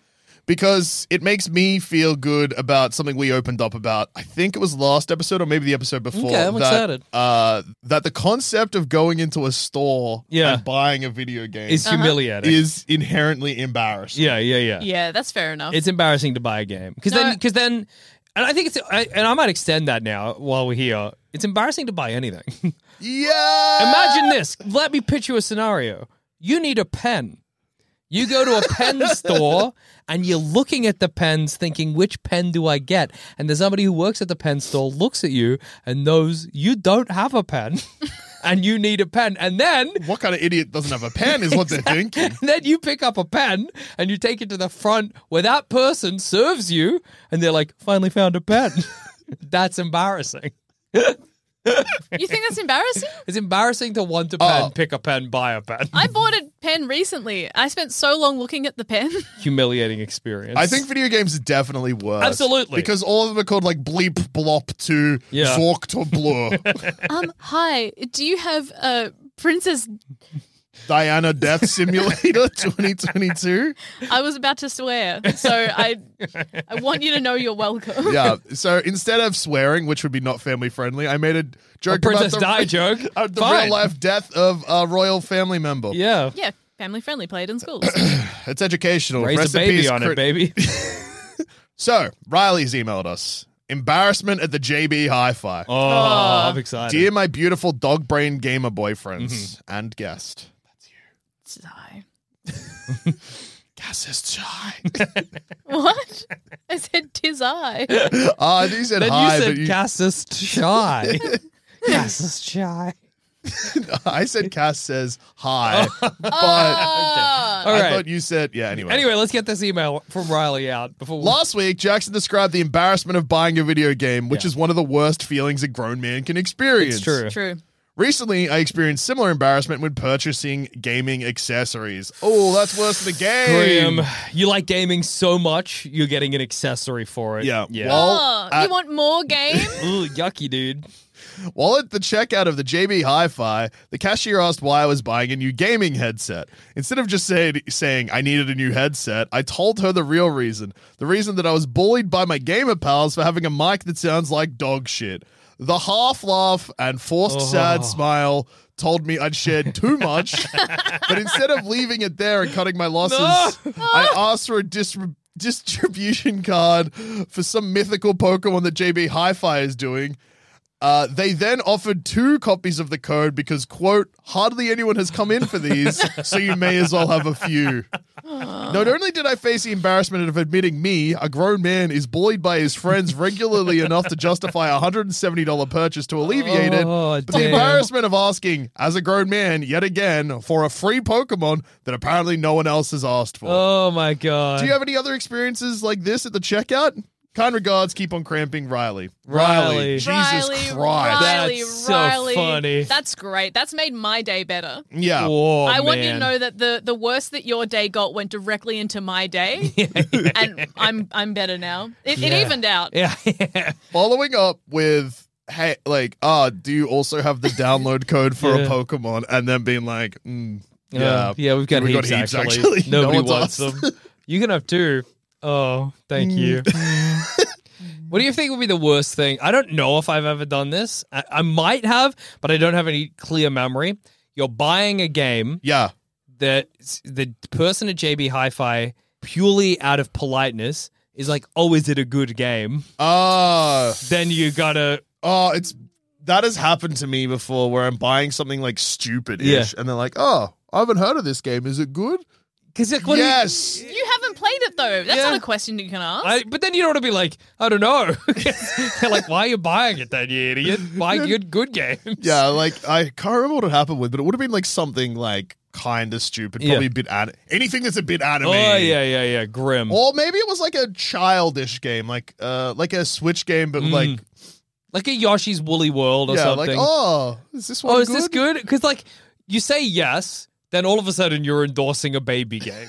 [SPEAKER 5] because it makes me feel good about something we opened up about. I think it was last episode or maybe the episode before.
[SPEAKER 6] Okay, I'm
[SPEAKER 5] that,
[SPEAKER 6] excited.
[SPEAKER 5] Uh, that the concept of going into a store
[SPEAKER 6] Yeah.
[SPEAKER 5] and buying a video game
[SPEAKER 6] It's humiliating.
[SPEAKER 5] is inherently embarrassing.
[SPEAKER 6] yeah, yeah, yeah,
[SPEAKER 4] Yeah, that's fair enough.
[SPEAKER 6] It's embarrassing to buy a game because then, because then, and I think it's, I, and I might extend that now while we're here. It's embarrassing to buy anything.
[SPEAKER 5] Yeah.
[SPEAKER 6] Imagine this. Let me pitch you a scenario. You need a pen. You go to a pen store and you're looking at the pens thinking, which pen do I get? And there's somebody who works at the pen store looks at you and knows you don't have a pen and you need a pen. And then
[SPEAKER 5] What kind of idiot doesn't have a pen is what they're thinking.
[SPEAKER 6] then you pick up a pen and you take it to the front where that person serves you and they're like, finally found a pen. That's embarrassing.
[SPEAKER 4] you think that's embarrassing?
[SPEAKER 6] It's embarrassing to want
[SPEAKER 5] Oh.
[SPEAKER 6] a pen, pick a pen, buy a pen.
[SPEAKER 4] I bought a pen recently. I spent so long looking at the pen.
[SPEAKER 6] Humiliating experience.
[SPEAKER 5] I think video games are definitely worse.
[SPEAKER 6] Absolutely.
[SPEAKER 5] Because all of them are called like bleep blop to
[SPEAKER 6] Yeah.
[SPEAKER 5] zork to blur.
[SPEAKER 4] um, hi, do you have uh, Princess?
[SPEAKER 5] Diana Death Simulator 2022.
[SPEAKER 4] I was about to swear, so I, I want you to know you're welcome.
[SPEAKER 5] Yeah. So instead of swearing, which would be not family friendly, I made a joke
[SPEAKER 6] a Princess
[SPEAKER 5] about the,
[SPEAKER 6] Di joke.
[SPEAKER 5] uh, the
[SPEAKER 6] Fine.
[SPEAKER 5] real life death of a royal family member.
[SPEAKER 6] Yeah.
[SPEAKER 4] Yeah, family friendly. Played in schools.
[SPEAKER 5] It's educational.
[SPEAKER 6] Raise
[SPEAKER 5] Rest
[SPEAKER 6] a
[SPEAKER 5] in
[SPEAKER 6] baby
[SPEAKER 5] peace,
[SPEAKER 6] on
[SPEAKER 5] Crit-
[SPEAKER 6] it, baby.
[SPEAKER 5] So Riley's emailed us. Embarrassment at the JB Hi-Fi.
[SPEAKER 6] Oh, I'm excited.
[SPEAKER 5] Dear my beautiful dog brain gamer boyfriends
[SPEAKER 6] Mm-hmm.
[SPEAKER 5] and guest.
[SPEAKER 4] Sigh.
[SPEAKER 5] Gas is high.
[SPEAKER 4] What? I said tis I.
[SPEAKER 5] Ah, I think you said
[SPEAKER 6] then
[SPEAKER 5] hi,
[SPEAKER 6] you
[SPEAKER 5] but
[SPEAKER 6] said
[SPEAKER 5] you,
[SPEAKER 6] Cassus Chai. Cassus Chai.
[SPEAKER 5] I said Cass says hi, but
[SPEAKER 6] All
[SPEAKER 5] I
[SPEAKER 6] right.
[SPEAKER 5] thought you said yeah. Anyway,
[SPEAKER 6] Anyway, let's get this email from Riley out before we-
[SPEAKER 5] Last week, Jackson described the embarrassment of buying a video game, which
[SPEAKER 6] Yeah.
[SPEAKER 5] is one of the worst feelings a grown man can experience.
[SPEAKER 6] It's true.
[SPEAKER 4] True.
[SPEAKER 5] Recently, I experienced similar embarrassment when purchasing gaming accessories. Oh, that's worse than a game.
[SPEAKER 6] Graham, you like gaming so much, you're getting an accessory for it.
[SPEAKER 5] Yeah.
[SPEAKER 6] Yeah.
[SPEAKER 5] Well,
[SPEAKER 4] Oh,
[SPEAKER 5] I-
[SPEAKER 6] uh,
[SPEAKER 4] you want more game?
[SPEAKER 6] Ooh, yucky, dude.
[SPEAKER 5] While at the checkout of the JB Hi-Fi, the cashier asked why I was buying a new gaming headset. Instead of just saying, saying I needed a new headset, I told her the real reason. The reason that I was bullied by my gamer pals for having a mic that sounds like dog shit. The half laugh and forced sad smile told me I'd shared too much, but instead of leaving it there and cutting my losses, I asked for a distribution Distribution card for some mythical Pokemon that JB Hi Fi is doing, uh, they then offered two copies of the code because, quote, hardly anyone has come in for these, so you may as well have a few. Not only did I face the embarrassment of admitting me, a grown man, is bullied by his friends regularly enough to justify a $170 purchase to alleviate it,
[SPEAKER 6] Oh,
[SPEAKER 5] but the
[SPEAKER 6] damn.
[SPEAKER 5] embarrassment of asking, as a grown man, yet again, for a free Pokemon that apparently no one else has asked for.
[SPEAKER 6] Oh my god.
[SPEAKER 5] Do you have any other experiences like this at the checkout? Kind regards, keep on cramping, Riley.
[SPEAKER 6] Riley.
[SPEAKER 5] Jesus
[SPEAKER 1] Riley,
[SPEAKER 5] Christ.
[SPEAKER 1] Riley,
[SPEAKER 6] That's so
[SPEAKER 1] Riley.
[SPEAKER 6] funny.
[SPEAKER 1] That's great. That's made my day better.
[SPEAKER 5] yeah.
[SPEAKER 6] Whoa,
[SPEAKER 1] I want you to
[SPEAKER 6] man.
[SPEAKER 1] know that the the worst that your day got went directly into my day, and I'm I'm better now. It,
[SPEAKER 6] Yeah.
[SPEAKER 1] it evened out.
[SPEAKER 6] Yeah, yeah.
[SPEAKER 5] Following up with, hey, like, ah, do you also have the download code for a
[SPEAKER 6] Yeah.
[SPEAKER 5] Pokemon? And then being like, mm, yeah.
[SPEAKER 6] Uh, yeah, we've got,
[SPEAKER 5] We got
[SPEAKER 6] heaps,
[SPEAKER 5] heaps,
[SPEAKER 6] actually.
[SPEAKER 5] actually. No
[SPEAKER 6] Nobody
[SPEAKER 5] one's
[SPEAKER 6] wants
[SPEAKER 5] asked.
[SPEAKER 6] them. You can have two. Oh, thank you.
[SPEAKER 5] Mm.
[SPEAKER 6] what do you think would be the worst thing? I don't know if I've ever done this. I, I might have, but I don't have any clear memory. You're buying a game
[SPEAKER 5] Yeah.
[SPEAKER 6] that s- the person at JB Hi-Fi purely out of politeness is like, "Oh, is it a good game?"
[SPEAKER 5] Ah.
[SPEAKER 6] Then you gotta
[SPEAKER 5] Oh, it's that has happened to me before where I'm buying something like stupid ish and they're like, oh, I haven't heard of this game. Is it good?
[SPEAKER 6] because like, what do you-
[SPEAKER 5] yes.
[SPEAKER 1] You haven't played it though. That's
[SPEAKER 6] Yeah.
[SPEAKER 1] not a question that you can ask.
[SPEAKER 6] I, but then you don't want to be like, I don't know. They're like, why are you buying it then, you idiot? Buy good, good games.
[SPEAKER 5] yeah, like I can't remember what it happened with, but it would have been like something like kind of stupid, probably a
[SPEAKER 6] Yeah.
[SPEAKER 5] bit an- anything that's a bit anime.
[SPEAKER 6] Oh, yeah, yeah, yeah. Grim.
[SPEAKER 5] Or maybe it was like a childish game, like uh like a Switch game, but like
[SPEAKER 6] Like a Yoshi's Woolly World or
[SPEAKER 5] yeah,
[SPEAKER 6] Hmm. something.
[SPEAKER 5] like oh, is this one?
[SPEAKER 6] oh, is
[SPEAKER 5] good?
[SPEAKER 6] this good? Because, like, you say yes, then all of a sudden you're endorsing a baby game.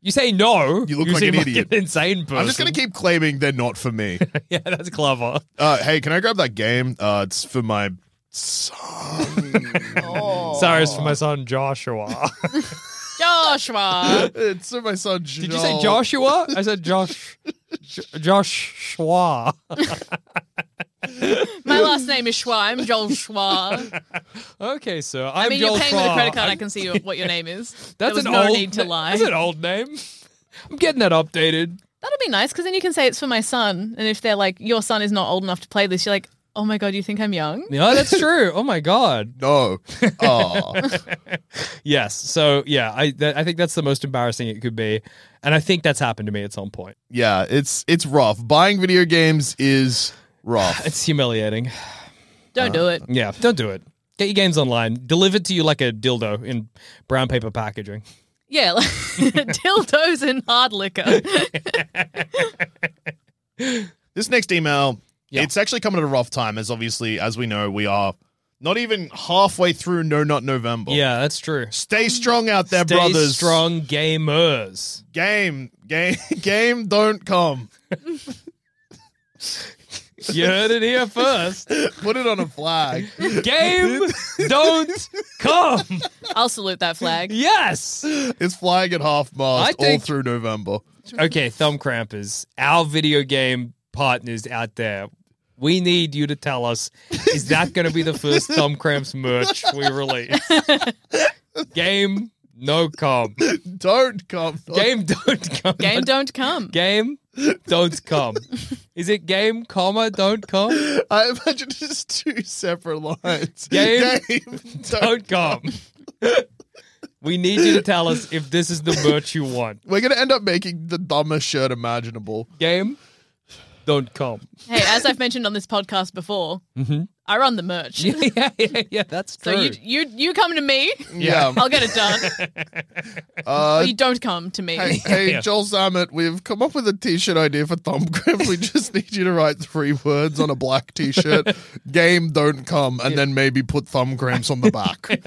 [SPEAKER 6] you say no.
[SPEAKER 5] You look like
[SPEAKER 6] seem
[SPEAKER 5] an idiot.
[SPEAKER 6] an insane person.
[SPEAKER 5] I'm just gonna keep claiming they're not for me.
[SPEAKER 6] yeah, that's clever.
[SPEAKER 5] uh, hey, can I grab that game? Uh, it's for my son.
[SPEAKER 6] Sorry, it's for my son Joshua.
[SPEAKER 1] Joshua.
[SPEAKER 5] it's for my son. Joel.
[SPEAKER 6] Did you say Joshua? I said Josh. J- Joshua.
[SPEAKER 1] My last name is Schwa. I'm Joel Schwa.
[SPEAKER 6] Okay, sir. I'm
[SPEAKER 1] I mean, you're paying with a credit card.
[SPEAKER 6] I
[SPEAKER 1] I can see you- what your name is.
[SPEAKER 6] That's
[SPEAKER 1] there was
[SPEAKER 6] an
[SPEAKER 1] no
[SPEAKER 6] old
[SPEAKER 1] need to
[SPEAKER 6] na-
[SPEAKER 1] lie.
[SPEAKER 6] That's an old name. I'm getting that updated.
[SPEAKER 1] That'll be nice because then you can say it's for my son. And if they're like, your son is not old enough to play this, you're like, oh my god, you think I'm young?
[SPEAKER 6] No, that's true. Oh my god.
[SPEAKER 5] No. Oh.
[SPEAKER 6] Yes. So yeah, I that, I think that's the most embarrassing it could be, and I think that's happened to me at some point.
[SPEAKER 5] yeah, it's it's rough. Buying video games is rough.
[SPEAKER 6] It's humiliating. Uh-huh.
[SPEAKER 1] Don't do it.
[SPEAKER 6] Yeah, don't do it. Get your games online, delivered to you like a dildo in brown paper packaging.
[SPEAKER 1] Yeah, like, dildos and hard liquor.
[SPEAKER 5] This next email,
[SPEAKER 6] Yeah.
[SPEAKER 5] it's actually coming at a rough time, as obviously as we know, we are not even halfway through No Not November.
[SPEAKER 6] Yeah, that's true.
[SPEAKER 5] Stay strong out there,
[SPEAKER 6] Stay
[SPEAKER 5] brothers.
[SPEAKER 6] strong gamers.
[SPEAKER 5] Game, game, game. Don't come.
[SPEAKER 6] You heard it here first.
[SPEAKER 5] Put it on a flag.
[SPEAKER 6] Game don't come.
[SPEAKER 1] I'll salute that flag.
[SPEAKER 6] Yes.
[SPEAKER 5] It's flying at half
[SPEAKER 6] I
[SPEAKER 5] mast all
[SPEAKER 6] think-
[SPEAKER 5] through November.
[SPEAKER 6] Okay, thumb crampers, our video game partners out there, we need you to tell us is that going to be the first thumb cramps merch we release? game no come.
[SPEAKER 5] Don't come.
[SPEAKER 6] Game don't come.
[SPEAKER 1] Game don't come.
[SPEAKER 6] Game don't come. Is it game comma don't come?
[SPEAKER 5] I imagine it's two separate lines.
[SPEAKER 6] Game-
[SPEAKER 5] Game,
[SPEAKER 6] Don't come. We need you to tell us if this is the merch you want.
[SPEAKER 5] We're gonna end up making the dumbest shirt imaginable.
[SPEAKER 6] Game don't come.
[SPEAKER 1] Hey, as I've mentioned on this podcast before, I run the merch.
[SPEAKER 6] Mm-hmm. yeah, yeah, yeah, that's
[SPEAKER 1] So
[SPEAKER 6] true.
[SPEAKER 1] you you you come to me,
[SPEAKER 5] Yeah.
[SPEAKER 1] I'll get it done.
[SPEAKER 5] Uh,
[SPEAKER 1] Or you don't come to me.
[SPEAKER 5] Hey, hey
[SPEAKER 6] Yeah.
[SPEAKER 5] Joel Zammett, we've come up with a t-shirt idea for Thumb Grip. We just need you to write three words on a black t-shirt. Game don't come, and then maybe put thumb cramps on the back.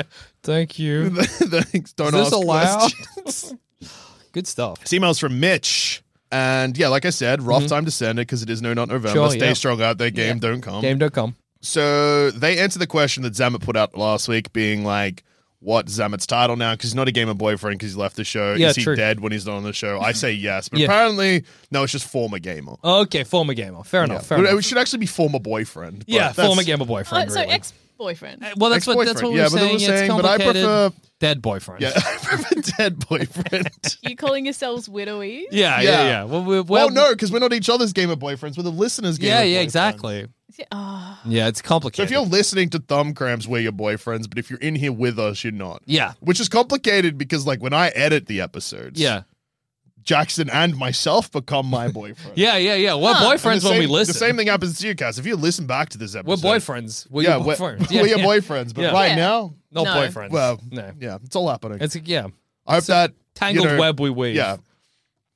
[SPEAKER 6] Thank you.
[SPEAKER 5] Thanks. Don't
[SPEAKER 6] Is this
[SPEAKER 5] ask
[SPEAKER 6] allowed?
[SPEAKER 5] questions.
[SPEAKER 6] Good stuff.
[SPEAKER 5] This email's from Mitch. And yeah, like I said, rough time to send it because it is no not November.
[SPEAKER 6] Mm-hmm. Sure,
[SPEAKER 5] Stay
[SPEAKER 6] yeah.
[SPEAKER 5] strong out there. Game don't come.
[SPEAKER 6] Game.com.
[SPEAKER 5] So they answered the question that Zamet put out last week, being like, "What Zamet's title now? Because he's not a gamer boyfriend because he left the show.
[SPEAKER 6] Yeah,
[SPEAKER 5] Is he
[SPEAKER 6] true.
[SPEAKER 5] dead when he's not on the show?" I say yes, but
[SPEAKER 6] Yeah.
[SPEAKER 5] apparently no. It's just former gamer.
[SPEAKER 6] Okay, former gamer. Fair
[SPEAKER 5] Yeah.
[SPEAKER 6] enough. Fair
[SPEAKER 5] But
[SPEAKER 6] enough.
[SPEAKER 5] it should actually be former boyfriend. but
[SPEAKER 6] yeah,
[SPEAKER 5] that's-
[SPEAKER 6] former gamer
[SPEAKER 1] Uh,
[SPEAKER 6] boyfriend.
[SPEAKER 1] so
[SPEAKER 6] really.
[SPEAKER 1] ex boyfriend.
[SPEAKER 6] well, that's what that's
[SPEAKER 5] ex-boyfriend.
[SPEAKER 6] what we
[SPEAKER 5] Yeah,
[SPEAKER 6] were
[SPEAKER 5] but they
[SPEAKER 6] saying.
[SPEAKER 5] were
[SPEAKER 6] it's
[SPEAKER 5] saying, but I
[SPEAKER 6] complicated.
[SPEAKER 5] prefer-
[SPEAKER 6] dead boyfriend.
[SPEAKER 5] Yeah, I remember dead boyfriend.
[SPEAKER 1] You calling yourselves widowies?
[SPEAKER 6] yeah, yeah.
[SPEAKER 5] Yeah.
[SPEAKER 6] yeah. Well, we
[SPEAKER 5] well,
[SPEAKER 6] well,
[SPEAKER 5] no, because we're not each other's gamer boyfriends. We're the listeners' gamer.
[SPEAKER 6] Yeah, yeah,
[SPEAKER 5] boyfriend.
[SPEAKER 6] exactly.
[SPEAKER 1] Oh,
[SPEAKER 6] Yeah, it's
[SPEAKER 5] So
[SPEAKER 6] complicated.
[SPEAKER 5] if you're listening to Thumb Cramps, we're your boyfriends. But if you're in here with us, you're not.
[SPEAKER 6] yeah,
[SPEAKER 5] Which is complicated because, like, when I edit the episodes,
[SPEAKER 6] yeah,
[SPEAKER 5] Jackson and myself become my boyfriend.
[SPEAKER 6] yeah, yeah, yeah. We're
[SPEAKER 1] Huh.
[SPEAKER 5] And
[SPEAKER 6] boyfriends
[SPEAKER 5] the
[SPEAKER 6] when we
[SPEAKER 5] same-
[SPEAKER 6] listen.
[SPEAKER 5] The same thing happens to you, Cass. If you listen back to this episode,
[SPEAKER 6] We're boyfriends. We're
[SPEAKER 5] yeah,
[SPEAKER 6] your
[SPEAKER 5] we're,
[SPEAKER 6] boyfriends.
[SPEAKER 5] we're your boyfriends. But
[SPEAKER 6] Yeah.
[SPEAKER 5] right
[SPEAKER 1] Yeah.
[SPEAKER 5] now,
[SPEAKER 6] Not
[SPEAKER 1] No.
[SPEAKER 6] boyfriends.
[SPEAKER 5] well,
[SPEAKER 6] no.
[SPEAKER 5] yeah, it's all happening.
[SPEAKER 6] It's yeah,
[SPEAKER 5] I hope
[SPEAKER 6] a
[SPEAKER 5] that
[SPEAKER 6] tangled
[SPEAKER 5] you know,
[SPEAKER 6] web we weave.
[SPEAKER 5] Yeah,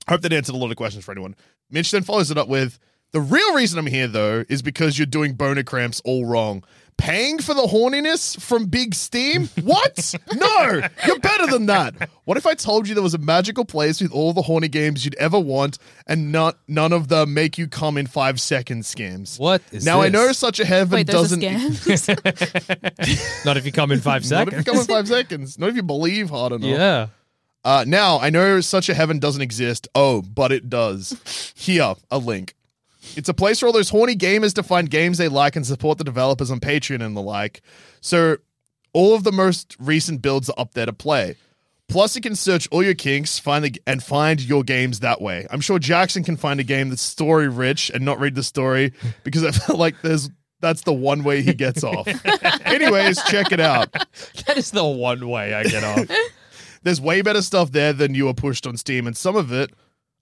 [SPEAKER 5] I hope that answered a lot of questions for anyone. Mitch then follows it up with, The real reason I'm here, though, is because you're doing boner cramps all wrong. Paying for the horniness from Big Steam? What? no! You're better than that. What if I told you there was a magical place with all the horny games you'd ever want and not none of the make you come in five seconds scams?
[SPEAKER 6] What is
[SPEAKER 5] now I
[SPEAKER 6] this?
[SPEAKER 5] know such a heaven
[SPEAKER 1] Wait, those are
[SPEAKER 5] doesn't
[SPEAKER 1] scams.
[SPEAKER 6] Not if you come in five
[SPEAKER 5] not if you
[SPEAKER 6] seconds.
[SPEAKER 5] come in five seconds. Not if you believe hard enough.
[SPEAKER 6] yeah.
[SPEAKER 5] Uh, now, I know such a heaven doesn't exist. Oh, but it does. Here, a link. It's a place for all those horny gamers to find games they like and support the developers on Patreon and the like. So, all of the most recent builds are up there to play. Plus, you can search all your kinks, find the, and find your games that way. I'm sure Jackson can find a game that's story rich and not read the story because I feel like there's that's the one way he gets off. Anyways, check it out.
[SPEAKER 6] That is the one way I get off.
[SPEAKER 5] There's way better stuff there than you are pushed on Steam, and some of it,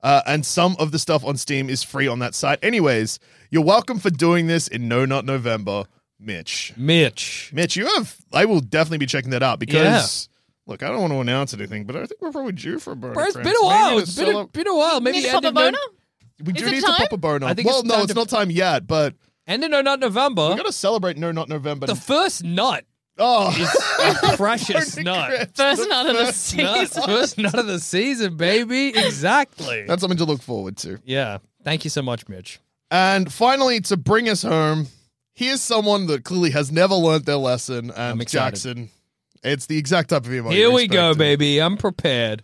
[SPEAKER 5] uh, and some of the stuff on Steam is free on that site. Anyways, you're welcome for doing this in No Not November, Mitch.
[SPEAKER 6] Mitch.
[SPEAKER 5] Mitch, you have. I will definitely be checking that out because. Look, I don't want to announce anything, but I think we're probably due for a boner.
[SPEAKER 6] Bro, it's
[SPEAKER 5] cramps.
[SPEAKER 6] been a
[SPEAKER 5] Maybe
[SPEAKER 6] while.
[SPEAKER 5] it's
[SPEAKER 6] It's
[SPEAKER 5] still
[SPEAKER 6] been a,
[SPEAKER 5] up-
[SPEAKER 6] been a while. Maybe
[SPEAKER 1] Need to
[SPEAKER 6] end
[SPEAKER 1] pop a
[SPEAKER 6] of no-
[SPEAKER 1] boner?
[SPEAKER 5] we do
[SPEAKER 1] it
[SPEAKER 5] need to
[SPEAKER 1] time?
[SPEAKER 5] pop a boner.
[SPEAKER 6] I think
[SPEAKER 5] well,
[SPEAKER 6] it's
[SPEAKER 5] no,
[SPEAKER 6] time
[SPEAKER 5] it's
[SPEAKER 6] to-
[SPEAKER 5] not time yet, but
[SPEAKER 6] End of no, not November.
[SPEAKER 5] we got to celebrate No Not November.
[SPEAKER 6] The first nut
[SPEAKER 5] oh,
[SPEAKER 6] is a precious nut.
[SPEAKER 1] First nut of the season.
[SPEAKER 6] Nut. First nut of the season, baby. Exactly.
[SPEAKER 5] that's something to look forward to.
[SPEAKER 6] Yeah. Thank you so much, Mitch.
[SPEAKER 5] And finally, to bring us home, here's someone that clearly has never learnt their lesson.
[SPEAKER 6] I'm
[SPEAKER 5] And
[SPEAKER 6] excited.
[SPEAKER 5] Jackson, it's the exact type of email.
[SPEAKER 6] Here
[SPEAKER 5] you
[SPEAKER 6] we go,
[SPEAKER 5] expected.
[SPEAKER 6] baby. I'm prepared.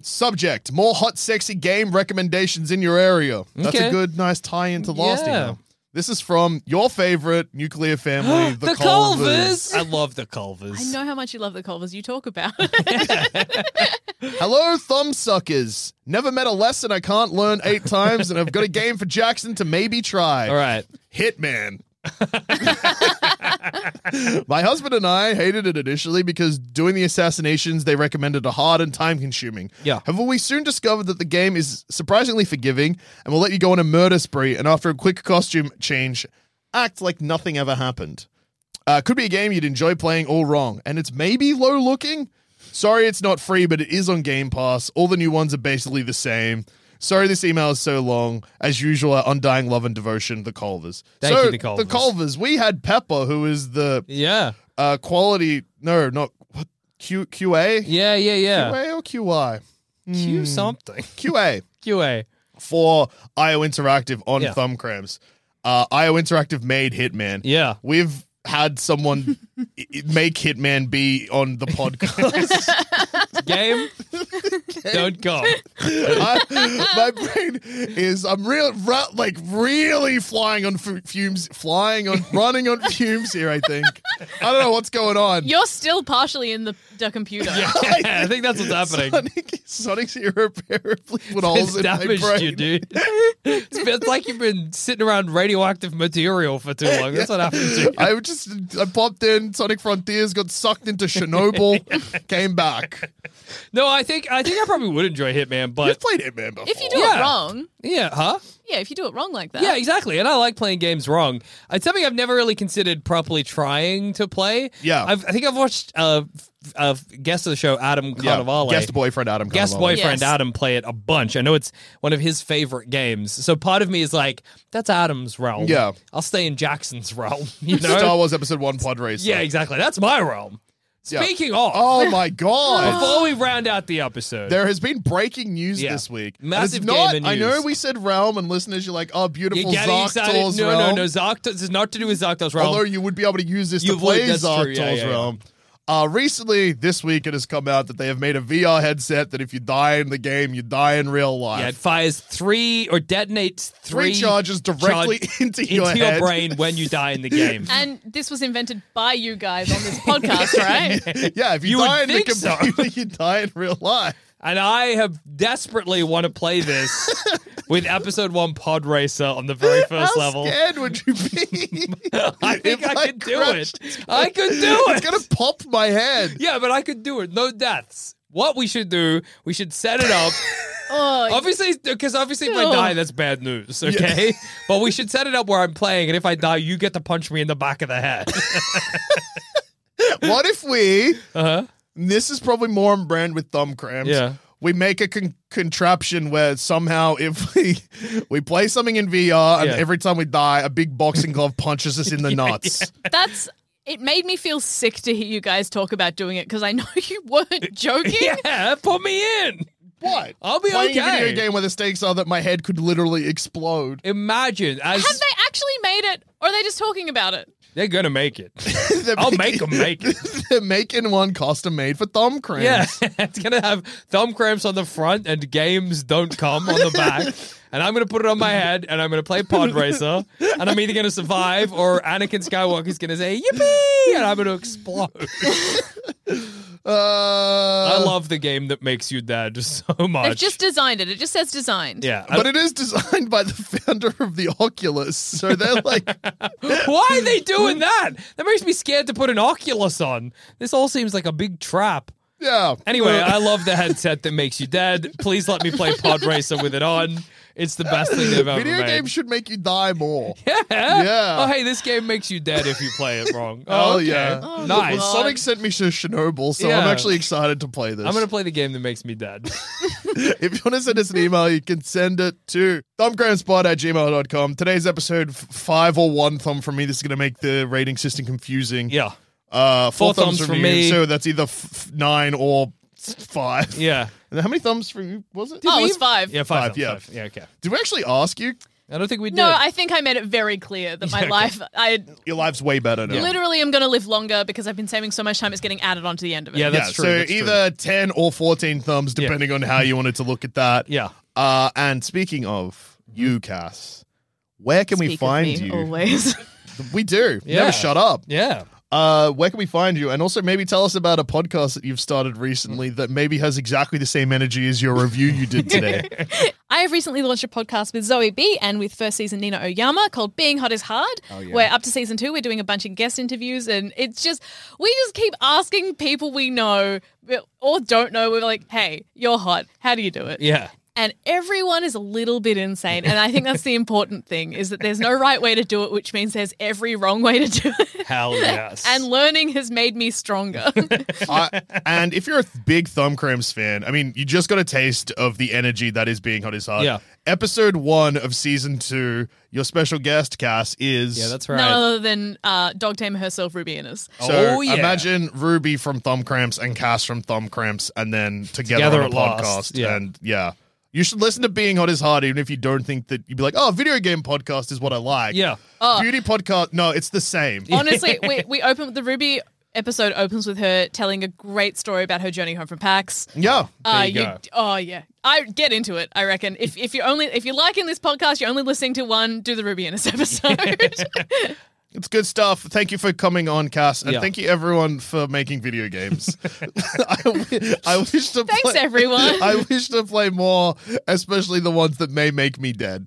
[SPEAKER 5] Subject: More hot, sexy game recommendations in your area. That's a
[SPEAKER 6] Okay.
[SPEAKER 5] good, nice tie into last
[SPEAKER 6] Yeah.
[SPEAKER 5] email. This is from your favorite nuclear family, the,
[SPEAKER 6] the Culvers. I love the Culvers.
[SPEAKER 1] I know how much you love the Culvers. You talk about
[SPEAKER 5] Hello, thumb suckers. Never met a lesson I can't learn eight times, and I've got a game for Jackson to maybe try.
[SPEAKER 6] All right.
[SPEAKER 5] Hitman. My husband and I hated it initially because doing the assassinations they recommended are hard and time consuming.
[SPEAKER 6] Yeah.
[SPEAKER 5] However, we soon discovered that the game is surprisingly forgiving and will let you go on a murder spree and after a quick costume change, act like nothing ever happened. Uh, could be a game you'd enjoy playing all wrong, and it's maybe low looking. Sorry it's not free, but it is on Game Pass. All the new ones are basically the same. Sorry this email is so long. As usual, our undying love and devotion, the Culvers.
[SPEAKER 6] Thank
[SPEAKER 5] so,
[SPEAKER 6] you, the Culvers.
[SPEAKER 5] The Culvers. We had Pepper, who is the
[SPEAKER 6] Yeah.
[SPEAKER 5] uh, quality, no, not what, Q, QA?
[SPEAKER 6] Yeah, yeah, yeah.
[SPEAKER 5] QA or QI? Hmm.
[SPEAKER 6] Q something.
[SPEAKER 5] QA
[SPEAKER 6] QA.
[SPEAKER 5] for IO Interactive on
[SPEAKER 6] Yeah.
[SPEAKER 5] Thumb Cramps. Uh, IO Interactive made Hitman.
[SPEAKER 6] Yeah.
[SPEAKER 5] We've had someone i- i- make Hitman be on the podcast.
[SPEAKER 6] Game. Don't go.
[SPEAKER 5] I, my brain is I'm real ra- like really flying on fu- fumes, flying on running on fumes here. I think I don't know what's going on.
[SPEAKER 1] you're still partially in the, the computer.
[SPEAKER 6] Yeah, I think that's what's happening.
[SPEAKER 5] Sonic, Sonic's irreparably put
[SPEAKER 6] It's
[SPEAKER 5] holes in my
[SPEAKER 6] damaged
[SPEAKER 5] brain.
[SPEAKER 6] you, dude. It's been- it's like you've been sitting around radioactive material for too long. That's what happened to you.
[SPEAKER 5] I would just I popped in Sonic Frontiers, got sucked into Chernobyl, came back.
[SPEAKER 6] No, I think I think I probably would enjoy Hitman,
[SPEAKER 5] You've
[SPEAKER 6] but
[SPEAKER 5] played Hitman before.
[SPEAKER 1] If you do
[SPEAKER 6] Yeah.
[SPEAKER 1] it wrong,
[SPEAKER 6] yeah, huh?
[SPEAKER 1] yeah, if you do it wrong like that,
[SPEAKER 5] Uh-huh.
[SPEAKER 6] Yeah, exactly. And I like playing games wrong. It's something I've never really considered properly trying to play.
[SPEAKER 5] Yeah.
[SPEAKER 6] I've, I think I've watched uh, f- uh, guest of the show Adam Carnivale,
[SPEAKER 5] guest boyfriend Adam.
[SPEAKER 6] guest
[SPEAKER 5] Carnevale.
[SPEAKER 6] boyfriend
[SPEAKER 1] Yes.
[SPEAKER 6] Adam play it a bunch. I know it's one of his favorite games. So part of me is like, that's Adam's realm.
[SPEAKER 5] Yeah.
[SPEAKER 6] I'll stay in Jackson's realm. You know?
[SPEAKER 5] Star Wars Episode One Pod Racer.
[SPEAKER 6] yeah, exactly. That's my realm.
[SPEAKER 5] Yeah.
[SPEAKER 6] Speaking of,
[SPEAKER 5] Oh my god.
[SPEAKER 6] before we round out the episode,
[SPEAKER 5] There has been breaking news
[SPEAKER 6] Yeah.
[SPEAKER 5] this week.
[SPEAKER 6] Massive
[SPEAKER 5] and it's not,
[SPEAKER 6] game and
[SPEAKER 5] I know
[SPEAKER 6] news.
[SPEAKER 5] we said realm, and listeners, you're like, oh, beautiful
[SPEAKER 6] you're getting excited.
[SPEAKER 5] Zarktor's
[SPEAKER 6] No,
[SPEAKER 5] realm.
[SPEAKER 6] no, no. Zoctos is not to do with Zoctos realm.
[SPEAKER 5] Although you would be able to use this
[SPEAKER 6] You
[SPEAKER 5] to
[SPEAKER 6] would,
[SPEAKER 5] play
[SPEAKER 6] that's true.
[SPEAKER 5] Zarktor's
[SPEAKER 6] Yeah, yeah, yeah.
[SPEAKER 5] realm. Uh, recently, this week, it has come out that they have made a VR headset that if you die in the game, you die in real life.
[SPEAKER 6] Yeah, it fires three or detonates
[SPEAKER 5] Three
[SPEAKER 6] three,
[SPEAKER 5] charges directly into your head.
[SPEAKER 6] brain when you die in the game.
[SPEAKER 1] And this was invented by you guys on this podcast, right?
[SPEAKER 5] yeah, if you,
[SPEAKER 6] You would
[SPEAKER 5] die in the
[SPEAKER 6] think so.
[SPEAKER 5] computer, you die in real life.
[SPEAKER 6] and I have desperately want to play this with episode one Pod Racer on the very first
[SPEAKER 5] How
[SPEAKER 6] level.
[SPEAKER 5] scared would you be?
[SPEAKER 6] I think
[SPEAKER 5] If
[SPEAKER 6] I,
[SPEAKER 5] I
[SPEAKER 6] could do
[SPEAKER 5] crashed,
[SPEAKER 6] it. I could do
[SPEAKER 5] it's
[SPEAKER 6] it.
[SPEAKER 5] gonna pop my head.
[SPEAKER 6] Yeah, but I could do it. No deaths. What we should do, we should set it up.
[SPEAKER 1] Oh,
[SPEAKER 6] obviously, because obviously, if I
[SPEAKER 1] No.
[SPEAKER 6] die, that's bad news, okay? But we should set it up where I'm playing, and if I die, you get to punch me in the back of the head.
[SPEAKER 5] What if we?
[SPEAKER 6] Uh huh.
[SPEAKER 5] and This is probably more on brand with thumb cramps.
[SPEAKER 6] Uh-huh. Yeah.
[SPEAKER 5] we make a con- contraption where somehow if we we play something in VR and
[SPEAKER 6] Yeah.
[SPEAKER 5] every time we die, a big boxing glove punches us in the nuts.
[SPEAKER 4] That's. It made me feel sick to hear you guys talk about doing it because I know you weren't joking.
[SPEAKER 6] Yeah, put me in.
[SPEAKER 5] What?
[SPEAKER 6] I'll be
[SPEAKER 5] Playing a
[SPEAKER 6] okay.
[SPEAKER 5] video game where the stakes are that my head could literally explode.
[SPEAKER 6] Imagine as
[SPEAKER 4] Have they actually made it, or are they just talking about it?
[SPEAKER 6] they- are gonna make it.
[SPEAKER 5] They're
[SPEAKER 6] I'll make
[SPEAKER 5] making-
[SPEAKER 6] them make it.
[SPEAKER 5] They're making one custom made for thumb cramps.
[SPEAKER 6] Yeah, it's gonna have thumb cramps on the front and games don't come on the back. And I'm gonna put it on my head and I'm gonna play Pod Racer. And I'm either gonna survive or Anakin Skywalker's gonna say yippee and I'm gonna explode.
[SPEAKER 5] Uh,
[SPEAKER 6] I love the game that makes you dead so
[SPEAKER 5] Oh,
[SPEAKER 6] much.
[SPEAKER 4] They've just designed it. It just says designed.
[SPEAKER 6] yeah,
[SPEAKER 5] But it is designed by the founder of the Oculus, so they're like,
[SPEAKER 6] Why are they doing that? That makes me scared to put an Oculus on. This all seems like a big trap.
[SPEAKER 5] yeah.
[SPEAKER 6] Anyway, I love the headset that makes you dead. Please let me play Pod Racer with it on. It's the best thing they've ever
[SPEAKER 5] video
[SPEAKER 6] made.
[SPEAKER 5] games should make you die more.
[SPEAKER 6] yeah.
[SPEAKER 5] Yeah.
[SPEAKER 6] Oh, hey, this game makes you dead if you play it wrong.
[SPEAKER 5] Oh,
[SPEAKER 6] Oh, okay.
[SPEAKER 5] yeah.
[SPEAKER 6] nice.
[SPEAKER 5] Well, Sonic sent me to Chernobyl, so I'm
[SPEAKER 6] Yeah.
[SPEAKER 5] actually excited to play this.
[SPEAKER 6] I'm gonna play the game that makes me dead.
[SPEAKER 5] if you want to send us an email, you can send it to thumbgrahamspot at gmail.com. Today's episode, f- five or one thumb from me. This is going to make the rating system confusing.
[SPEAKER 6] Yeah.
[SPEAKER 5] Uh, four,
[SPEAKER 6] Four
[SPEAKER 5] thumbs,
[SPEAKER 6] thumbs
[SPEAKER 5] from
[SPEAKER 6] from
[SPEAKER 5] you,
[SPEAKER 6] me.
[SPEAKER 5] So that's either f- f- nine or s- five.
[SPEAKER 6] Yeah.
[SPEAKER 5] And how many thumbs from you was it?
[SPEAKER 4] Oh, it's five.
[SPEAKER 6] Yeah. Five.
[SPEAKER 5] Five, yeah.
[SPEAKER 6] yeah. Yeah. Okay.
[SPEAKER 5] Did we actually ask you?
[SPEAKER 6] I don't think we did.
[SPEAKER 4] No, I think I made it very clear that my life, I
[SPEAKER 5] Your life's way better now.
[SPEAKER 4] literally am going to live longer because I've been saving so much time. It's getting added onto the end of it.
[SPEAKER 6] Yeah.
[SPEAKER 5] Yeah,
[SPEAKER 6] That's true.
[SPEAKER 5] so
[SPEAKER 6] that's true.
[SPEAKER 5] either 10 or 14 thumbs, depending on how you wanted to look at that.
[SPEAKER 6] Yeah.
[SPEAKER 5] Uh, and speaking of
[SPEAKER 6] Mm-hmm.
[SPEAKER 5] you, Cass, where can we
[SPEAKER 4] Speak of
[SPEAKER 5] find
[SPEAKER 4] me Oh,
[SPEAKER 5] you?
[SPEAKER 4] always?
[SPEAKER 5] We do. Never
[SPEAKER 6] Yeah.
[SPEAKER 5] shut up.
[SPEAKER 6] Yeah.
[SPEAKER 5] Uh, where can we find you? And also maybe tell us about a podcast that you've started recently that maybe has exactly the same energy as your review you did today.
[SPEAKER 4] I have recently launched a podcast with Zoe B and with first season Nina Oyama called Being Hot is Hard. We're up to season two. We're doing a bunch of guest interviews, and it's just, we just keep asking people we know or don't know. We're like, hey, you're hot. How do you do it?
[SPEAKER 6] Yeah.
[SPEAKER 4] and everyone is a little bit insane and i think that's the important thing is that there's no right way to do it which means there's every wrong way to do it
[SPEAKER 6] Hell yes.
[SPEAKER 4] and learning has made me stronger
[SPEAKER 5] I, Uh, and if you're a th- big Thumb Cramps fan, I mean, you just got a taste of the energy that is being Hot is Hard.
[SPEAKER 6] Yeah.
[SPEAKER 5] Episode one of season two, your special guest, Cass, is.
[SPEAKER 6] yeah. That's
[SPEAKER 4] none
[SPEAKER 6] right.
[SPEAKER 4] other than uh, dog tamer herself ruby innes
[SPEAKER 5] So
[SPEAKER 6] Oh, yeah.
[SPEAKER 5] imagine Ruby from Thumb Cramps and Cass from Thumb Cramps, and then together,
[SPEAKER 6] Together
[SPEAKER 5] on a
[SPEAKER 6] at last,
[SPEAKER 5] podcast.
[SPEAKER 6] yeah.
[SPEAKER 5] And yeah, you should listen to Being Hot is Hard, even if you don't think that you'd be like, oh, video game podcast is what I like.
[SPEAKER 6] Yeah.
[SPEAKER 4] Uh,
[SPEAKER 5] Beauty podcast, no, it's the same.
[SPEAKER 4] honestly we, we open the ruby episode opens with her telling a great story about her journey home from pax
[SPEAKER 5] yeah.
[SPEAKER 4] Uh,
[SPEAKER 6] you go.
[SPEAKER 4] oh yeah, I get into it. I reckon if if you're only if you're liking this podcast, you're only listening to one. Do the Ruby Innes episode.
[SPEAKER 5] It's good stuff. Thank you for coming on, Cass. And
[SPEAKER 6] Yeah.
[SPEAKER 5] thank you, everyone, for making video games. I, w- I wish to
[SPEAKER 4] Thanks,
[SPEAKER 5] play-
[SPEAKER 4] everyone.
[SPEAKER 5] I wish to play more, especially the ones that may make me dead.